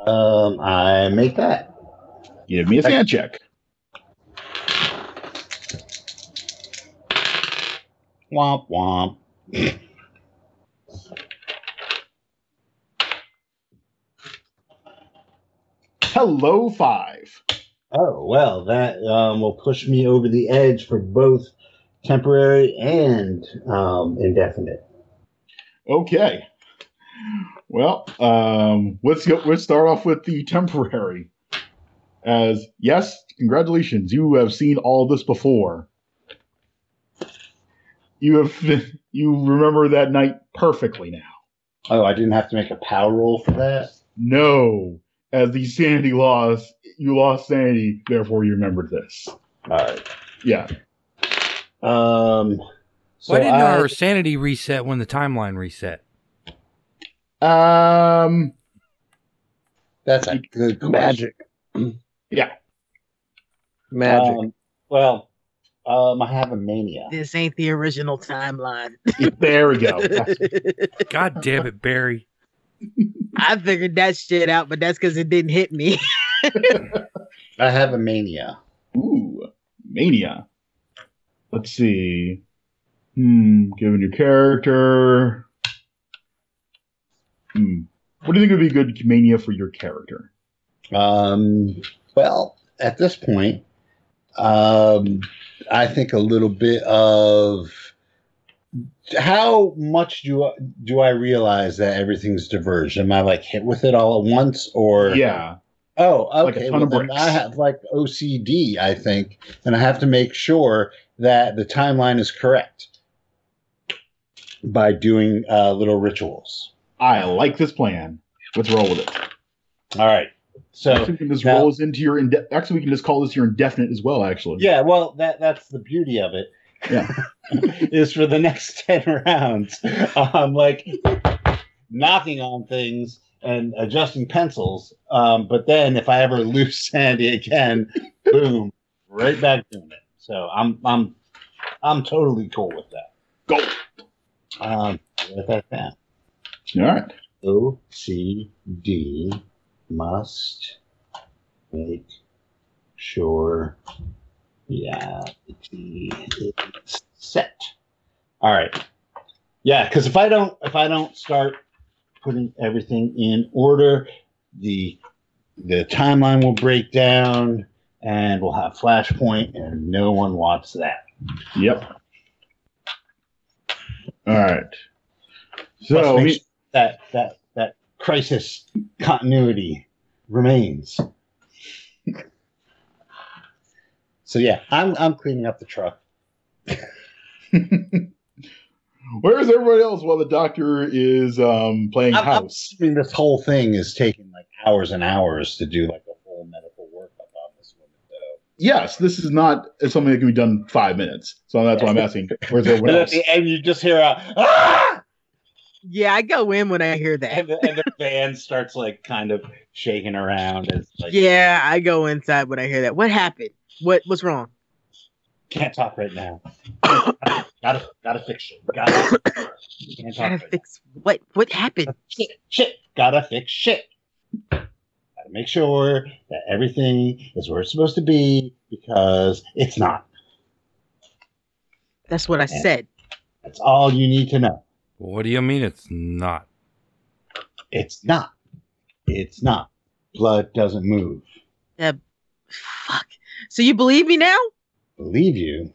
[SPEAKER 3] Um, I make that.
[SPEAKER 1] Give me a sand check.
[SPEAKER 3] Womp womp.
[SPEAKER 1] Hello, five.
[SPEAKER 3] Oh well, that um, will push me over the edge for both temporary and um, indefinite.
[SPEAKER 1] Okay. Well, um, let's go. Let's start off with the temporary. As yes, congratulations, you have seen all this before. You have you remember that night perfectly now.
[SPEAKER 3] Oh, I didn't have to make a power roll for that.
[SPEAKER 1] No, as the sanity loss, you lost sanity, therefore you remembered this.
[SPEAKER 3] All right.
[SPEAKER 1] Yeah.
[SPEAKER 3] Um, so
[SPEAKER 2] Why didn't
[SPEAKER 3] I-
[SPEAKER 2] our sanity reset when the timeline reset?
[SPEAKER 1] Um.
[SPEAKER 3] That's a good question.
[SPEAKER 6] Magic.
[SPEAKER 1] Yeah.
[SPEAKER 6] Magic.
[SPEAKER 3] Um, well, um, I have a mania.
[SPEAKER 4] This ain't the original timeline.
[SPEAKER 1] There we go.
[SPEAKER 2] God damn it, Barry.
[SPEAKER 4] I figured that shit out, but that's because it didn't hit me.
[SPEAKER 3] I have a mania.
[SPEAKER 1] Ooh, mania. Let's see. Hmm. Given your character. Hmm. What do you think would be good mania for your character?
[SPEAKER 3] Um, well, at this point, um, I think a little bit of how much do I, do I realize that everything's diverged? Am I like hit with it all at once, or
[SPEAKER 1] Yeah.
[SPEAKER 3] Oh,
[SPEAKER 1] Like a
[SPEAKER 3] okay.
[SPEAKER 1] ton
[SPEAKER 3] well,
[SPEAKER 1] of
[SPEAKER 3] then
[SPEAKER 1] bricks.
[SPEAKER 3] I have like OCD, I think, and I have to make sure that the timeline is correct by doing uh, little rituals.
[SPEAKER 1] I like this plan. Let's roll with it.
[SPEAKER 3] All right. So
[SPEAKER 1] Actually, we can just
[SPEAKER 3] now-
[SPEAKER 1] roll this into your. Inde- actually, we can just call this your indefinite as well. Actually.
[SPEAKER 3] yeah, well, that that's the beauty of it.
[SPEAKER 1] Yeah.
[SPEAKER 3] is for the next ten rounds, um, like knocking on things and adjusting pencils. Um, but then, if I ever lose sanity again, boom, right back doing it. So I'm I'm I'm totally cool with that.
[SPEAKER 1] Go.
[SPEAKER 3] Um, with that, down.
[SPEAKER 1] All right.
[SPEAKER 3] OCD must make sure reality is set. All right. Yeah, because if I don't if I don't start putting everything in order, the the timeline will break down and we'll have flashpoint and no one wants that.
[SPEAKER 1] Yep. All right. So.
[SPEAKER 3] Plus, make
[SPEAKER 1] we-
[SPEAKER 3] sure that that that crisis continuity remains. so yeah, I'm I'm cleaning up the truck.
[SPEAKER 1] Where's everybody else while the doctor is um, playing
[SPEAKER 3] I'm, I'm
[SPEAKER 1] house?
[SPEAKER 3] assuming this whole thing is taking like hours and hours to do like a full medical workup on this woman. Though.
[SPEAKER 1] yes, this is not something that can be done in five minutes. So that's why I'm asking, where's
[SPEAKER 3] And
[SPEAKER 1] everyone
[SPEAKER 3] at
[SPEAKER 1] else?
[SPEAKER 3] the end, you just hear a ah!
[SPEAKER 4] yeah, I go in when I hear that.
[SPEAKER 3] and, the, and the van starts like kind of shaking around as like
[SPEAKER 4] Yeah, I go inside when I hear that. What happened? What what's wrong?
[SPEAKER 3] can't talk right now. gotta gotta fix it. Gotta, can't talk
[SPEAKER 4] Gotta
[SPEAKER 3] right now.
[SPEAKER 4] fix what what happened?
[SPEAKER 3] shit, shit, gotta fix shit. Gotta make sure that everything is where it's supposed to be because it's not.
[SPEAKER 4] That's what I said.
[SPEAKER 3] That's all you need to know.
[SPEAKER 2] What do you mean it's not?
[SPEAKER 3] It's not. It's not. Blood doesn't move.
[SPEAKER 4] Fuck. So you believe me now?
[SPEAKER 3] Believe you.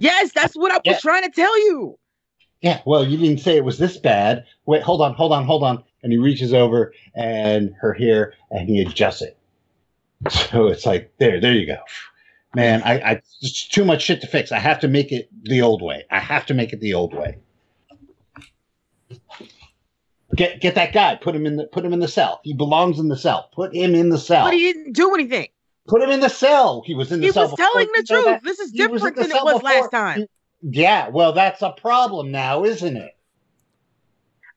[SPEAKER 4] Yes, that's what I was
[SPEAKER 3] Yeah.
[SPEAKER 4] trying to tell you.
[SPEAKER 3] Yeah, well, you didn't say it was this bad. Wait, hold on, hold on, hold on. And he reaches over and her hair and he adjusts it. So it's like, there, there you go. Man, I, I it's too much shit to fix. I have to make it the old way. I have to make it the old way. Get get that guy. Put him in the put him in the cell. He belongs in the cell. Put him in the cell.
[SPEAKER 4] But he didn't do anything.
[SPEAKER 3] put him in the cell. He was in the
[SPEAKER 4] He
[SPEAKER 3] cell.
[SPEAKER 4] was
[SPEAKER 3] before.
[SPEAKER 4] telling
[SPEAKER 3] You
[SPEAKER 4] the
[SPEAKER 3] know
[SPEAKER 4] truth.
[SPEAKER 3] that?
[SPEAKER 4] This is
[SPEAKER 3] He was
[SPEAKER 4] different
[SPEAKER 3] in
[SPEAKER 4] than
[SPEAKER 3] the
[SPEAKER 4] it
[SPEAKER 3] cell
[SPEAKER 4] was
[SPEAKER 3] before.
[SPEAKER 4] last time.
[SPEAKER 3] Yeah, well, that's a problem now, isn't it?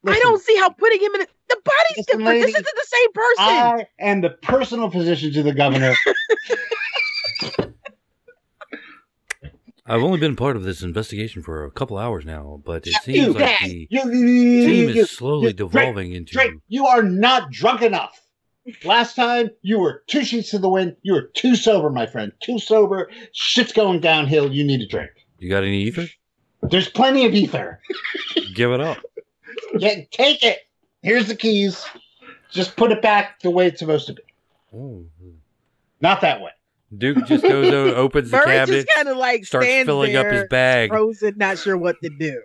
[SPEAKER 4] I
[SPEAKER 3] Listen,
[SPEAKER 4] don't see how putting him in the body's
[SPEAKER 3] Listen,
[SPEAKER 4] different.
[SPEAKER 3] lady,
[SPEAKER 4] this isn't the same person.
[SPEAKER 3] I am the personal physician to the governor.
[SPEAKER 2] I've only been part of this investigation for a couple hours now, but it
[SPEAKER 3] you
[SPEAKER 2] seems like
[SPEAKER 4] guys.
[SPEAKER 2] the
[SPEAKER 3] you, you- you-
[SPEAKER 2] team
[SPEAKER 3] you-
[SPEAKER 2] is slowly
[SPEAKER 3] you- Drake,
[SPEAKER 2] devolving
[SPEAKER 3] Drake,
[SPEAKER 2] into.
[SPEAKER 3] you are not drunk enough. Last time you were two sheets to the wind. You were too sober, my friend. Too sober. Shit's going downhill. You need a drink.
[SPEAKER 2] You got any ether?
[SPEAKER 3] There's plenty of ether.
[SPEAKER 2] Give it up.
[SPEAKER 3] Yeah, take it. Here's the keys. Just put it back the way it's supposed to be.
[SPEAKER 2] Oh.
[SPEAKER 3] Not that way.
[SPEAKER 2] Duke just goes out, opens the
[SPEAKER 4] Murray
[SPEAKER 2] cabinet,
[SPEAKER 4] just kind of like
[SPEAKER 2] starts
[SPEAKER 4] stands
[SPEAKER 2] filling
[SPEAKER 4] there,
[SPEAKER 2] up his bag.
[SPEAKER 4] frozen, not sure what to do.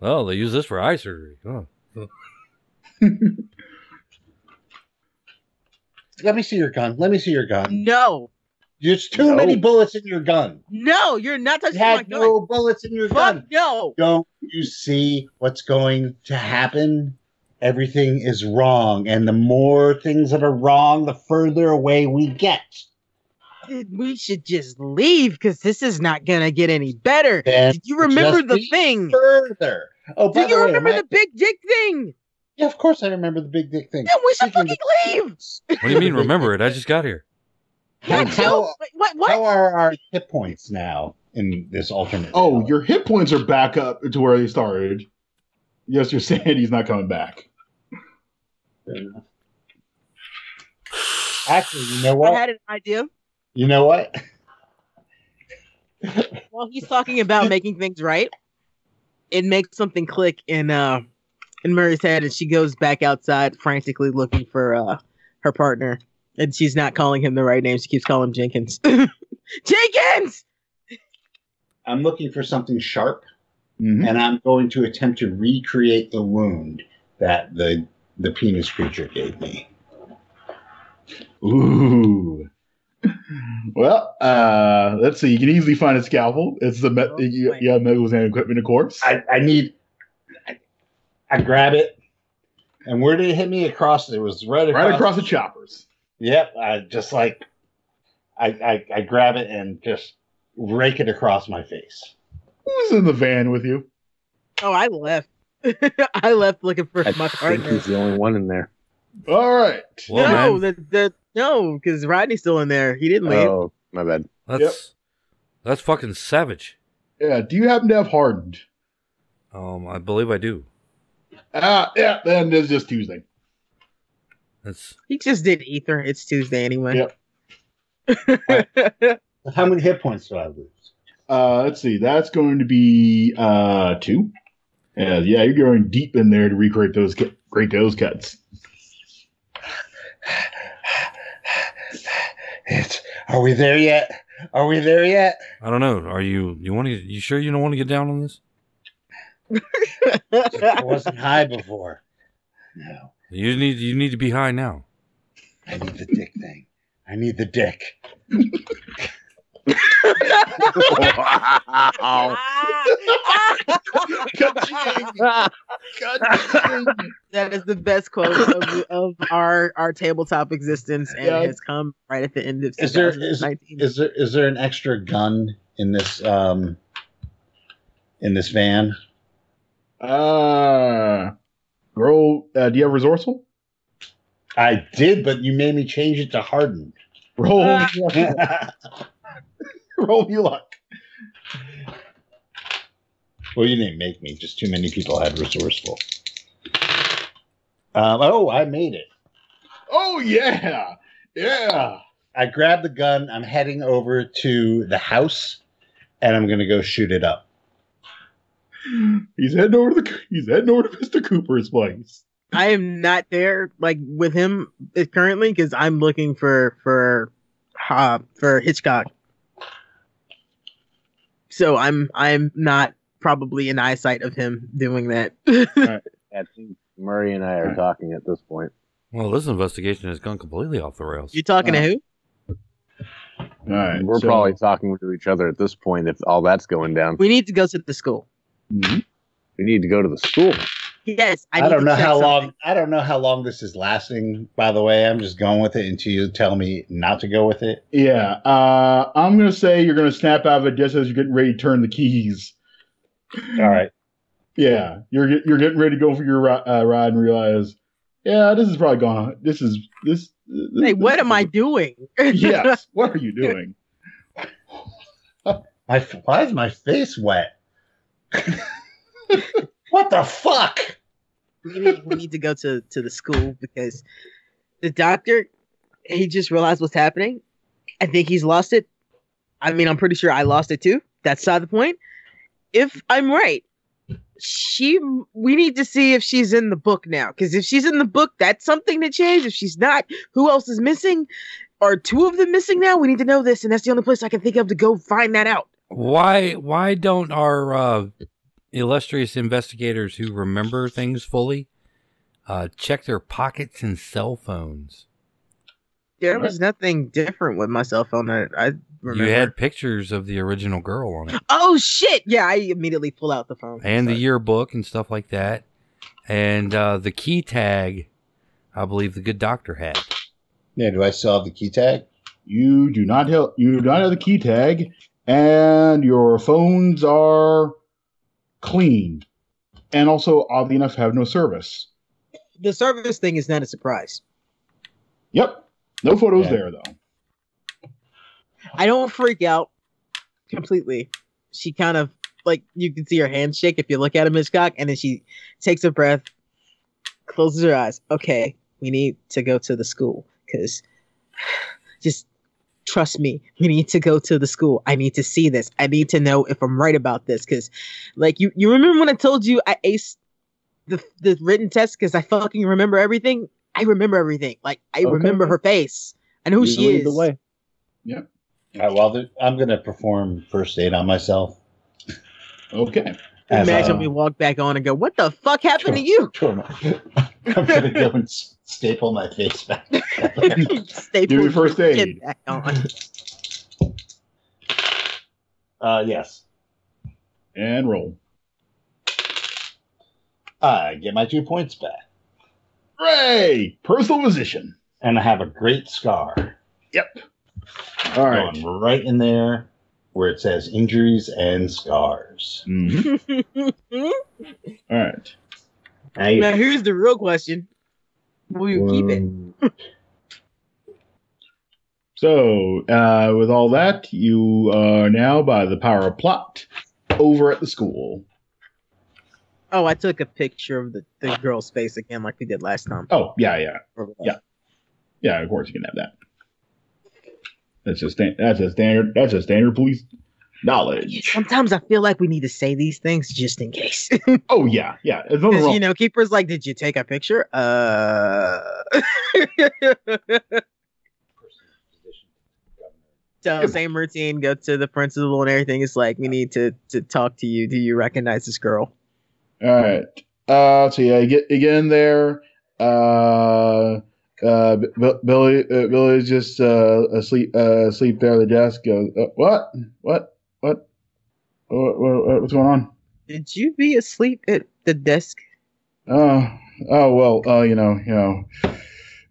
[SPEAKER 2] Oh, they use this for eye surgery. Huh.
[SPEAKER 3] Let me see your gun. Let me see your gun.
[SPEAKER 4] no,
[SPEAKER 3] There's too
[SPEAKER 6] No.
[SPEAKER 3] many bullets in your gun.
[SPEAKER 4] no, you're not
[SPEAKER 3] You
[SPEAKER 4] touching my
[SPEAKER 3] had
[SPEAKER 4] gun.
[SPEAKER 3] no bullets in your gun.
[SPEAKER 4] Fuck no.
[SPEAKER 3] Don't you see what's going to happen? Everything is wrong. And the more things that are wrong, the further away we get.
[SPEAKER 4] We should just leave because this is not gonna get any better.
[SPEAKER 3] Then
[SPEAKER 4] Did you remember
[SPEAKER 3] just
[SPEAKER 4] the
[SPEAKER 3] leave.
[SPEAKER 4] thing?
[SPEAKER 3] further. Oh,
[SPEAKER 4] Do
[SPEAKER 3] by the
[SPEAKER 4] you
[SPEAKER 3] way,
[SPEAKER 4] remember
[SPEAKER 3] am I-
[SPEAKER 4] the big dick thing?
[SPEAKER 3] yeah, of course I remember the big dick thing.
[SPEAKER 4] Then we
[SPEAKER 3] Speaking
[SPEAKER 4] should fucking
[SPEAKER 3] of-
[SPEAKER 4] leave.
[SPEAKER 2] What do you mean? Remember it? I just got here.
[SPEAKER 3] How,
[SPEAKER 4] Not you.
[SPEAKER 3] how,
[SPEAKER 4] Wait, what? What?
[SPEAKER 3] how are our hit points now in this alternate?
[SPEAKER 1] Oh,
[SPEAKER 3] reality?
[SPEAKER 1] your hit points are back up to where they started. Yes, you're saying he's not coming back.
[SPEAKER 3] actually, you know
[SPEAKER 4] I
[SPEAKER 3] what?
[SPEAKER 4] had an idea.
[SPEAKER 3] you know what?
[SPEAKER 4] While he's talking about making things right, it makes something click in uh in Murray's head, and she goes back outside frantically looking for uh her partner, and she's not calling him the right name. She keeps calling him Jenkins. Jenkins.
[SPEAKER 3] I'm looking for something sharp.
[SPEAKER 1] Mhm.
[SPEAKER 3] and I'm going to attempt to recreate the wound that the the penis creature gave me.
[SPEAKER 1] Ooh. Well, uh, let's see. You can easily find a scalpel. It's the me-
[SPEAKER 4] Oh,
[SPEAKER 1] you,
[SPEAKER 4] my.
[SPEAKER 1] you have medical and equipment, of course.
[SPEAKER 3] I, I need. I, I grab it, and where did it hit me? Across it was right across.
[SPEAKER 1] right across the choppers.
[SPEAKER 3] Yep, I just like, I, I I grab it and just rake it across my face.
[SPEAKER 1] Who's in the van with you?
[SPEAKER 4] Oh, I left. I left looking for
[SPEAKER 6] I
[SPEAKER 4] my
[SPEAKER 6] think
[SPEAKER 4] partner.
[SPEAKER 6] he's the only one in there.
[SPEAKER 1] All right.
[SPEAKER 2] Well,
[SPEAKER 4] no,
[SPEAKER 2] man,
[SPEAKER 4] the, the, no, because Rodney's still in there. He didn't leave.
[SPEAKER 6] Oh, my bad.
[SPEAKER 2] that's that's fucking savage.
[SPEAKER 1] Yeah. Do you happen to have hardened?
[SPEAKER 2] Um, I believe I do.
[SPEAKER 1] Ah, yeah. Then it's just Tuesday.
[SPEAKER 2] That's
[SPEAKER 4] He just did ether. It's Tuesday anyway. Yep.
[SPEAKER 3] How many hit points do I lose?
[SPEAKER 1] Uh, let's see. That's going to be uh, two. Yeah, yeah. You're going deep in there to recreate those cu- create those cuts.
[SPEAKER 3] It's. Are we there yet? Are we there yet?
[SPEAKER 2] I don't know. Are you you want to? You sure you don't want to get down on this?
[SPEAKER 3] I wasn't high before. No.
[SPEAKER 2] You need you need to be high now.
[SPEAKER 3] I need the dick thing. I need the dick.
[SPEAKER 6] Wow.
[SPEAKER 4] Ah,
[SPEAKER 6] Oh.
[SPEAKER 4] That is the best quote of, the- of our our tabletop existence, and
[SPEAKER 1] Yeah.
[SPEAKER 4] it has come right at the end of
[SPEAKER 3] Is there- is-
[SPEAKER 4] 2019.
[SPEAKER 3] Is there is there an extra gun in this um in this van?
[SPEAKER 1] Uh, roll. Uh, do you have resourceful?
[SPEAKER 3] I did, but you made me change it to hardened.
[SPEAKER 1] Roll.
[SPEAKER 3] well,
[SPEAKER 1] roll me luck.
[SPEAKER 3] you didn't make me. Just too many people had resourceful. Um, oh, I made it.
[SPEAKER 1] Oh yeah, yeah.
[SPEAKER 3] I grabbed the gun. I'm heading over to the house, and I'm gonna go shoot it up.
[SPEAKER 1] He's heading over to the. He's heading over to Mister Cooper's place.
[SPEAKER 4] I am not there like with him currently because I'm looking for for uh, for Hitchcock. So I'm I'm not probably in eyesight of him doing that.
[SPEAKER 6] I think Murray and I are talking at this point.
[SPEAKER 2] Well, this investigation has gone completely off the rails.
[SPEAKER 4] you talking
[SPEAKER 3] Uh,
[SPEAKER 4] to who?
[SPEAKER 1] All right,
[SPEAKER 6] We're
[SPEAKER 1] so-
[SPEAKER 6] probably talking to each other at this point if all that's going down.
[SPEAKER 4] We need to go to the school.
[SPEAKER 1] Mhm.
[SPEAKER 6] We need to go to the school.
[SPEAKER 4] Yes, I,
[SPEAKER 3] I,
[SPEAKER 4] need
[SPEAKER 3] don't
[SPEAKER 4] to
[SPEAKER 3] know
[SPEAKER 4] check
[SPEAKER 3] how long.
[SPEAKER 4] something.
[SPEAKER 3] I don't know how long this is lasting. By the way, I'm just going with it until you tell me not to go with it.
[SPEAKER 1] Yeah, uh, I'm gonna say you're gonna snap out of it just as you're getting ready to turn the keys.
[SPEAKER 3] All right.
[SPEAKER 1] Yeah, you're get- you're getting ready to go for your ri- uh, ride and realize, yeah, this is probably gone. This is this. this
[SPEAKER 4] Hey, what am I doing?
[SPEAKER 1] yes, what are you doing?
[SPEAKER 3] My f- why is my face wet? what the fuck?
[SPEAKER 4] we need, we need to go to, to the school because the doctor he just realized what's happening i think he's lost it i mean i'm pretty sure i lost it too that's side the point if i'm right she we need to see if she's in the book now because if she's in the book that's something to change if she's not who else is missing are two of them missing now we need to know this and that's the only place i can think of to go find that out
[SPEAKER 2] Why why don't our uh, illustrious investigators who remember things fully uh, check their pockets and cell phones?
[SPEAKER 4] there was nothing different with my cell phone i, I remember
[SPEAKER 2] You had pictures of the original girl on it,
[SPEAKER 4] Oh shit! Yeah, I immediately pull out the phone.
[SPEAKER 2] and the
[SPEAKER 4] Sorry.
[SPEAKER 2] yearbook and stuff like that, and uh, the key tag. I believe the good doctor had.
[SPEAKER 3] Yeah, do I still have the key tag?
[SPEAKER 1] You do not have you do not have the key tag, and your phones are clean, and also oddly enough have no service.
[SPEAKER 4] the service thing is not a surprise.
[SPEAKER 1] Yep, no photos
[SPEAKER 3] Yeah.
[SPEAKER 1] there though.
[SPEAKER 4] I don't freak out completely. She kind of like you can see her hands shake if you look at him, Hitchcock, and then she takes a breath, closes her eyes. Okay, we need to go to the school because just trust me. We need to go to the school. I need to see this. I need to know if I'm right about this because, like you, you remember when I told you I aced the the written test because I fucking remember everything. I remember everything. Like I
[SPEAKER 6] Okay.
[SPEAKER 4] remember her face. I know who
[SPEAKER 6] You
[SPEAKER 4] she
[SPEAKER 6] lead
[SPEAKER 4] is.
[SPEAKER 6] The way.
[SPEAKER 3] All right, well, th- I'm gonna perform first aid on myself.
[SPEAKER 1] Okay,
[SPEAKER 3] as
[SPEAKER 4] Imagine
[SPEAKER 3] I-
[SPEAKER 4] we walk back on and go, what the fuck happened to you?
[SPEAKER 3] Sure. I'm gonna go and s- staple my face back. together.
[SPEAKER 4] Stay
[SPEAKER 1] Do your first
[SPEAKER 4] get
[SPEAKER 1] aid.
[SPEAKER 4] back on.
[SPEAKER 3] uh, yes,
[SPEAKER 1] and roll.
[SPEAKER 3] I get my two points back,
[SPEAKER 1] Hooray! Personal position.
[SPEAKER 3] and I have a great scar
[SPEAKER 1] All
[SPEAKER 3] going right in there where it says injuries and scars.
[SPEAKER 1] Mm-hmm.
[SPEAKER 4] now,
[SPEAKER 1] All right.
[SPEAKER 3] Hey,
[SPEAKER 4] here's the real question Will you keep it?
[SPEAKER 1] So, uh, with all that, you are now, by the power of plot, over at the school.
[SPEAKER 4] Oh, I took a picture of the, the girl's face again, like we did last time.
[SPEAKER 1] Oh, yeah, yeah, yeah. Of course, you can have that. That's a stand. That's a standard. That's a standard police knowledge.
[SPEAKER 4] Sometimes I feel like we need to say these things just in case.
[SPEAKER 1] Oh yeah, yeah. There's nothing
[SPEAKER 4] Because,
[SPEAKER 1] wrong.
[SPEAKER 4] you know, Keeper's like, Did you take a picture? Uh. so, same routine, go to the principal and everything. It's like, We need to, to talk to you. Do you recognize this girl?
[SPEAKER 1] All right. Uh, so yeah, you get you get in there. Uh, uh, B- B- Billy, uh, Billy's just uh, asleep, uh, asleep there at the desk. Goes, uh, what? What? What? What, what? What's going on?
[SPEAKER 4] Did you be asleep at the desk?
[SPEAKER 1] Oh, oh well, uh, you know, you know, uh,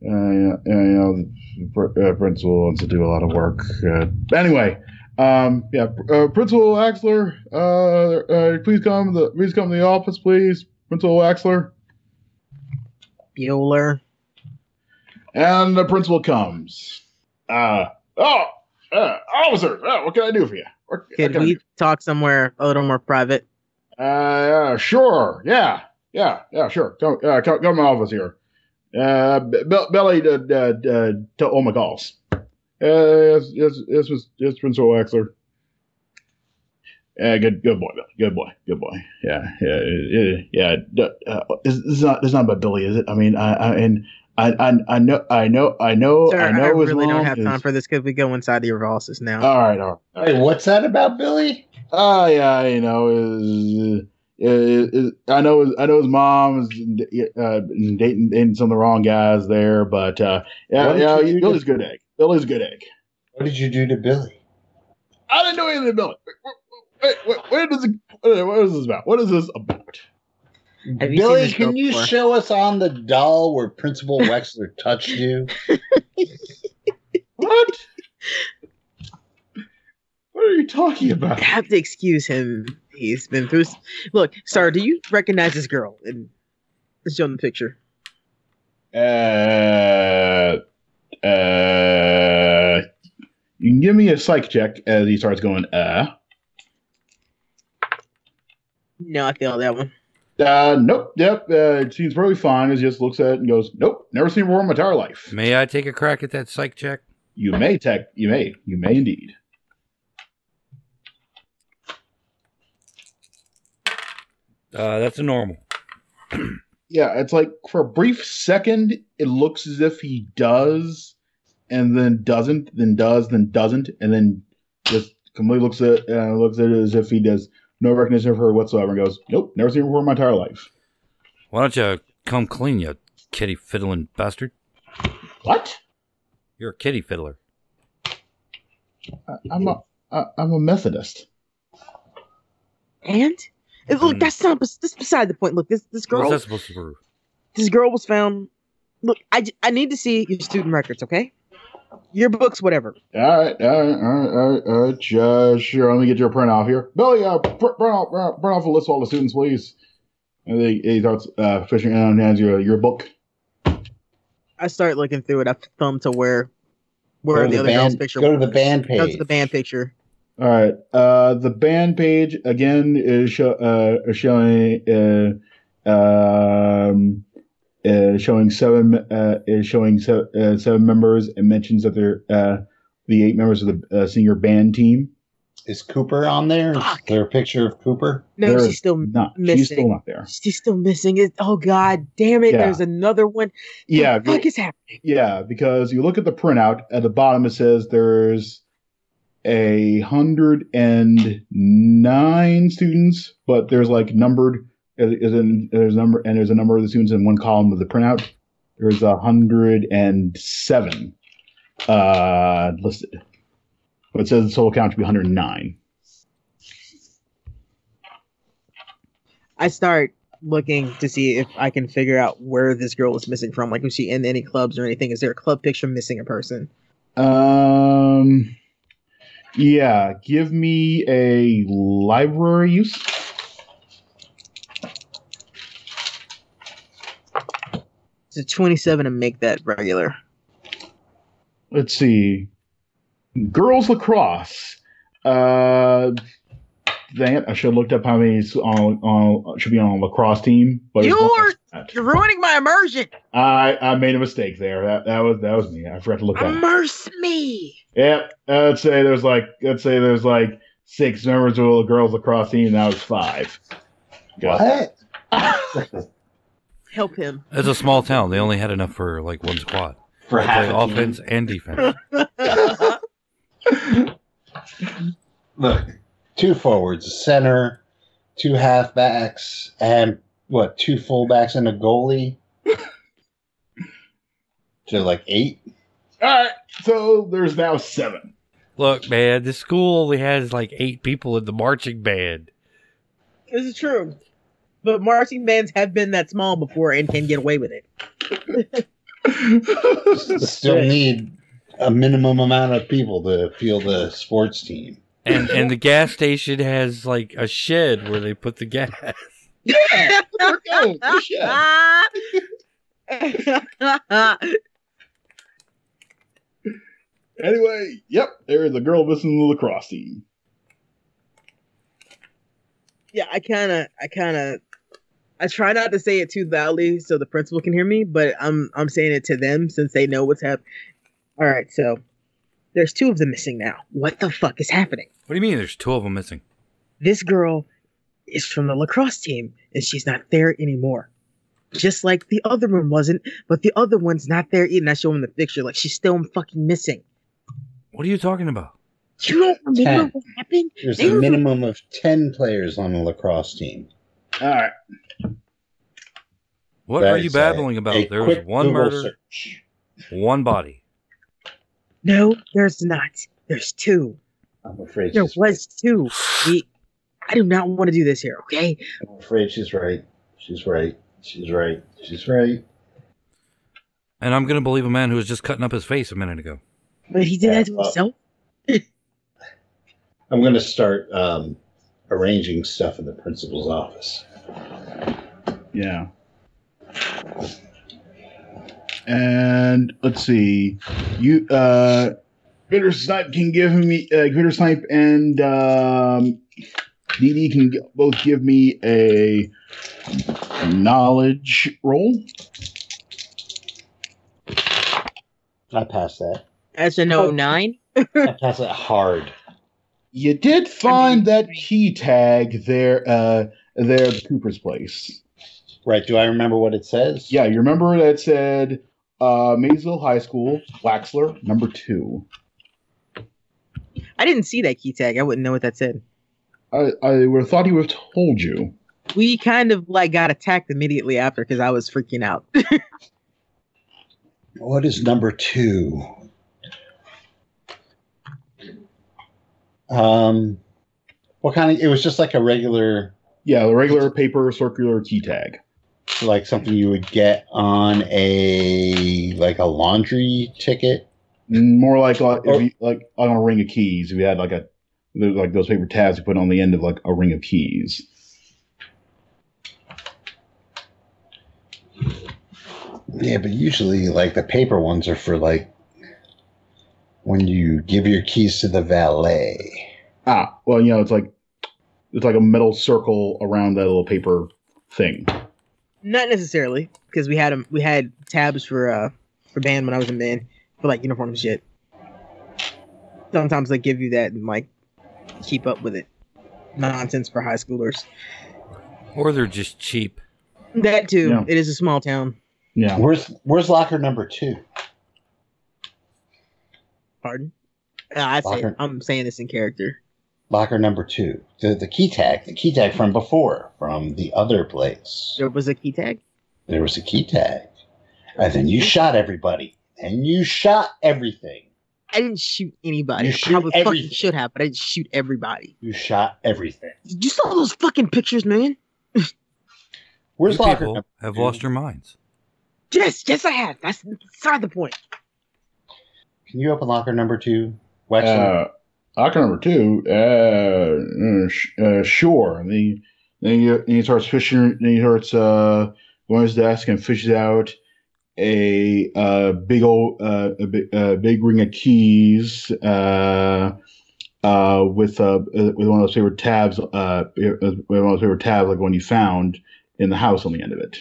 [SPEAKER 1] yeah, yeah, you know, the pr- uh, principal wants to do a lot of work. Uh, anyway, um, yeah, pr- uh, Principal Axler, uh, uh, please come, to the, please come to the office, please, Principal Axler.
[SPEAKER 4] Bueller.
[SPEAKER 1] And the principal comes. Uh, oh, uh, officer, uh, what can I do for you? What, what
[SPEAKER 4] Could
[SPEAKER 1] can I
[SPEAKER 4] we
[SPEAKER 1] do?
[SPEAKER 4] talk somewhere a little more private?
[SPEAKER 1] Uh, uh, sure, yeah, yeah, yeah, sure. Come, uh, come, come to my office here. Uh, B- Be- Belly, uh, uh, uh, to all my calls. Uh, yes, yes, yes, Miss- yes, Principal Axler. Yeah, good, good boy, Billy. Good boy, good boy. Yeah, yeah, yeah. yeah. D- Uh, it's, it's not, it's not about Billy, is it? I mean, I, I and I, I, I know, I know, I know,
[SPEAKER 4] Sir, I,
[SPEAKER 1] I know. his
[SPEAKER 4] really don't
[SPEAKER 1] mom
[SPEAKER 4] have
[SPEAKER 1] is-
[SPEAKER 4] time for this because we go inside of your offices now.
[SPEAKER 1] All right, all right.
[SPEAKER 3] Wait, what's that about, Billy?
[SPEAKER 1] Oh yeah, you know, is, is, is I know, his- I know his mom is uh, dating, dating some of the wrong guys there, but uh,
[SPEAKER 3] Why
[SPEAKER 1] yeah,
[SPEAKER 3] did
[SPEAKER 1] yeah,
[SPEAKER 3] you do
[SPEAKER 1] Billy's a good egg. Billy's a good egg.
[SPEAKER 3] What did you do to Billy?
[SPEAKER 1] I didn't know anything about it. Wait, wait, wait, where does it, what is this about? What is this about?
[SPEAKER 4] Have you seen
[SPEAKER 3] Billy,
[SPEAKER 4] this
[SPEAKER 3] can
[SPEAKER 4] girl
[SPEAKER 3] you
[SPEAKER 4] before?
[SPEAKER 3] show us on the doll where Principal Wexler touched you?
[SPEAKER 1] What? what are you talking about?
[SPEAKER 4] I have to excuse him. He's been through. s- Look, sir, do you recognize this girl? And let's show him the picture.
[SPEAKER 1] Uh, uh, you can give me a psych check as he starts going. Uh,
[SPEAKER 4] No, I failed that one.
[SPEAKER 1] uh nope, yep. Uh, it seems probably fine. As he just looks at it and goes, nope, never seen war in my entire life.
[SPEAKER 2] May I take a crack at that psych check?
[SPEAKER 1] You may tech, you may, you may indeed.
[SPEAKER 2] Uh, that's a normal.
[SPEAKER 1] Yeah, it's like for a brief second, it looks as if he does, and then doesn't, then does, then doesn't, and then just completely looks at uh, looks at it as if he does no recognition of her whatsoever, and goes, "Nope, never seen her before in my entire life."
[SPEAKER 2] Why don't you come clean, you kitty fiddling bastard?
[SPEAKER 1] What?
[SPEAKER 2] You're a kitty fiddler.
[SPEAKER 1] I, I'm a I, I'm a Methodist.
[SPEAKER 4] And And look,
[SPEAKER 3] Hmm.
[SPEAKER 2] Mhm.
[SPEAKER 4] that's not. bes- That's beside the point. Look, this this girl.
[SPEAKER 2] What's that supposed to prove?
[SPEAKER 4] this girl was found. Look, I, j- I need to see your student records, okay? Your books, whatever.
[SPEAKER 1] All right, all right, all right, all right, all right. Sure, sure. Let me get your print off here, Billy. Uh, pr- print off, print off- print off a list of all the students, please. And he, he starts uh, fishing out and hands you your book.
[SPEAKER 4] I start looking through it. I thumb to where where
[SPEAKER 3] Go to
[SPEAKER 4] the, other girl's
[SPEAKER 3] band,
[SPEAKER 4] picture.
[SPEAKER 3] Go to the band page.
[SPEAKER 4] Go to the band picture.
[SPEAKER 1] All right. Uh, the band page again is show, uh, is showing uh, um, uh, showing seven uh, is showing se- uh, seven members and mentions that they're uh, the eight members of the uh, senior band team.
[SPEAKER 3] Is Cooper on there? Is
[SPEAKER 4] Fuck.
[SPEAKER 3] there a picture of Cooper?
[SPEAKER 4] No,
[SPEAKER 1] There
[SPEAKER 4] she's
[SPEAKER 1] is
[SPEAKER 4] still
[SPEAKER 1] Not she's
[SPEAKER 4] missing.
[SPEAKER 1] still not there.
[SPEAKER 4] she's still missing it. Oh god damn it,
[SPEAKER 1] Yeah.
[SPEAKER 4] there's another one.
[SPEAKER 1] Yeah,
[SPEAKER 4] What the fuck is happening?
[SPEAKER 1] yeah. Because you look at the printout at the bottom, it says there's a hundred and nine students, but there's like numbered is in there's a number and there's a number of the students in one column of the printout. There's a hundred and seven uh, listed, but it says the total count to be 109.
[SPEAKER 4] I start looking to see if I can figure out where this girl was missing from. Like was she in any clubs or anything? Is there a club picture missing a person?
[SPEAKER 1] Um, yeah, give me a library use.
[SPEAKER 4] It's a twenty seven to make that regular.
[SPEAKER 1] let's see girls lacrosse uh dang it i should have looked up how many is on, on should be on a lacrosse team but it's not-
[SPEAKER 4] You're ruining my immersion.
[SPEAKER 1] i i made a mistake there that, that was that was me i forgot to look that up
[SPEAKER 4] Immerse me.
[SPEAKER 1] yep i'd say there's like let's say there's like six members of the girls lacrosse team and that was five Got
[SPEAKER 3] What?
[SPEAKER 4] Help him.
[SPEAKER 2] It's a small town. They only had enough for like one squad.
[SPEAKER 3] For
[SPEAKER 2] They play
[SPEAKER 3] half a
[SPEAKER 2] offense
[SPEAKER 3] team.
[SPEAKER 2] and defense.
[SPEAKER 3] Look, two forwards, a center, two halfbacks, and what? Two fullbacks and a goalie. So like eight.
[SPEAKER 1] all right so there's now seven
[SPEAKER 2] Look, man, this school only has like eight people in the marching band.
[SPEAKER 4] This is true. But marching bands have been that small before and can get away with it.
[SPEAKER 3] Still need a minimum amount of people to field a sports team.
[SPEAKER 2] And and the gas station has like a shed where they put the gas.
[SPEAKER 1] yeah we're
[SPEAKER 4] Oh,
[SPEAKER 1] going. Good shit. anyway yep there is a girl missing the lacrosse team
[SPEAKER 4] yeah, I kind of, I kind of, I try not to say it too loudly so the principal can hear me, but I'm, I'm saying it to them since they know what's happening. All right, so there's two of them missing now. What the fuck is happening?
[SPEAKER 2] What do you mean? There's two of them missing.
[SPEAKER 4] this girl is from the lacrosse team and she's not there anymore. Just like the other one wasn't, but the other one's not there either. And I show him the picture, like she's still fucking missing.
[SPEAKER 2] What are you talking about?
[SPEAKER 4] You don't remember
[SPEAKER 3] Ten.
[SPEAKER 4] what happened?
[SPEAKER 3] There's
[SPEAKER 4] They
[SPEAKER 3] a
[SPEAKER 4] were-
[SPEAKER 3] minimum of 10 players on the lacrosse team.
[SPEAKER 1] All right.
[SPEAKER 2] What
[SPEAKER 3] That
[SPEAKER 2] are you
[SPEAKER 3] is a-
[SPEAKER 2] babbling
[SPEAKER 3] a
[SPEAKER 2] about? There was
[SPEAKER 3] quick
[SPEAKER 2] one
[SPEAKER 3] Google
[SPEAKER 2] murder,
[SPEAKER 3] search.
[SPEAKER 2] one body.
[SPEAKER 4] No, there's not. There's two.
[SPEAKER 3] I'm afraid
[SPEAKER 4] There
[SPEAKER 3] she's
[SPEAKER 4] was two. We, I do not want to do this here, okay?
[SPEAKER 3] right. I'm afraid she's right. She's right. She's right. She's right.
[SPEAKER 2] And I'm going to believe a man who was just cutting up his face a minute ago.
[SPEAKER 4] But he did
[SPEAKER 3] Yeah,
[SPEAKER 4] that to
[SPEAKER 3] well-
[SPEAKER 4] himself.
[SPEAKER 3] I'm going to start um, arranging stuff in the principal's office.
[SPEAKER 1] Yeah. And let's see. You uh Critter Snipe can give me uh Critter Snipe and um DD can g- both give me a knowledge roll.
[SPEAKER 3] I pass that.
[SPEAKER 4] That's an 09.
[SPEAKER 3] I pass that hard.
[SPEAKER 1] You did find that key tag there uh there at Cooper's place.
[SPEAKER 3] Right. Do I remember what it says?
[SPEAKER 1] Yeah, you remember that said uh Maysville High School, Waxler, number two.
[SPEAKER 4] I didn't see that key tag. I wouldn't know what that said.
[SPEAKER 1] I, I would have thought he would have told you.
[SPEAKER 4] We kind of like got attacked immediately after because I was freaking out.
[SPEAKER 3] What is number two? Um, what kind of? It was just like a regular,
[SPEAKER 1] Yeah, the regular paper circular key tag.
[SPEAKER 3] like something you would get on a like a laundry ticket.
[SPEAKER 1] Mm, More like like, if you, like on a ring of keys. If you had like a there's like those paper tabs you put on the end of like a ring of keys.
[SPEAKER 3] Yeah, but usually like the paper ones are for like when you give your keys to the valet.
[SPEAKER 1] Ah, well, you know, it's like it's like a metal circle around that little paper thing.
[SPEAKER 4] Not necessarily because we had 'em- We had tabs for uh for band when I was in band for like uniform and shit. Sometimes they give you that and like keep up with it. Nonsense for high schoolers.
[SPEAKER 2] Or they're just cheap.
[SPEAKER 4] That too.
[SPEAKER 1] Yeah.
[SPEAKER 4] It is a small town.
[SPEAKER 1] Yeah.
[SPEAKER 3] Where's where's locker number two?
[SPEAKER 4] Pardon. Uh, I said,
[SPEAKER 3] Locker.
[SPEAKER 4] I'm saying this in character.
[SPEAKER 3] Locker number two. The the key tag. The key tag from before, from the other place.
[SPEAKER 4] There was a key tag.
[SPEAKER 3] There was a key tag. And then you shot everybody. And you shot everything.
[SPEAKER 4] I didn't shoot anybody.
[SPEAKER 3] You
[SPEAKER 4] I
[SPEAKER 3] shoot
[SPEAKER 4] probably
[SPEAKER 3] everything.
[SPEAKER 4] fucking should have, but I didn't shoot everybody.
[SPEAKER 3] You shot everything.
[SPEAKER 4] You saw those fucking pictures, man.
[SPEAKER 3] Where's
[SPEAKER 2] You
[SPEAKER 3] locker
[SPEAKER 2] people
[SPEAKER 3] number?
[SPEAKER 2] have
[SPEAKER 3] two?
[SPEAKER 2] lost your minds.
[SPEAKER 4] Yes, yes, I have. That's beside the point.
[SPEAKER 3] Can you open locker number two? Wexler?
[SPEAKER 1] Uh, Locker number two. Uh, uh, sh- uh, sure. And then you- then you and he starts fishing. Then he starts uh, going to his desk and fishes out a uh, big old uh, a big, uh, big ring of keys uh, uh, with uh, uh, with one of those favorite tabs. Uh, with one of those favorite tabs, like one you found in the house on the end of it.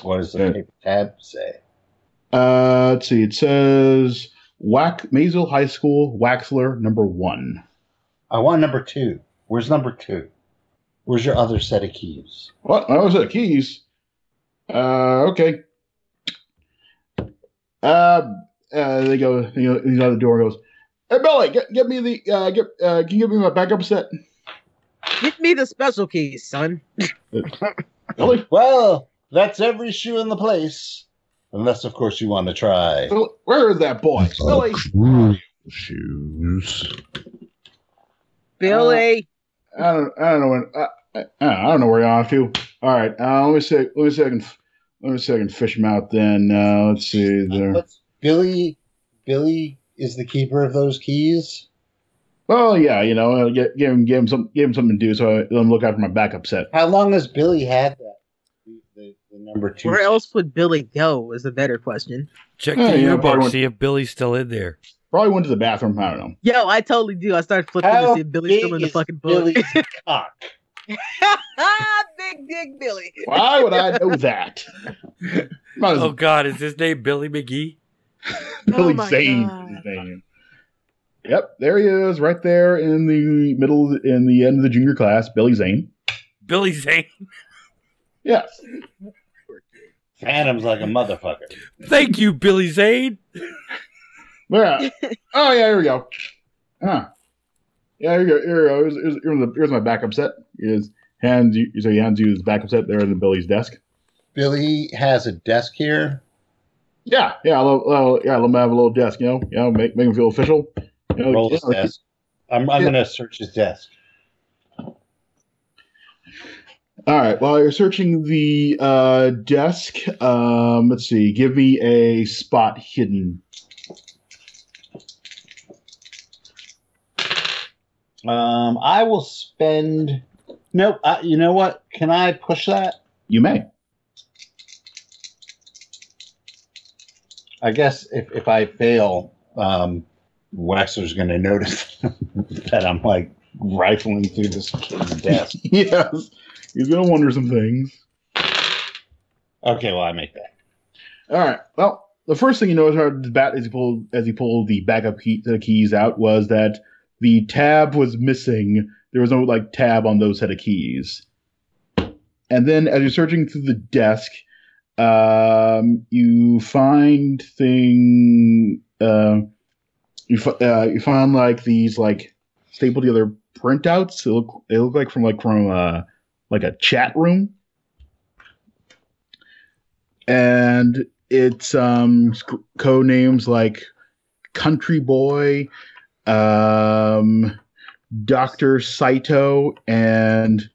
[SPEAKER 3] what does the
[SPEAKER 1] yeah.
[SPEAKER 3] paper tab say?
[SPEAKER 1] Uh, let's see. It says. Wack Maysville High School, Waxler number one.
[SPEAKER 3] I want number two. Where's number two? Where's your other set of keys?
[SPEAKER 1] What? I was at keys. Uh, okay. Uh, uh, they go. They go he's out the door. and Goes. Hey, Billy, get, get me the. Uh, get. Uh, can you give me my backup set?
[SPEAKER 4] Get me the special keys, son.
[SPEAKER 1] Billy,
[SPEAKER 3] Well, that's every shoe in the place. Unless, of course, you want to try.
[SPEAKER 1] Billy, where is that boy? Billy.
[SPEAKER 5] Shoes.
[SPEAKER 3] Uh,
[SPEAKER 4] Billy.
[SPEAKER 1] I don't. I don't know. When, I, I, I don't know where you're off to. All right. Uh, let me see. Let me see. if I can. f- Let me see. if I can fish him out. Then uh, let's see. There.
[SPEAKER 3] What's- Billy, Billy is the keeper of those keys.
[SPEAKER 1] Well, yeah. You know, uh, gi- give him. Give him some. Give him something to do. So I let him look after my backup set.
[SPEAKER 3] How long has Billy had that? The, the, the number two.
[SPEAKER 4] Where else would Billy go? Is a better question.
[SPEAKER 2] Check
[SPEAKER 1] Yeah,
[SPEAKER 2] the
[SPEAKER 1] yeah,
[SPEAKER 2] yearbook,
[SPEAKER 1] probably-
[SPEAKER 2] see if Billy's still in there.
[SPEAKER 1] Probably went to the bathroom. I don't know.
[SPEAKER 4] Yo, I totally do. I started flipping
[SPEAKER 3] How
[SPEAKER 4] to see if Billy's still in
[SPEAKER 3] big
[SPEAKER 4] the
[SPEAKER 3] is
[SPEAKER 4] fucking book.
[SPEAKER 3] Billy's cock.
[SPEAKER 4] ah, big dick Billy.
[SPEAKER 1] Why would I know that? Might as
[SPEAKER 2] Oh
[SPEAKER 1] well
[SPEAKER 2] God, is his name Billy McGee?
[SPEAKER 1] Billy
[SPEAKER 4] Oh, my
[SPEAKER 1] Zane.
[SPEAKER 4] God.
[SPEAKER 1] is his name. Yep, there he is, right there in the middle, in the end of the junior class, Billy Zane.
[SPEAKER 2] Billy Zane.
[SPEAKER 1] Yes.
[SPEAKER 7] Phantom's like a motherfucker.
[SPEAKER 2] Thank you, Billy Zane.
[SPEAKER 1] Yeah. oh yeah, here we go. Huh. Yeah, here we go. Here we go. Here's, here's, here's the, here's my backup set. He is hands you so he hands you his backup set there in the Billy's desk.
[SPEAKER 3] Billy has a desk here.
[SPEAKER 1] Yeah, yeah, I love, love- yeah, let him have a little desk, you know, you know, make make him feel official. You
[SPEAKER 3] Oh,
[SPEAKER 1] know,
[SPEAKER 7] Roll his
[SPEAKER 1] just like-
[SPEAKER 7] desk. I'm, I'm gonna search his desk.
[SPEAKER 1] All right. While you're searching the uh, desk, um, let's see. Give me a spot hidden.
[SPEAKER 7] Um,
[SPEAKER 3] I will spend.
[SPEAKER 7] nope. I, you know what? Can I push that?
[SPEAKER 1] You may.
[SPEAKER 3] I guess if, if I fail, um, Waxer's going to notice that I'm like rifling through this kid's desk.
[SPEAKER 1] yes. He's gonna wonder some things.
[SPEAKER 7] Okay. Well, I make that.
[SPEAKER 1] All right. Well, the first thing you noticed out of the bat as he pulled as he pulled the backup key, the keys out was that the tab was missing. There was no like tab on those set of keys. And then as you're searching through the desk, um, you find thing uh, you fi- uh, you find like these like stapled together printouts. They look they look like from like from uh, like a chat room. And it's um sc- code names like country boy um dr saito and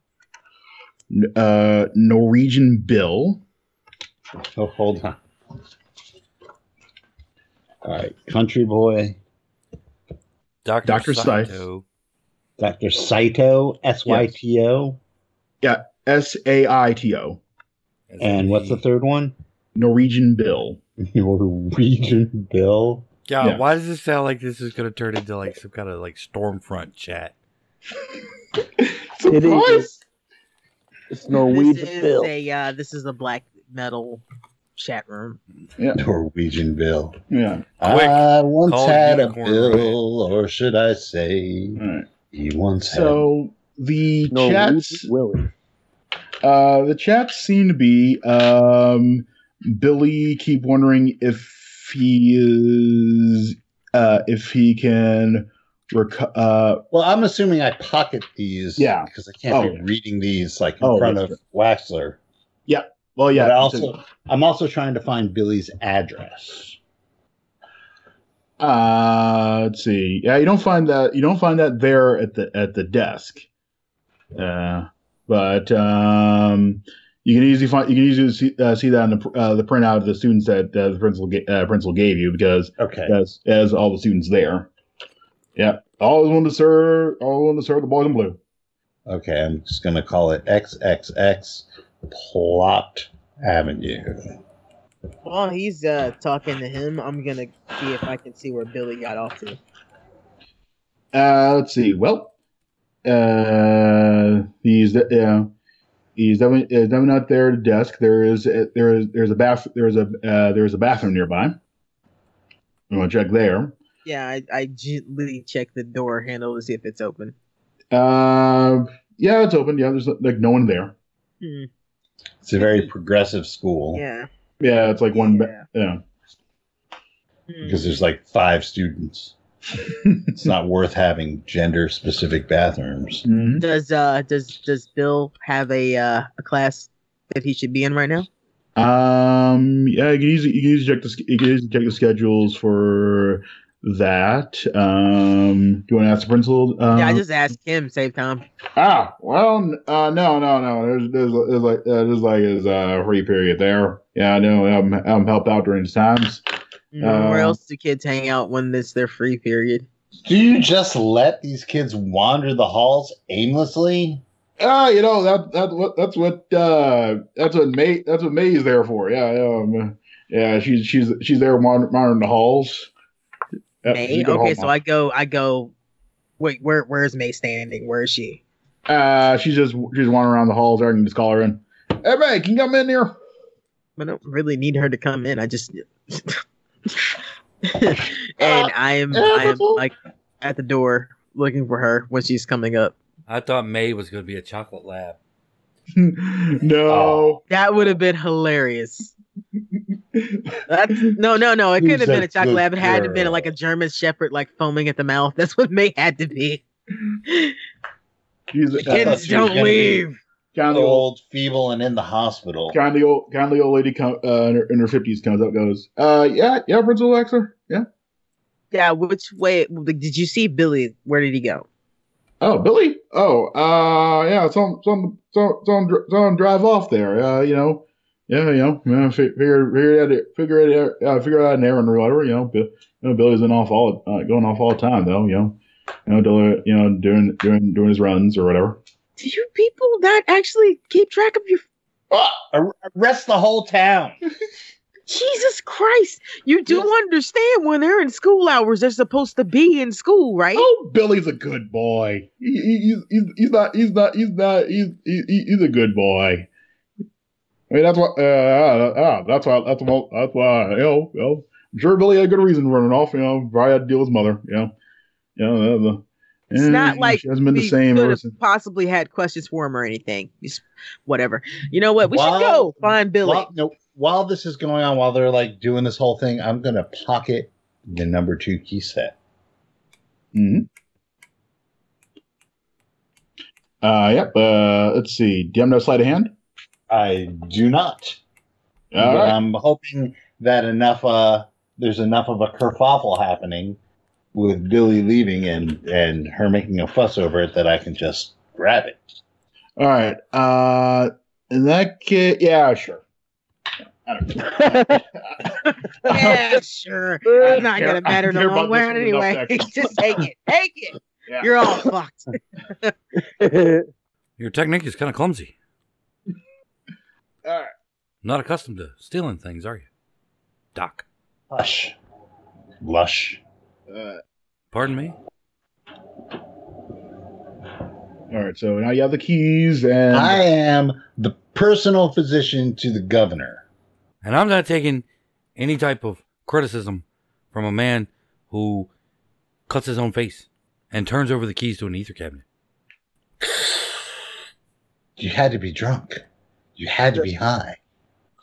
[SPEAKER 1] uh norwegian bill
[SPEAKER 7] Oh, hold on.
[SPEAKER 3] All right, country boy,
[SPEAKER 2] Dr.
[SPEAKER 1] Dr. Scythe.
[SPEAKER 2] Saito.
[SPEAKER 7] Dr. Saito, S Y T O.
[SPEAKER 1] s-a-i-t-o
[SPEAKER 7] And what's the third one?
[SPEAKER 1] norwegian bill
[SPEAKER 7] Norwegian Bill.
[SPEAKER 2] Yeah,
[SPEAKER 1] Yeah.
[SPEAKER 2] why does it sound like this is going to turn into like some kind of like Stormfront chat?
[SPEAKER 6] It
[SPEAKER 1] Surprise!
[SPEAKER 6] is. It's Norwegian
[SPEAKER 4] this is
[SPEAKER 6] Bill.
[SPEAKER 4] a uh, this is a black metal chat room.
[SPEAKER 3] Norwegian Bill.
[SPEAKER 1] yeah
[SPEAKER 2] Quick,
[SPEAKER 3] I once
[SPEAKER 2] call
[SPEAKER 3] had a
[SPEAKER 2] Unicorn
[SPEAKER 3] bill, or should I say,
[SPEAKER 1] all right
[SPEAKER 3] he once
[SPEAKER 1] so the
[SPEAKER 6] Norwegian
[SPEAKER 1] chats
[SPEAKER 6] Willie.
[SPEAKER 1] Uh, the chats seem to be um, Billy keep wondering if he is uh, if he can reco- uh,
[SPEAKER 3] had. Well, I'm assuming I pocket these,
[SPEAKER 1] Yeah.
[SPEAKER 3] because I can't
[SPEAKER 1] Oh.
[SPEAKER 3] be reading these like in
[SPEAKER 1] Oh,
[SPEAKER 3] front
[SPEAKER 1] that's
[SPEAKER 3] of Waxler.
[SPEAKER 1] well yeah
[SPEAKER 3] but I also, I'm also trying to find Billy's address.
[SPEAKER 1] uh, let's see yeah you don't find that you don't find that there at the at the desk uh, but um, you can easily find you can easily see, uh, see that in the pr- uh, the printout of the students that uh, the principal ga- uh, principal gave you because
[SPEAKER 3] Okay,
[SPEAKER 1] as as all the students there. Yeah, always wanted to serve, always wanted to serve the boys in blue.
[SPEAKER 3] okay, I'm just gonna call it XXX Plot Avenue.
[SPEAKER 4] While he's uh, talking to him, I'm gonna see if I can see where Billy got off to.
[SPEAKER 1] Uh, let's see. Well, uh, he's de- yeah, he's definitely, uh, definitely not there at the desk. There is a, there is there's a bath there's a uh, there's a bathroom nearby. I'm gonna check there.
[SPEAKER 4] Yeah, I, I gently check the door handle to see if it's open.
[SPEAKER 1] Uh, yeah, it's open. Yeah, there's like no one there.
[SPEAKER 4] Hmm,
[SPEAKER 3] It's a very progressive school
[SPEAKER 4] yeah.
[SPEAKER 1] Yeah, it's like one. Ba-
[SPEAKER 4] Yeah.
[SPEAKER 1] yeah,
[SPEAKER 4] Hmm.
[SPEAKER 3] because there's like five students. it's not worth having gender specific bathrooms.
[SPEAKER 1] Mhm.
[SPEAKER 4] Does uh does does Bill have a uh, a class that he should be in right now?
[SPEAKER 1] Um. Yeah, you can easily you can easily check the sch- you can easily check the schedules for that. Um. Do you want to ask the principal? Um,
[SPEAKER 4] yeah, I just asked him. Save time.
[SPEAKER 1] ah. Well. n- Uh. No. No. No. There's there's, there's like uh, there's like his uh free period there. Yeah. I know. I'm I'm help out during these times.
[SPEAKER 4] Mm, Where
[SPEAKER 1] Uh,
[SPEAKER 4] else do kids hang out when it's their free period?
[SPEAKER 3] Do you just let these kids wander the halls aimlessly?
[SPEAKER 1] Ah. You know that that's what that's what uh that's what May that's what May's there for. Yeah. Um. Yeah. She's she's she's there mon- monitoring the halls. Yeah, she's
[SPEAKER 4] May.
[SPEAKER 1] a good
[SPEAKER 4] Okay,
[SPEAKER 1] hall
[SPEAKER 4] so I go. I go. Wait, where where's May standing? Where is she?
[SPEAKER 1] Uh, she's just she's wandering around the halls. there. I can just call her in. Hey, May, can you come in here?
[SPEAKER 4] I don't really need her to come in. I just. and I am I am like at the door looking for her when she's coming up.
[SPEAKER 2] I thought May was going to be a chocolate lab.
[SPEAKER 1] no.
[SPEAKER 4] That would have been hilarious. That's, no, no, no. It couldn't have been a
[SPEAKER 3] Who's
[SPEAKER 4] chocolate
[SPEAKER 3] that
[SPEAKER 4] lab. It had to have been
[SPEAKER 3] girl?
[SPEAKER 4] like a German shepherd, like foaming at the mouth. That's what May had to be.
[SPEAKER 1] She's, uh,
[SPEAKER 3] The thought
[SPEAKER 4] Kids
[SPEAKER 3] she was
[SPEAKER 4] don't
[SPEAKER 3] gonna be-
[SPEAKER 4] leave.
[SPEAKER 1] kind of the old,
[SPEAKER 3] old, feeble, and in the hospital.
[SPEAKER 1] kind of the old, kind of the old lady come, uh, in her- in her fifties comes up, goes, uh, yeah, yeah, Principal Waxer, yeah.
[SPEAKER 4] Yeah, which way did you see Billy? Where did he go?
[SPEAKER 1] Oh, Billy. Oh, uh, yeah. Some, some, some, some, dr- some drive off there. Uh, you know, yeah, you know, yeah, fi- figure, figure it out, figure it out, uh, figure out an errand or whatever. You know, Bill, you know Billy's been off all, uh, going off all the time though. You know, you know, doing, you know, doing, doing, doing his runs or whatever.
[SPEAKER 4] Do you people not actually keep track of your
[SPEAKER 3] Ah, ar- arrest the whole town.
[SPEAKER 4] Jesus Christ? You do understand when they're in school hours, they're supposed to be in school, right?
[SPEAKER 1] Oh, Billy's a good boy. He, he, he's- he's, he's not, he's not, he's not, he's, he, he- he's a good boy. I mean, that's why, uh, uh, uh, that's why, that's why, that's why, you know, you know, I'm sure Billy had a good reason for running off, you know, probably had to deal with his mother, you know. You know, the, the,
[SPEAKER 4] It's
[SPEAKER 1] eh,
[SPEAKER 4] not like
[SPEAKER 1] she hasn't been the
[SPEAKER 4] we
[SPEAKER 1] same
[SPEAKER 4] could
[SPEAKER 1] ever
[SPEAKER 4] have
[SPEAKER 1] since.
[SPEAKER 4] possibly had questions for him or anything. Just whatever. You know what? We
[SPEAKER 3] Wow.
[SPEAKER 4] should go find Billy.
[SPEAKER 3] While, no, while this is going on, while they're like doing this whole thing, I'm gonna pocket the number two key set.
[SPEAKER 1] Mhm. Uh, yep. Uh, let's see. Do you have no sleight of hand?
[SPEAKER 3] I do not.
[SPEAKER 1] All
[SPEAKER 3] but
[SPEAKER 1] right.
[SPEAKER 3] I'm hoping that enough uh there's enough of a kerfuffle happening with Billy leaving and and her making a fuss over it that I can just grab it.
[SPEAKER 1] All right. Uh, in that case, yeah, sure. I don't know.
[SPEAKER 4] yeah, sure. It's not gonna matter no more. Wear it anyway. Just take it. Take it.
[SPEAKER 1] Yeah.
[SPEAKER 4] You're all fucked.
[SPEAKER 2] Your technique is kind of clumsy.
[SPEAKER 1] Alright.
[SPEAKER 2] Not accustomed to stealing things, are you? Doc.
[SPEAKER 3] Lush. Lush.
[SPEAKER 1] Uh,
[SPEAKER 2] Pardon me?
[SPEAKER 1] all right. So now you have the keys, and
[SPEAKER 3] I am the personal physician to the governor.
[SPEAKER 2] And I'm not taking any type of criticism from a man who cuts his own face and turns over the keys to an ether cabinet.
[SPEAKER 3] You had to be drunk. You had to be high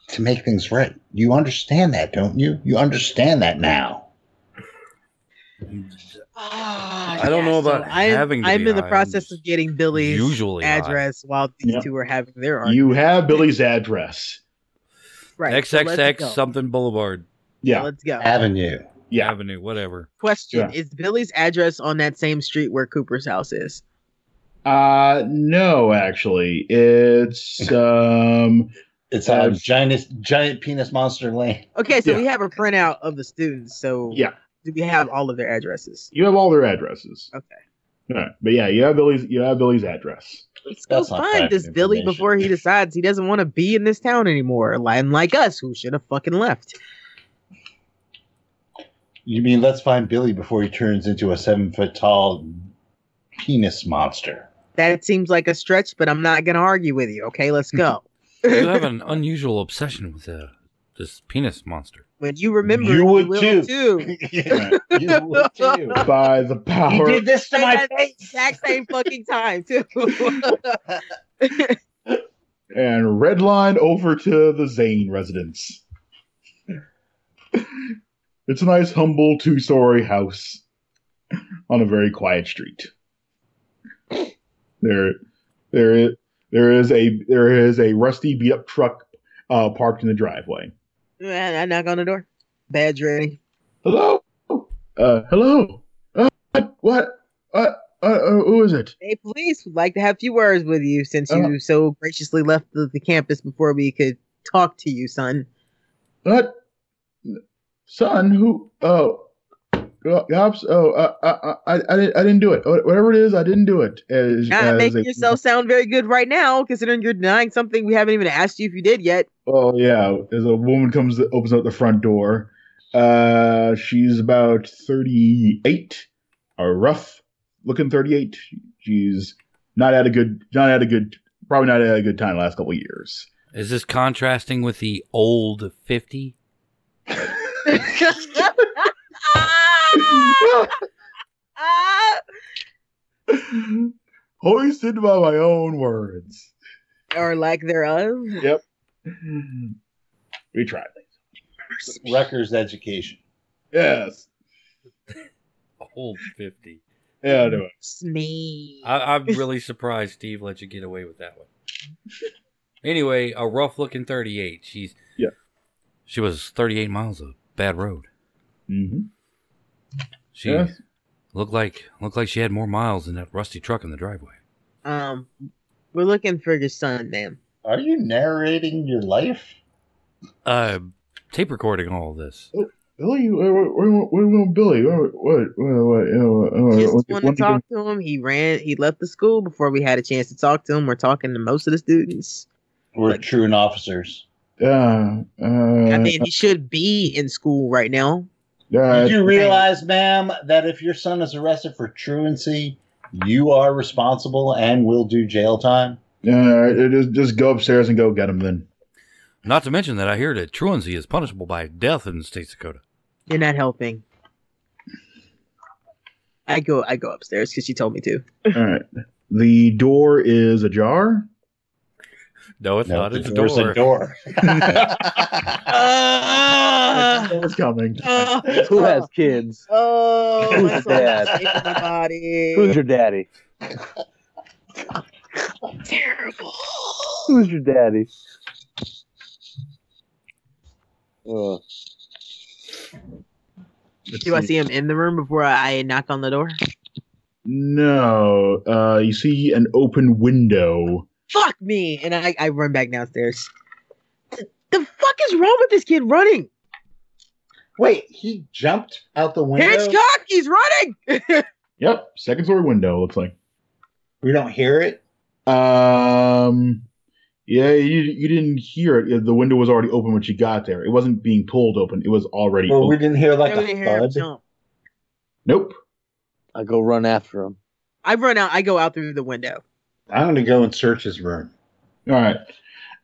[SPEAKER 3] to make things right. You understand that, don't you? You understand that now.
[SPEAKER 2] I
[SPEAKER 4] I
[SPEAKER 2] don't know about
[SPEAKER 4] I'm,
[SPEAKER 2] having to
[SPEAKER 4] I'm
[SPEAKER 2] be
[SPEAKER 4] in the
[SPEAKER 2] high.
[SPEAKER 4] process of getting Billy's
[SPEAKER 2] usually high.
[SPEAKER 4] address while these
[SPEAKER 1] Yeah.
[SPEAKER 4] two are having their argument.
[SPEAKER 1] you have Billy's address.
[SPEAKER 4] Right. so let's
[SPEAKER 2] XXX
[SPEAKER 4] go.
[SPEAKER 2] something Boulevard
[SPEAKER 1] Yeah,
[SPEAKER 4] Let's go.
[SPEAKER 3] Avenue.
[SPEAKER 1] yeah.
[SPEAKER 2] Avenue, whatever.
[SPEAKER 4] Question
[SPEAKER 1] Yeah.
[SPEAKER 4] Is Billy's address on that same street where Cooper's house is?
[SPEAKER 1] Uh, no, actually, it's um.
[SPEAKER 3] It's on
[SPEAKER 1] Yes.
[SPEAKER 3] giant giant penis monster lane.
[SPEAKER 4] Okay, so
[SPEAKER 1] Yeah.
[SPEAKER 4] we have a printout of the students. So
[SPEAKER 1] Yeah.
[SPEAKER 4] do we have all of their addresses?
[SPEAKER 1] You have all their addresses.
[SPEAKER 4] Okay.
[SPEAKER 1] All right, but yeah, you have Billy's. You have Billy's address.
[SPEAKER 4] Let's go
[SPEAKER 3] That's not
[SPEAKER 4] find
[SPEAKER 3] fact
[SPEAKER 4] this Billy
[SPEAKER 3] information.
[SPEAKER 4] before he decides he doesn't want to be in this town anymore. And like us, who should have fucking left.
[SPEAKER 3] You mean let's find Billy before he turns into a seven foot tall penis monster?
[SPEAKER 4] That seems like a stretch, but I'm not gonna argue with you. Okay, let's go.
[SPEAKER 2] You have an unusual obsession with uh, this penis monster.
[SPEAKER 4] When you remember,
[SPEAKER 3] You would
[SPEAKER 4] will too.
[SPEAKER 3] you would too.
[SPEAKER 1] By the
[SPEAKER 3] You
[SPEAKER 1] power.
[SPEAKER 3] did this to
[SPEAKER 4] And
[SPEAKER 3] my
[SPEAKER 4] at the
[SPEAKER 3] face.
[SPEAKER 4] exact same fucking time too.
[SPEAKER 1] and red line over to the Zane residence. it's a nice, humble two story house on a very quiet street. There, there is, there is a there is a rusty beat up truck uh, parked in the driveway.
[SPEAKER 4] and I knock on the door. Badge ready.
[SPEAKER 1] Hello, uh, hello. Uh, what? Uh, uh, uh, who is it?
[SPEAKER 4] Hey, police would like to have a few words with you since you
[SPEAKER 1] Uh-huh.
[SPEAKER 4] so graciously left the, the campus before we could talk to you, son.
[SPEAKER 1] What? Son, who? Oh, oh, ops. Oh, uh, I, I, I, I didn't- I didn't do it. Wha- Whatever it is, I didn't do it. As,
[SPEAKER 4] Not
[SPEAKER 1] as
[SPEAKER 4] making
[SPEAKER 1] a-
[SPEAKER 4] Ah, yourself sound very good right now, considering you're denying something we haven't even asked you if you did yet.
[SPEAKER 1] Oh yeah, as a woman comes, opens up the front door. Uh, she's about thirty-eight, a rough looking thirty-eight. She's not had a good, not had a good, probably not had a good time the last couple of years.
[SPEAKER 2] Is this contrasting with the old 50?
[SPEAKER 4] Ah!
[SPEAKER 1] Hoisted by my own words.
[SPEAKER 4] or lack thereof.
[SPEAKER 1] We tried.
[SPEAKER 3] Wrecker's education.
[SPEAKER 1] Yes.
[SPEAKER 2] Whole 50.
[SPEAKER 1] Yeah, anyway.
[SPEAKER 4] Smee.
[SPEAKER 1] Uh,
[SPEAKER 2] I, I'm really surprised Steve let you get away with that one. Anyway, a rough looking 38. She's
[SPEAKER 1] Yeah.
[SPEAKER 2] She was 38 miles of bad road.
[SPEAKER 1] Mm-hmm.
[SPEAKER 2] She
[SPEAKER 1] Yes.
[SPEAKER 2] looked like looked like she had more miles than that rusty truck in the driveway.
[SPEAKER 4] Um, we're looking for your son, ma'am.
[SPEAKER 3] Are you narrating your life?
[SPEAKER 2] Uh, tape recording all of this.
[SPEAKER 1] Billy, uh, where, where, where, where, where Billy? Where, what? Where, what? You know, uh,
[SPEAKER 4] Just
[SPEAKER 1] what-
[SPEAKER 4] want to
[SPEAKER 1] what-
[SPEAKER 4] talk to him. He ran. He left the school before we had a chance to talk to him. We're talking to most of the students.
[SPEAKER 3] We're truant officers.
[SPEAKER 1] Yeah. Uh,
[SPEAKER 4] I mean, he should be in school right now.
[SPEAKER 1] yeah,
[SPEAKER 3] Did you realize, ma'am, that if your son is arrested for truancy, you are responsible and will do jail time?
[SPEAKER 1] yeah, it- just, just go upstairs and go get him then.
[SPEAKER 2] Not to mention that I hear that truancy is punishable by death in States Dakota.
[SPEAKER 4] You're not helping. I go. I go upstairs because she told me to.
[SPEAKER 1] All right. The door is ajar.
[SPEAKER 2] No, it's not. It's a
[SPEAKER 3] there's
[SPEAKER 2] door.
[SPEAKER 3] a door.
[SPEAKER 1] I knew it was coming.
[SPEAKER 4] Uh,
[SPEAKER 6] Who has kids?
[SPEAKER 4] Oh,
[SPEAKER 6] Who's
[SPEAKER 4] that's
[SPEAKER 6] dad?
[SPEAKER 4] all shaping my body.
[SPEAKER 6] Who's your daddy?
[SPEAKER 4] terrible.
[SPEAKER 6] Who's your daddy? Ugh.
[SPEAKER 4] Do I see him in the room before I knock on the door?
[SPEAKER 1] No. Uh, you see an open window.
[SPEAKER 4] Fuck me! And I, I run back downstairs. Th- The fuck is wrong with this kid running?
[SPEAKER 3] Wait, he jumped out the window?
[SPEAKER 4] Hitchcock, he's running!
[SPEAKER 1] Yep. Second story window looks like.
[SPEAKER 3] We don't hear it?
[SPEAKER 1] Um. Yeah, you you didn't hear it. The window was already open when she got there. It wasn't being pulled open. It was already
[SPEAKER 3] Well, we
[SPEAKER 1] open.
[SPEAKER 3] didn't hear like
[SPEAKER 4] I,
[SPEAKER 3] a thud.
[SPEAKER 4] jump.
[SPEAKER 1] Nope.
[SPEAKER 6] I go run after him.
[SPEAKER 4] I run out. I go out through the window.
[SPEAKER 3] I'm going to go and search his room.
[SPEAKER 1] All right.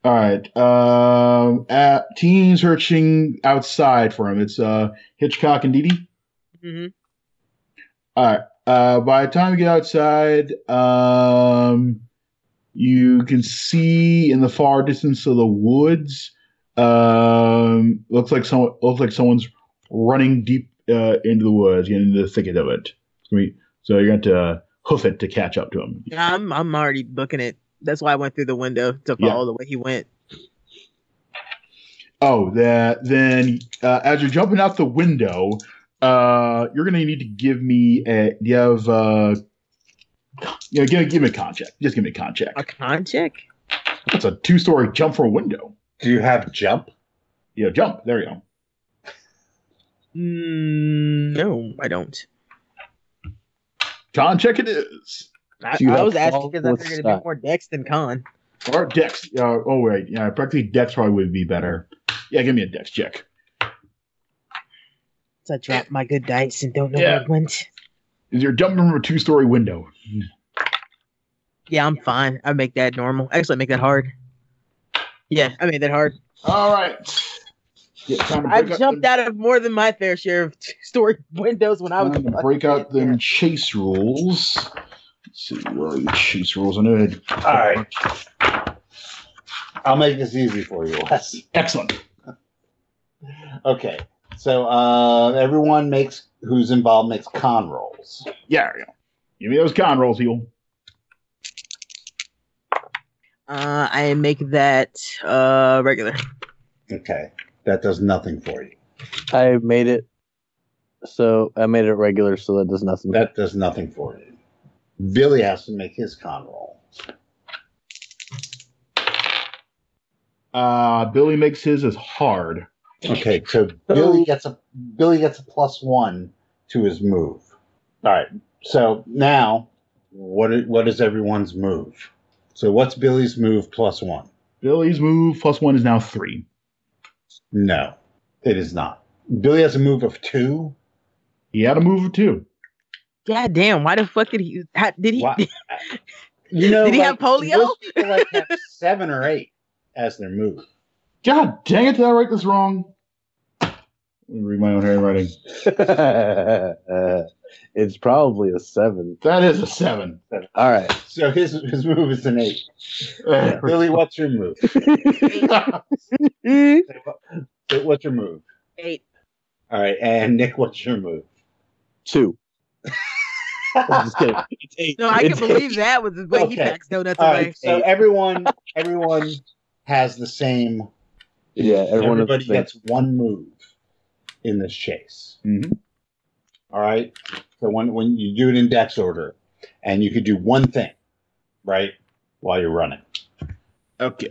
[SPEAKER 1] All right. Um, uh, team searching outside for him. It's uh, Hitchcock and Dee Dee.
[SPEAKER 4] hmm
[SPEAKER 1] All right. Uh, by the time you get outside, um, you can see in the far distance of the woods. Um, looks like someone looks like someone's running deep uh, into the woods, into the thicket of it. I mean, so you're going to have to hoof it to catch up to him.
[SPEAKER 4] I'm I'm already booking it. That's why I went through the window to follow the way he went.
[SPEAKER 1] Oh, that then uh, as you're jumping out the window, uh, you're gonna need to give me a. do You have uh, you know, give, give me a con check. Just give me a con check.
[SPEAKER 4] A con check?
[SPEAKER 1] That's a two-story jump from a window.
[SPEAKER 3] Do you have jump?
[SPEAKER 1] You know, jump. There you go.
[SPEAKER 4] Mm, no, I don't.
[SPEAKER 1] Con check it is.
[SPEAKER 4] I,
[SPEAKER 6] Do you
[SPEAKER 4] I
[SPEAKER 6] have
[SPEAKER 4] was asking
[SPEAKER 6] twelve?
[SPEAKER 4] because I
[SPEAKER 6] What's
[SPEAKER 4] figured it'd
[SPEAKER 6] that?
[SPEAKER 4] be more Dex than con.
[SPEAKER 1] Or Dex. Uh, oh wait, yeah, practically Dex probably would be better. Yeah, give me a Dex check.
[SPEAKER 4] So I dropped my good dice and don't know
[SPEAKER 1] Yeah.
[SPEAKER 4] where it went.
[SPEAKER 1] You're jumping from a two-story window.
[SPEAKER 4] Yeah, I'm fine. I make that normal. Actually, I make that hard. Yeah, I made that hard.
[SPEAKER 1] All right. Yeah, time to
[SPEAKER 4] I've
[SPEAKER 1] break up
[SPEAKER 4] jumped
[SPEAKER 1] them-
[SPEAKER 4] out of more than my fair share of story windows when I was.
[SPEAKER 1] Time to break out them chase rules. Let's see, where are your chase rules? I know I had
[SPEAKER 3] All right. I'll make this easy for you, Wes.
[SPEAKER 1] Excellent.
[SPEAKER 3] Okay. So uh, everyone makes who's involved makes con rolls.
[SPEAKER 1] Yeah, there you go. Give me those con rolls, heel.
[SPEAKER 4] Uh, I make that uh regular.
[SPEAKER 3] Okay. That does nothing for you.
[SPEAKER 6] I made it. So I made it regular, so that does nothing.
[SPEAKER 3] That does nothing for you. Billy has to make his con roll.
[SPEAKER 1] Uh, Billy makes his as hard.
[SPEAKER 3] Okay, so Billy gets a Billy gets a plus one to his move. All right. So now, what i- what is everyone's move? So what's Billy's move plus one?
[SPEAKER 1] Billy's move plus one is now three.
[SPEAKER 3] No, it is not. Billy has a move of two.
[SPEAKER 1] He had a move of two.
[SPEAKER 4] God damn! Why the fuck did he? How, did he?
[SPEAKER 3] Why- You know,
[SPEAKER 4] Did he have polio?
[SPEAKER 3] Most people like have seven or eight as their move.
[SPEAKER 1] God dang it, did I write this wrong? Let me read my own handwriting.
[SPEAKER 6] it's probably a seven.
[SPEAKER 3] That is a seven.
[SPEAKER 6] All right.
[SPEAKER 3] So his his move is an eight. Lily, what's your move?
[SPEAKER 4] Mm-hmm.
[SPEAKER 3] Say, what's your move?
[SPEAKER 4] Eight.
[SPEAKER 3] All right, and Nick, what's your move?
[SPEAKER 6] Two. I'm just kidding. It's eight.
[SPEAKER 4] No, I can
[SPEAKER 6] It's eight.
[SPEAKER 4] believe that with the way he
[SPEAKER 3] Okay.
[SPEAKER 4] packs donuts
[SPEAKER 3] All
[SPEAKER 4] away.
[SPEAKER 3] right, so everyone everyone has the same.
[SPEAKER 6] Yeah, everyone has the
[SPEAKER 3] everybody
[SPEAKER 6] same.
[SPEAKER 3] gets one move in this chase.
[SPEAKER 1] Mhm.
[SPEAKER 3] All right. So when when you do it in dex order, and you could do one thing, right, while you're running.
[SPEAKER 1] Okay.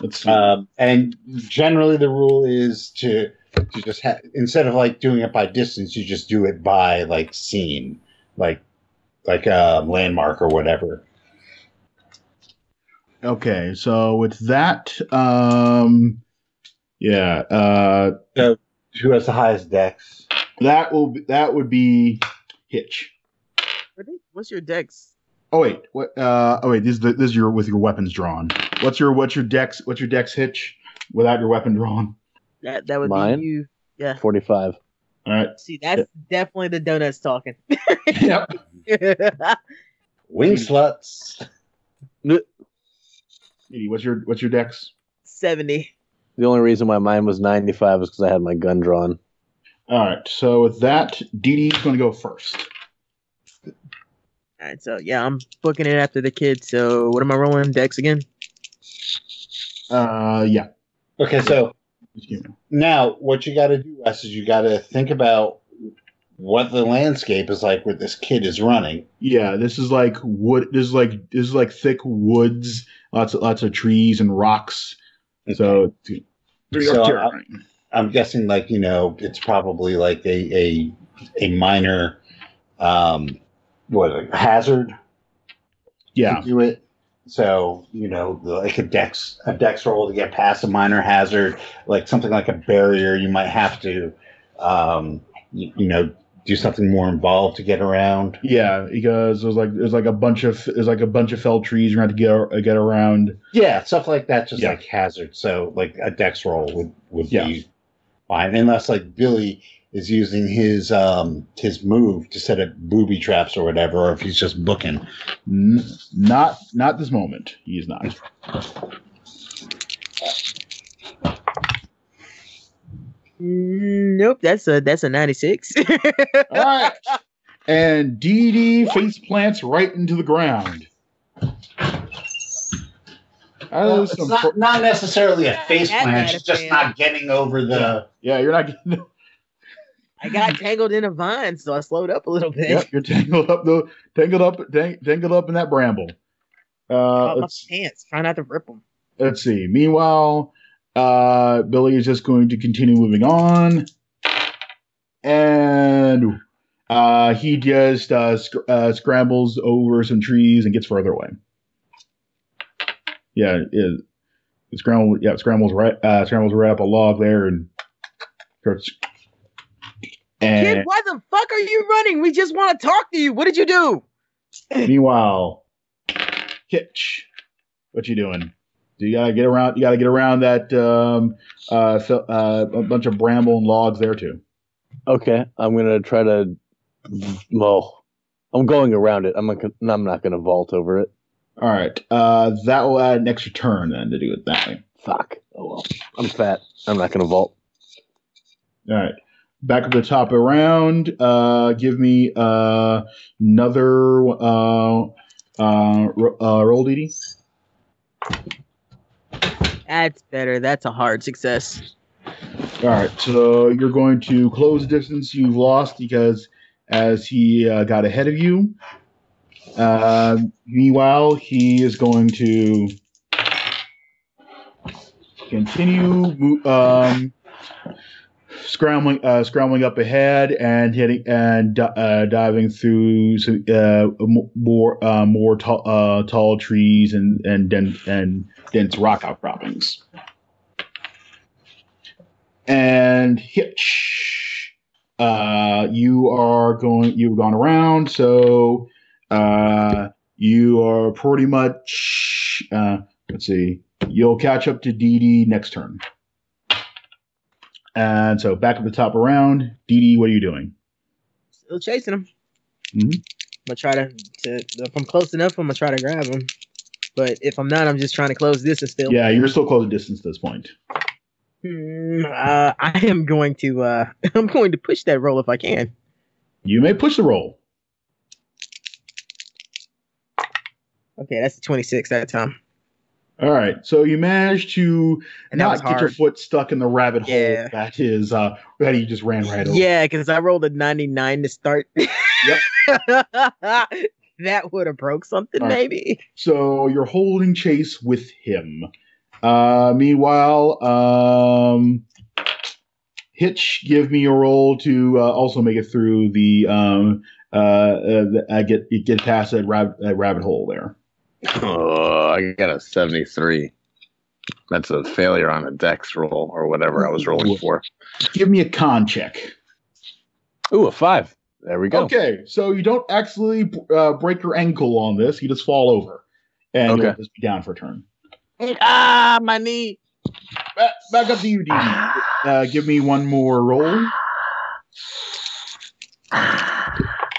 [SPEAKER 1] Let's see.
[SPEAKER 3] Um, and generally, the rule is to to just ha- instead of like doing it by distance, you just do it by like scene, like like a landmark or whatever.
[SPEAKER 1] okay, so with that, um, yeah, uh,
[SPEAKER 3] Who has the highest dex?
[SPEAKER 1] that will be, that would be Hitch.
[SPEAKER 4] Really? What's your dex?
[SPEAKER 1] Oh wait, what? Uh, oh wait, this is the, this is your with your weapons drawn. What's your what's your dex what's your dex Hitch without your weapon drawn?
[SPEAKER 4] That that would
[SPEAKER 6] Mine?
[SPEAKER 4] be you. Yeah.
[SPEAKER 6] 45.
[SPEAKER 1] All right.
[SPEAKER 4] See, that's definitely the donuts talking.
[SPEAKER 1] yep.
[SPEAKER 3] Wing sluts.
[SPEAKER 1] Edie, What's your what's your dex?
[SPEAKER 4] Seventy.
[SPEAKER 6] The only reason why mine was 95 is because I had my gun drawn.
[SPEAKER 1] All right. So with that, Dee Dee's going to go first.
[SPEAKER 4] All right, so yeah, I'm booking it after the kid. So what am I rolling? Dex again?
[SPEAKER 1] Uh, yeah.
[SPEAKER 3] Okay, so
[SPEAKER 1] Excuse me.
[SPEAKER 3] Now, what you got to do, Wes, is you got to think about what the landscape is like where this kid is running.
[SPEAKER 1] Yeah. This is like wood. This is like this is like thick woods. Lots of lots of trees and rocks. So.
[SPEAKER 3] So, uh, I'm guessing, like you know, it's probably like a a, a minor, um, what a hazard
[SPEAKER 1] yeah.
[SPEAKER 3] to do it. So you know, like a dex a dex roll to get past a minor hazard, like something like a barrier. You might have to, um, you, you know, do something more involved to get around.
[SPEAKER 1] Yeah, because there's like there's like a bunch of there's like a bunch of felled trees you're going to have to get get around.
[SPEAKER 3] Yeah, stuff like that, just
[SPEAKER 1] Yeah.
[SPEAKER 3] like hazard. So like a dex roll would would
[SPEAKER 1] Yeah.
[SPEAKER 3] be fine, unless like Billy is using his um his move to set up booby traps or whatever, or if he's just booking.
[SPEAKER 1] N- not not this moment. He's not.
[SPEAKER 4] Mm, Nope, that's a that's a ninety-six.
[SPEAKER 1] All right. And Dee Dee face plants right into the ground. I know
[SPEAKER 3] it's
[SPEAKER 1] Oh, some
[SPEAKER 3] not,
[SPEAKER 1] fr-
[SPEAKER 3] not necessarily a face
[SPEAKER 4] That
[SPEAKER 3] plant.
[SPEAKER 4] had
[SPEAKER 3] She's
[SPEAKER 4] a
[SPEAKER 3] just
[SPEAKER 4] fan.
[SPEAKER 3] not getting over the.
[SPEAKER 1] yeah, you're not getting
[SPEAKER 4] I got tangled in a vine, so I slowed up a little bit.
[SPEAKER 1] Yep, you're tangled up though, tangled up, tang, tangled up in that bramble. Uh,
[SPEAKER 4] Caught my
[SPEAKER 1] let's,
[SPEAKER 4] pants. Try not to rip them.
[SPEAKER 1] let's see. Meanwhile, uh, Billy is just going to continue moving on, and uh, he just uh, sc- uh, scrambles over some trees and gets further away. Yeah, it, it scramble. Yeah, it scrambles right, uh, scrambles right up a log there and starts. And
[SPEAKER 4] Kid, why the fuck are you running? We just want to talk to you. What did you do?
[SPEAKER 1] Meanwhile, Hitch, what you doing? Do you gotta get around? You gotta get around that um, uh, fel- uh, a bunch of bramble and logs there too.
[SPEAKER 6] Okay, I'm gonna try to. Well, I'm going around it. I'm not. gonna- I'm not gonna vault over it.
[SPEAKER 1] All right, uh, that will add an extra turn then to do it that way.
[SPEAKER 6] Fuck. Oh well. I'm fat. I'm not gonna vault.
[SPEAKER 1] All right, back up the top around. Uh, give me uh, another uh, uh, ro- uh, roll, DD.
[SPEAKER 4] That's better. That's a hard success.
[SPEAKER 1] All right, so you're going to close the distance you've lost because as he uh, got ahead of you. Uh, meanwhile, he is going to continue mo- um, scrambling, uh, scrambling up ahead and hitting and di- uh, diving through some, uh, m- more uh, more tall uh, tall trees and and den- and dense rock outcroppings and hitch. Uh, you are going. You've gone around, so uh, you are pretty much. Uh, let's see. You'll catch up to DD next turn. And so back at the top around, Dee Dee, what are you doing?
[SPEAKER 4] Still chasing him.
[SPEAKER 1] Mhm.
[SPEAKER 4] I'm gonna try to, to. If I'm close enough, I'm gonna try to grab him. But if I'm not, I'm just trying to close this and still.
[SPEAKER 1] Yeah, you're still close to distance at this point.
[SPEAKER 4] Hmm, uh, I am going to. Uh, I'm going to push that roll if I can.
[SPEAKER 1] You may push the roll.
[SPEAKER 4] Okay, that's the 26 that time,
[SPEAKER 1] All right, so you managed to
[SPEAKER 4] and that
[SPEAKER 1] not
[SPEAKER 4] was
[SPEAKER 1] get your
[SPEAKER 4] hard.
[SPEAKER 1] foot stuck in the rabbit hole
[SPEAKER 4] Yeah.
[SPEAKER 1] that is uh, that you just ran right over.
[SPEAKER 4] Yeah, because I rolled a 99 to start. that would have broke something,
[SPEAKER 1] All right.
[SPEAKER 4] maybe.
[SPEAKER 1] So you're holding chase with him. Uh, meanwhile, um, Hitch, give me a roll to uh, also make it through the um, uh, uh, the- uh, get get past that, rab- that rabbit hole there.
[SPEAKER 6] Oh, I got a 73. That's a failure on a dex roll or whatever I was rolling for.
[SPEAKER 1] Give me a con check.
[SPEAKER 6] Ooh, a five. There we go.
[SPEAKER 1] Okay, so you don't actually uh, break your ankle on this; you just fall over, and you'll
[SPEAKER 6] Okay.
[SPEAKER 1] just be down for a turn.
[SPEAKER 4] Ah, my knee.
[SPEAKER 1] Back, back up to you, DD. Uh, give me one more roll.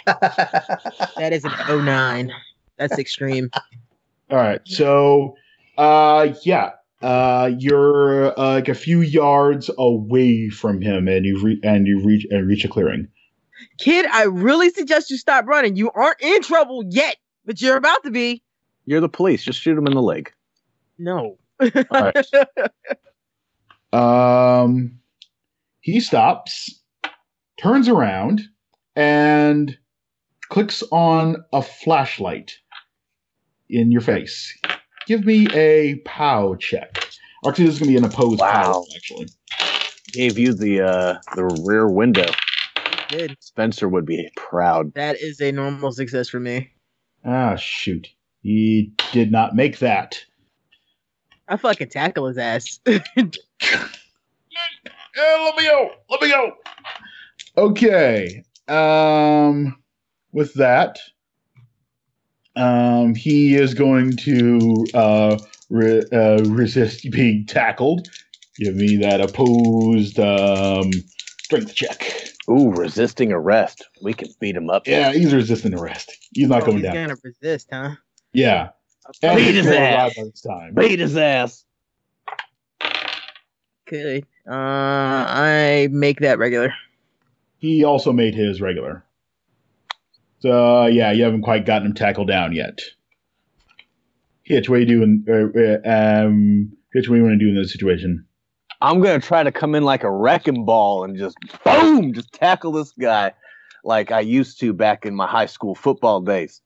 [SPEAKER 4] That is an 09. That's extreme.
[SPEAKER 1] All right. So, uh, yeah, uh, you're uh, like a few yards away from him, and you re- and you reach and reach a clearing.
[SPEAKER 4] Kid, I really suggest you stop running. You aren't in trouble yet, but you're about to be.
[SPEAKER 6] You're the police. Just shoot him in the leg.
[SPEAKER 4] No.
[SPEAKER 1] right. Um, he stops, turns around, and clicks on a flashlight in your face. Give me a POW check. Actually, this is gonna be an opposed
[SPEAKER 6] Wow.
[SPEAKER 1] POW. Actually,
[SPEAKER 6] Gave you the uh, the rear window.
[SPEAKER 4] Good.
[SPEAKER 6] Spencer would be proud.
[SPEAKER 4] That is a normal success for me.
[SPEAKER 1] ah, shoot, he did not make that.
[SPEAKER 4] I fucking tackle his ass.
[SPEAKER 1] Yeah, let me go. Let me go. Okay. Um, with that, um, he is going to uh, re- uh, resist being tackled. Give me that opposed um, strength check.
[SPEAKER 6] Ooh, resisting arrest. We can beat him up.
[SPEAKER 1] Yeah, he's resisting arrest. He's not
[SPEAKER 4] Oh,
[SPEAKER 1] going
[SPEAKER 4] he's
[SPEAKER 1] down.
[SPEAKER 4] gonna resist, huh?
[SPEAKER 1] Yeah. And
[SPEAKER 6] Beat
[SPEAKER 1] he's
[SPEAKER 6] his
[SPEAKER 1] still
[SPEAKER 6] ass.
[SPEAKER 1] alive by this time.
[SPEAKER 6] Beat his ass.
[SPEAKER 4] Good. Uh, I make that regular.
[SPEAKER 1] He also made his regular. So uh, yeah, you haven't quite gotten him tackled down yet. Hitch, what are you doing? Uh, uh, um, Hitch, what do you want to do in this situation?
[SPEAKER 6] I'm gonna try to come in like a wrecking ball and just boom, just tackle this guy like I used to back in my high school football days.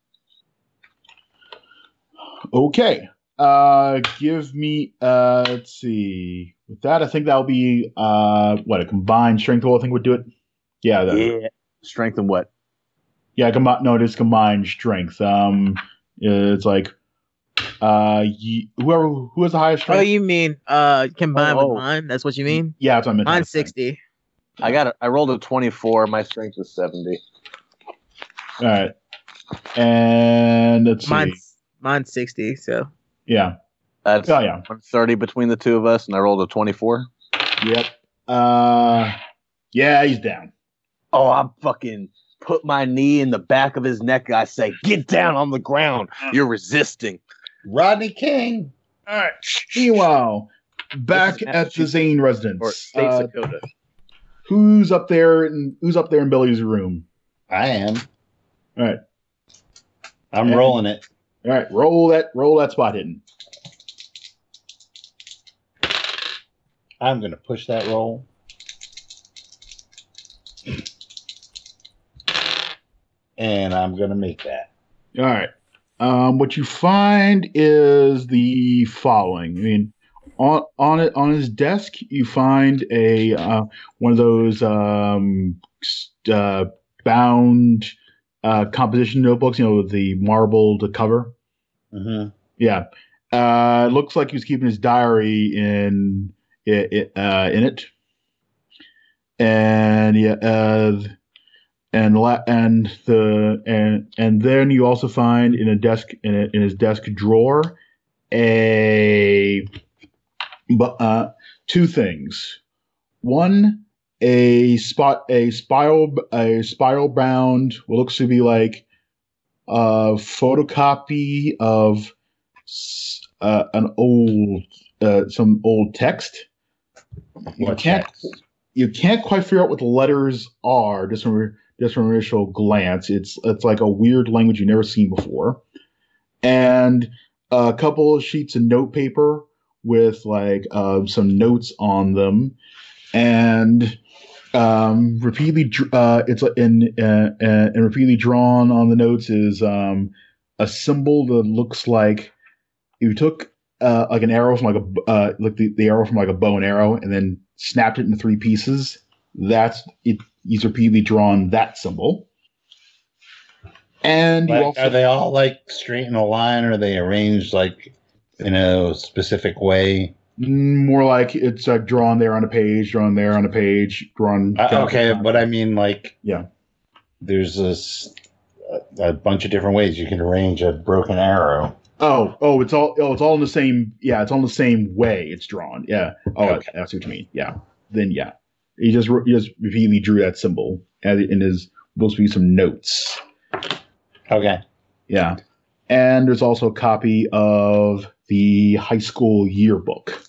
[SPEAKER 1] Okay. Uh, give me. Uh, let's see. With that, I think that'll be uh, what a combined strength roll. I think would do it. Yeah. That, yeah.
[SPEAKER 6] Yeah. Strength and what?
[SPEAKER 1] Combi- no, it is combined strength. Um, it's like uh, ye- whoever who has the highest
[SPEAKER 4] Oh,
[SPEAKER 1] strength.
[SPEAKER 4] you mean uh combined
[SPEAKER 6] Oh.
[SPEAKER 4] with mine? That's what you mean?
[SPEAKER 1] yeah, that's what I meant.
[SPEAKER 4] Mine's sixty.
[SPEAKER 6] I got. A, I rolled a 24. My strength is 70.
[SPEAKER 1] All right. And let's see.
[SPEAKER 4] Mine's mine's sixty. So
[SPEAKER 1] yeah.
[SPEAKER 6] That's
[SPEAKER 1] Oh, yeah.
[SPEAKER 6] 30 between the two of us, and I rolled a 24.
[SPEAKER 1] Yep. Uh, yeah, he's down.
[SPEAKER 6] Oh, I fucking put my knee in the back of his neck. I say, "Get down on the ground. You're resisting."
[SPEAKER 3] Rodney King.
[SPEAKER 1] All right. Meanwhile, back at the Zane residence, uh,
[SPEAKER 6] Dakota.
[SPEAKER 1] who's up there? And who's up there in Billy's room?
[SPEAKER 3] I am.
[SPEAKER 1] All right.
[SPEAKER 3] I'm
[SPEAKER 1] Yeah.
[SPEAKER 3] rolling it.
[SPEAKER 1] All right, roll that. Roll that spot hidden.
[SPEAKER 3] I'm going to push that roll. And I'm going to make that.
[SPEAKER 1] All right. Um, what you find is the following. I mean, on on it on his desk, you find a uh, one of those um, s- uh, bound uh, composition notebooks. You know, with the marbled cover.
[SPEAKER 3] Mm-hmm.
[SPEAKER 1] Yeah. Uh, it looks like he was keeping his diary in it, uh, in it. And yeah, uh, and la- and the and and then you also find in a desk in, a, in his desk drawer a but uh, two things. One, a spot, a spiral, a spiral bound, what looks to be like a photocopy of s- uh, an old, uh, some old text. You can't, you can't quite figure out what the letters are just from just from initial glance. It's it's like a weird language you've never seen before, and a couple of sheets of notepaper with like uh, some notes on them, and um, repeatedly dr- uh, it's like- and, uh, and and repeatedly drawn on the notes is um, a symbol that looks like you took uh, like an arrow from like a b- uh, like the, the arrow from like a bow and arrow and then snapped it into three pieces. That's it. He's repeatedly drawn that symbol. And you
[SPEAKER 3] Like,
[SPEAKER 1] also-
[SPEAKER 3] are they all like straight in a line? Or are they arranged like in a specific way?
[SPEAKER 1] Mm, More like it's uh, drawn there on a page, drawn there on a page, drawn.
[SPEAKER 3] Uh, okay, but I mean, like,
[SPEAKER 1] Yeah.
[SPEAKER 3] there's this a, a bunch of different ways you can arrange a broken arrow.
[SPEAKER 1] oh, oh, it's all, oh, it's all in the same. Yeah, it's all in the same way. It's drawn. Yeah. Oh,
[SPEAKER 3] Okay.
[SPEAKER 1] that's what you mean. Yeah. Then yeah, he just re- he just repeatedly drew that symbol, and it- and there's supposed to be some notes.
[SPEAKER 3] Okay,
[SPEAKER 1] Yeah, and there's also a copy of the high school yearbook.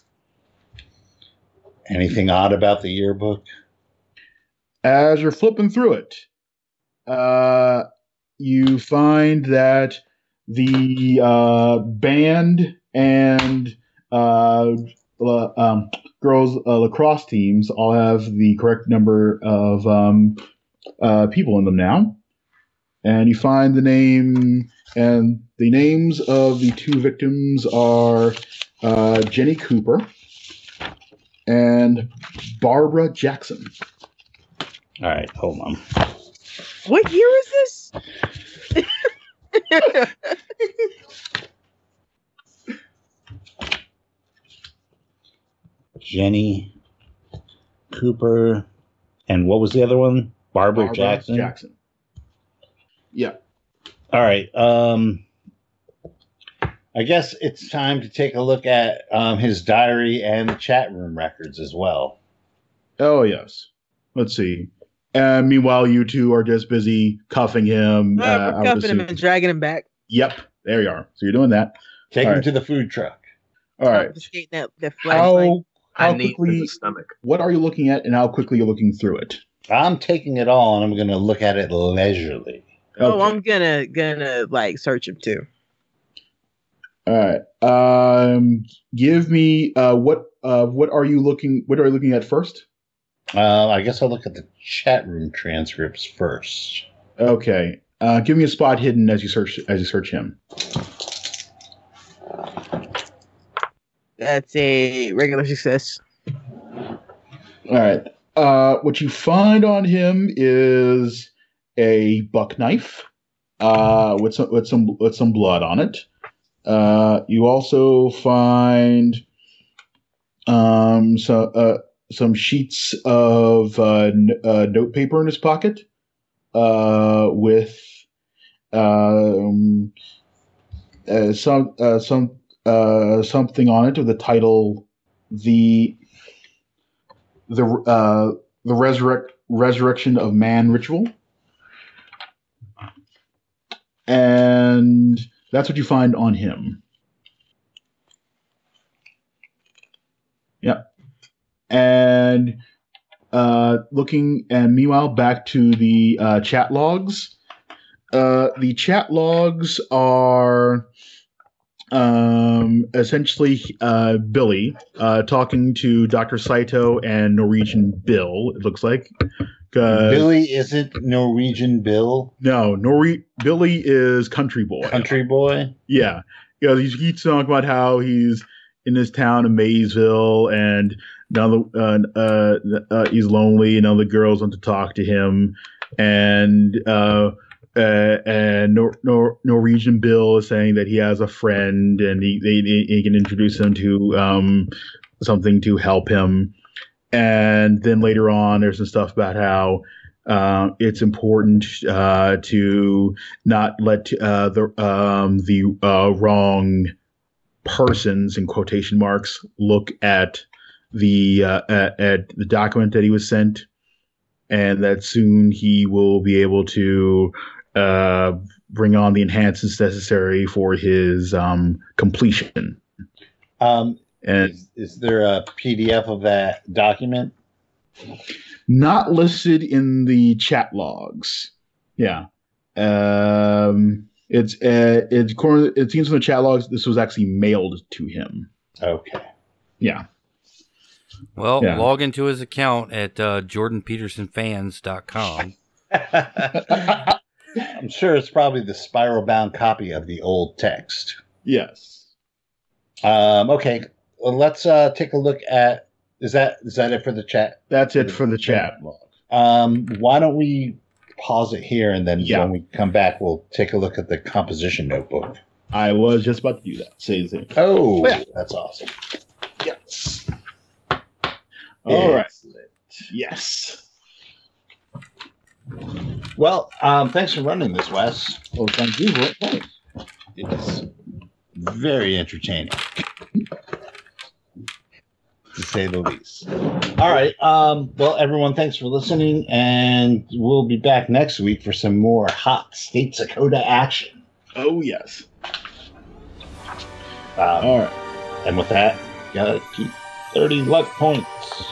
[SPEAKER 3] anything odd about the yearbook?
[SPEAKER 1] as you're flipping through it, uh, you find that the uh, band and uh, la- um, girls uh, lacrosse teams all have the correct number of um, uh, people in them now. And you find the name, and the names of the two victims are uh, Jenny Cooper and Barbara Jackson.
[SPEAKER 3] All right, hold on.
[SPEAKER 4] What year is this?
[SPEAKER 3] Jenny Cooper, and what was the other one? Barbara,
[SPEAKER 1] Barbara
[SPEAKER 3] Jackson.
[SPEAKER 1] Jackson. Yeah.
[SPEAKER 3] All right. Um, I guess it's time to take a look at um, his diary and the chat room records as well.
[SPEAKER 1] Oh yes. Let's see. And meanwhile, you two are just busy cuffing him.
[SPEAKER 4] All
[SPEAKER 1] uh,
[SPEAKER 4] right,
[SPEAKER 1] I
[SPEAKER 4] we're
[SPEAKER 1] would
[SPEAKER 4] cuffing him
[SPEAKER 1] assume.
[SPEAKER 4] and dragging him back.
[SPEAKER 1] Yep. There you are. So you're doing that.
[SPEAKER 3] Take
[SPEAKER 1] All
[SPEAKER 3] him
[SPEAKER 1] right.
[SPEAKER 3] to the food truck.
[SPEAKER 1] All right.
[SPEAKER 4] Confiscating that, that flashlight.
[SPEAKER 1] How how
[SPEAKER 5] I need
[SPEAKER 1] quickly?
[SPEAKER 5] the stomach.
[SPEAKER 1] What are you looking at, and how quickly you're looking through it?
[SPEAKER 3] I'm taking it all, and I'm going to look at it leisurely.
[SPEAKER 4] Oh,
[SPEAKER 1] Okay.
[SPEAKER 4] I'm gonna gonna like search him too.
[SPEAKER 1] All right. Um, give me uh, what uh, what are you looking? What are you looking at first?
[SPEAKER 3] Uh, I guess I'll look at the chat room transcripts first.
[SPEAKER 1] Okay. Uh, give me a spot hidden as you search as you search him.
[SPEAKER 4] That's a regular success.
[SPEAKER 1] All right. Uh, what you find on him is a buck knife uh, with some with some with some blood on it. Uh, you also find um, so, uh, some sheets of uh, n- uh, notepaper in his pocket uh, with um, uh, some uh, some uh, something on it with the title the the uh, the resurrect resurrection of man ritual, and that's what you find on him. Yeah, and uh, looking and meanwhile back to the uh, chat logs. Uh, the chat logs are um, essentially uh, Billy uh, talking to Dr. Saito and Norwegian Bill, it looks like. Uh,
[SPEAKER 3] Billy isn't Norwegian Bill,
[SPEAKER 1] no, Nori- Billy is country boy.
[SPEAKER 3] country boy.
[SPEAKER 1] Yeah. You know, he's, he's talking about how he's in his town of Maysville and now the, uh, uh, uh, he's lonely and all the girls want to talk to him. And uh, uh, and Nor- Nor- Norwegian Bill is saying that he has a friend and he, they, they- he can introduce him to um, something to help him. And then later on, there's some stuff about how uh, it's important uh, to not let uh, the um, the uh, wrong persons in quotation marks look at the uh, at, at the document that he was sent, and that soon he will be able to uh, bring on the enhancements necessary for his um, completion.
[SPEAKER 3] Um,
[SPEAKER 1] And
[SPEAKER 3] is, is there a PDF of that document?
[SPEAKER 1] not listed in the chat logs. Yeah. Um, it's uh, it's according- it seems from the chat logs this was actually mailed to him.
[SPEAKER 3] Okay.
[SPEAKER 1] Yeah.
[SPEAKER 2] Well,
[SPEAKER 1] Yeah.
[SPEAKER 2] log into his account at uh, jordanpetersonfans.com.
[SPEAKER 3] I'm sure it's probably the spiral bound copy of the old text.
[SPEAKER 1] Yes.
[SPEAKER 3] Um, okay. Well, let's uh, take a look at. Is that is that it for the chat?
[SPEAKER 1] That's it for the chat log.
[SPEAKER 3] Um, why don't we pause it here and then
[SPEAKER 1] Yeah.
[SPEAKER 3] when we come back, we'll take a look at the composition notebook.
[SPEAKER 1] I was just about to do that. Say the same.
[SPEAKER 3] Oh, that's awesome.
[SPEAKER 1] Yes. All right.
[SPEAKER 3] Excellent.
[SPEAKER 1] Yes.
[SPEAKER 3] Well, um, thanks for running this, Wes.
[SPEAKER 1] Well, thank you. Well, thanks.
[SPEAKER 3] It's very entertaining, to say the least. All right. Um, well, everyone, thanks for listening, and we'll be back next week for some more hot State Dakota action.
[SPEAKER 1] Oh, yes.
[SPEAKER 3] Um,
[SPEAKER 1] All right.
[SPEAKER 3] and with that, gotta keep 30 luck points.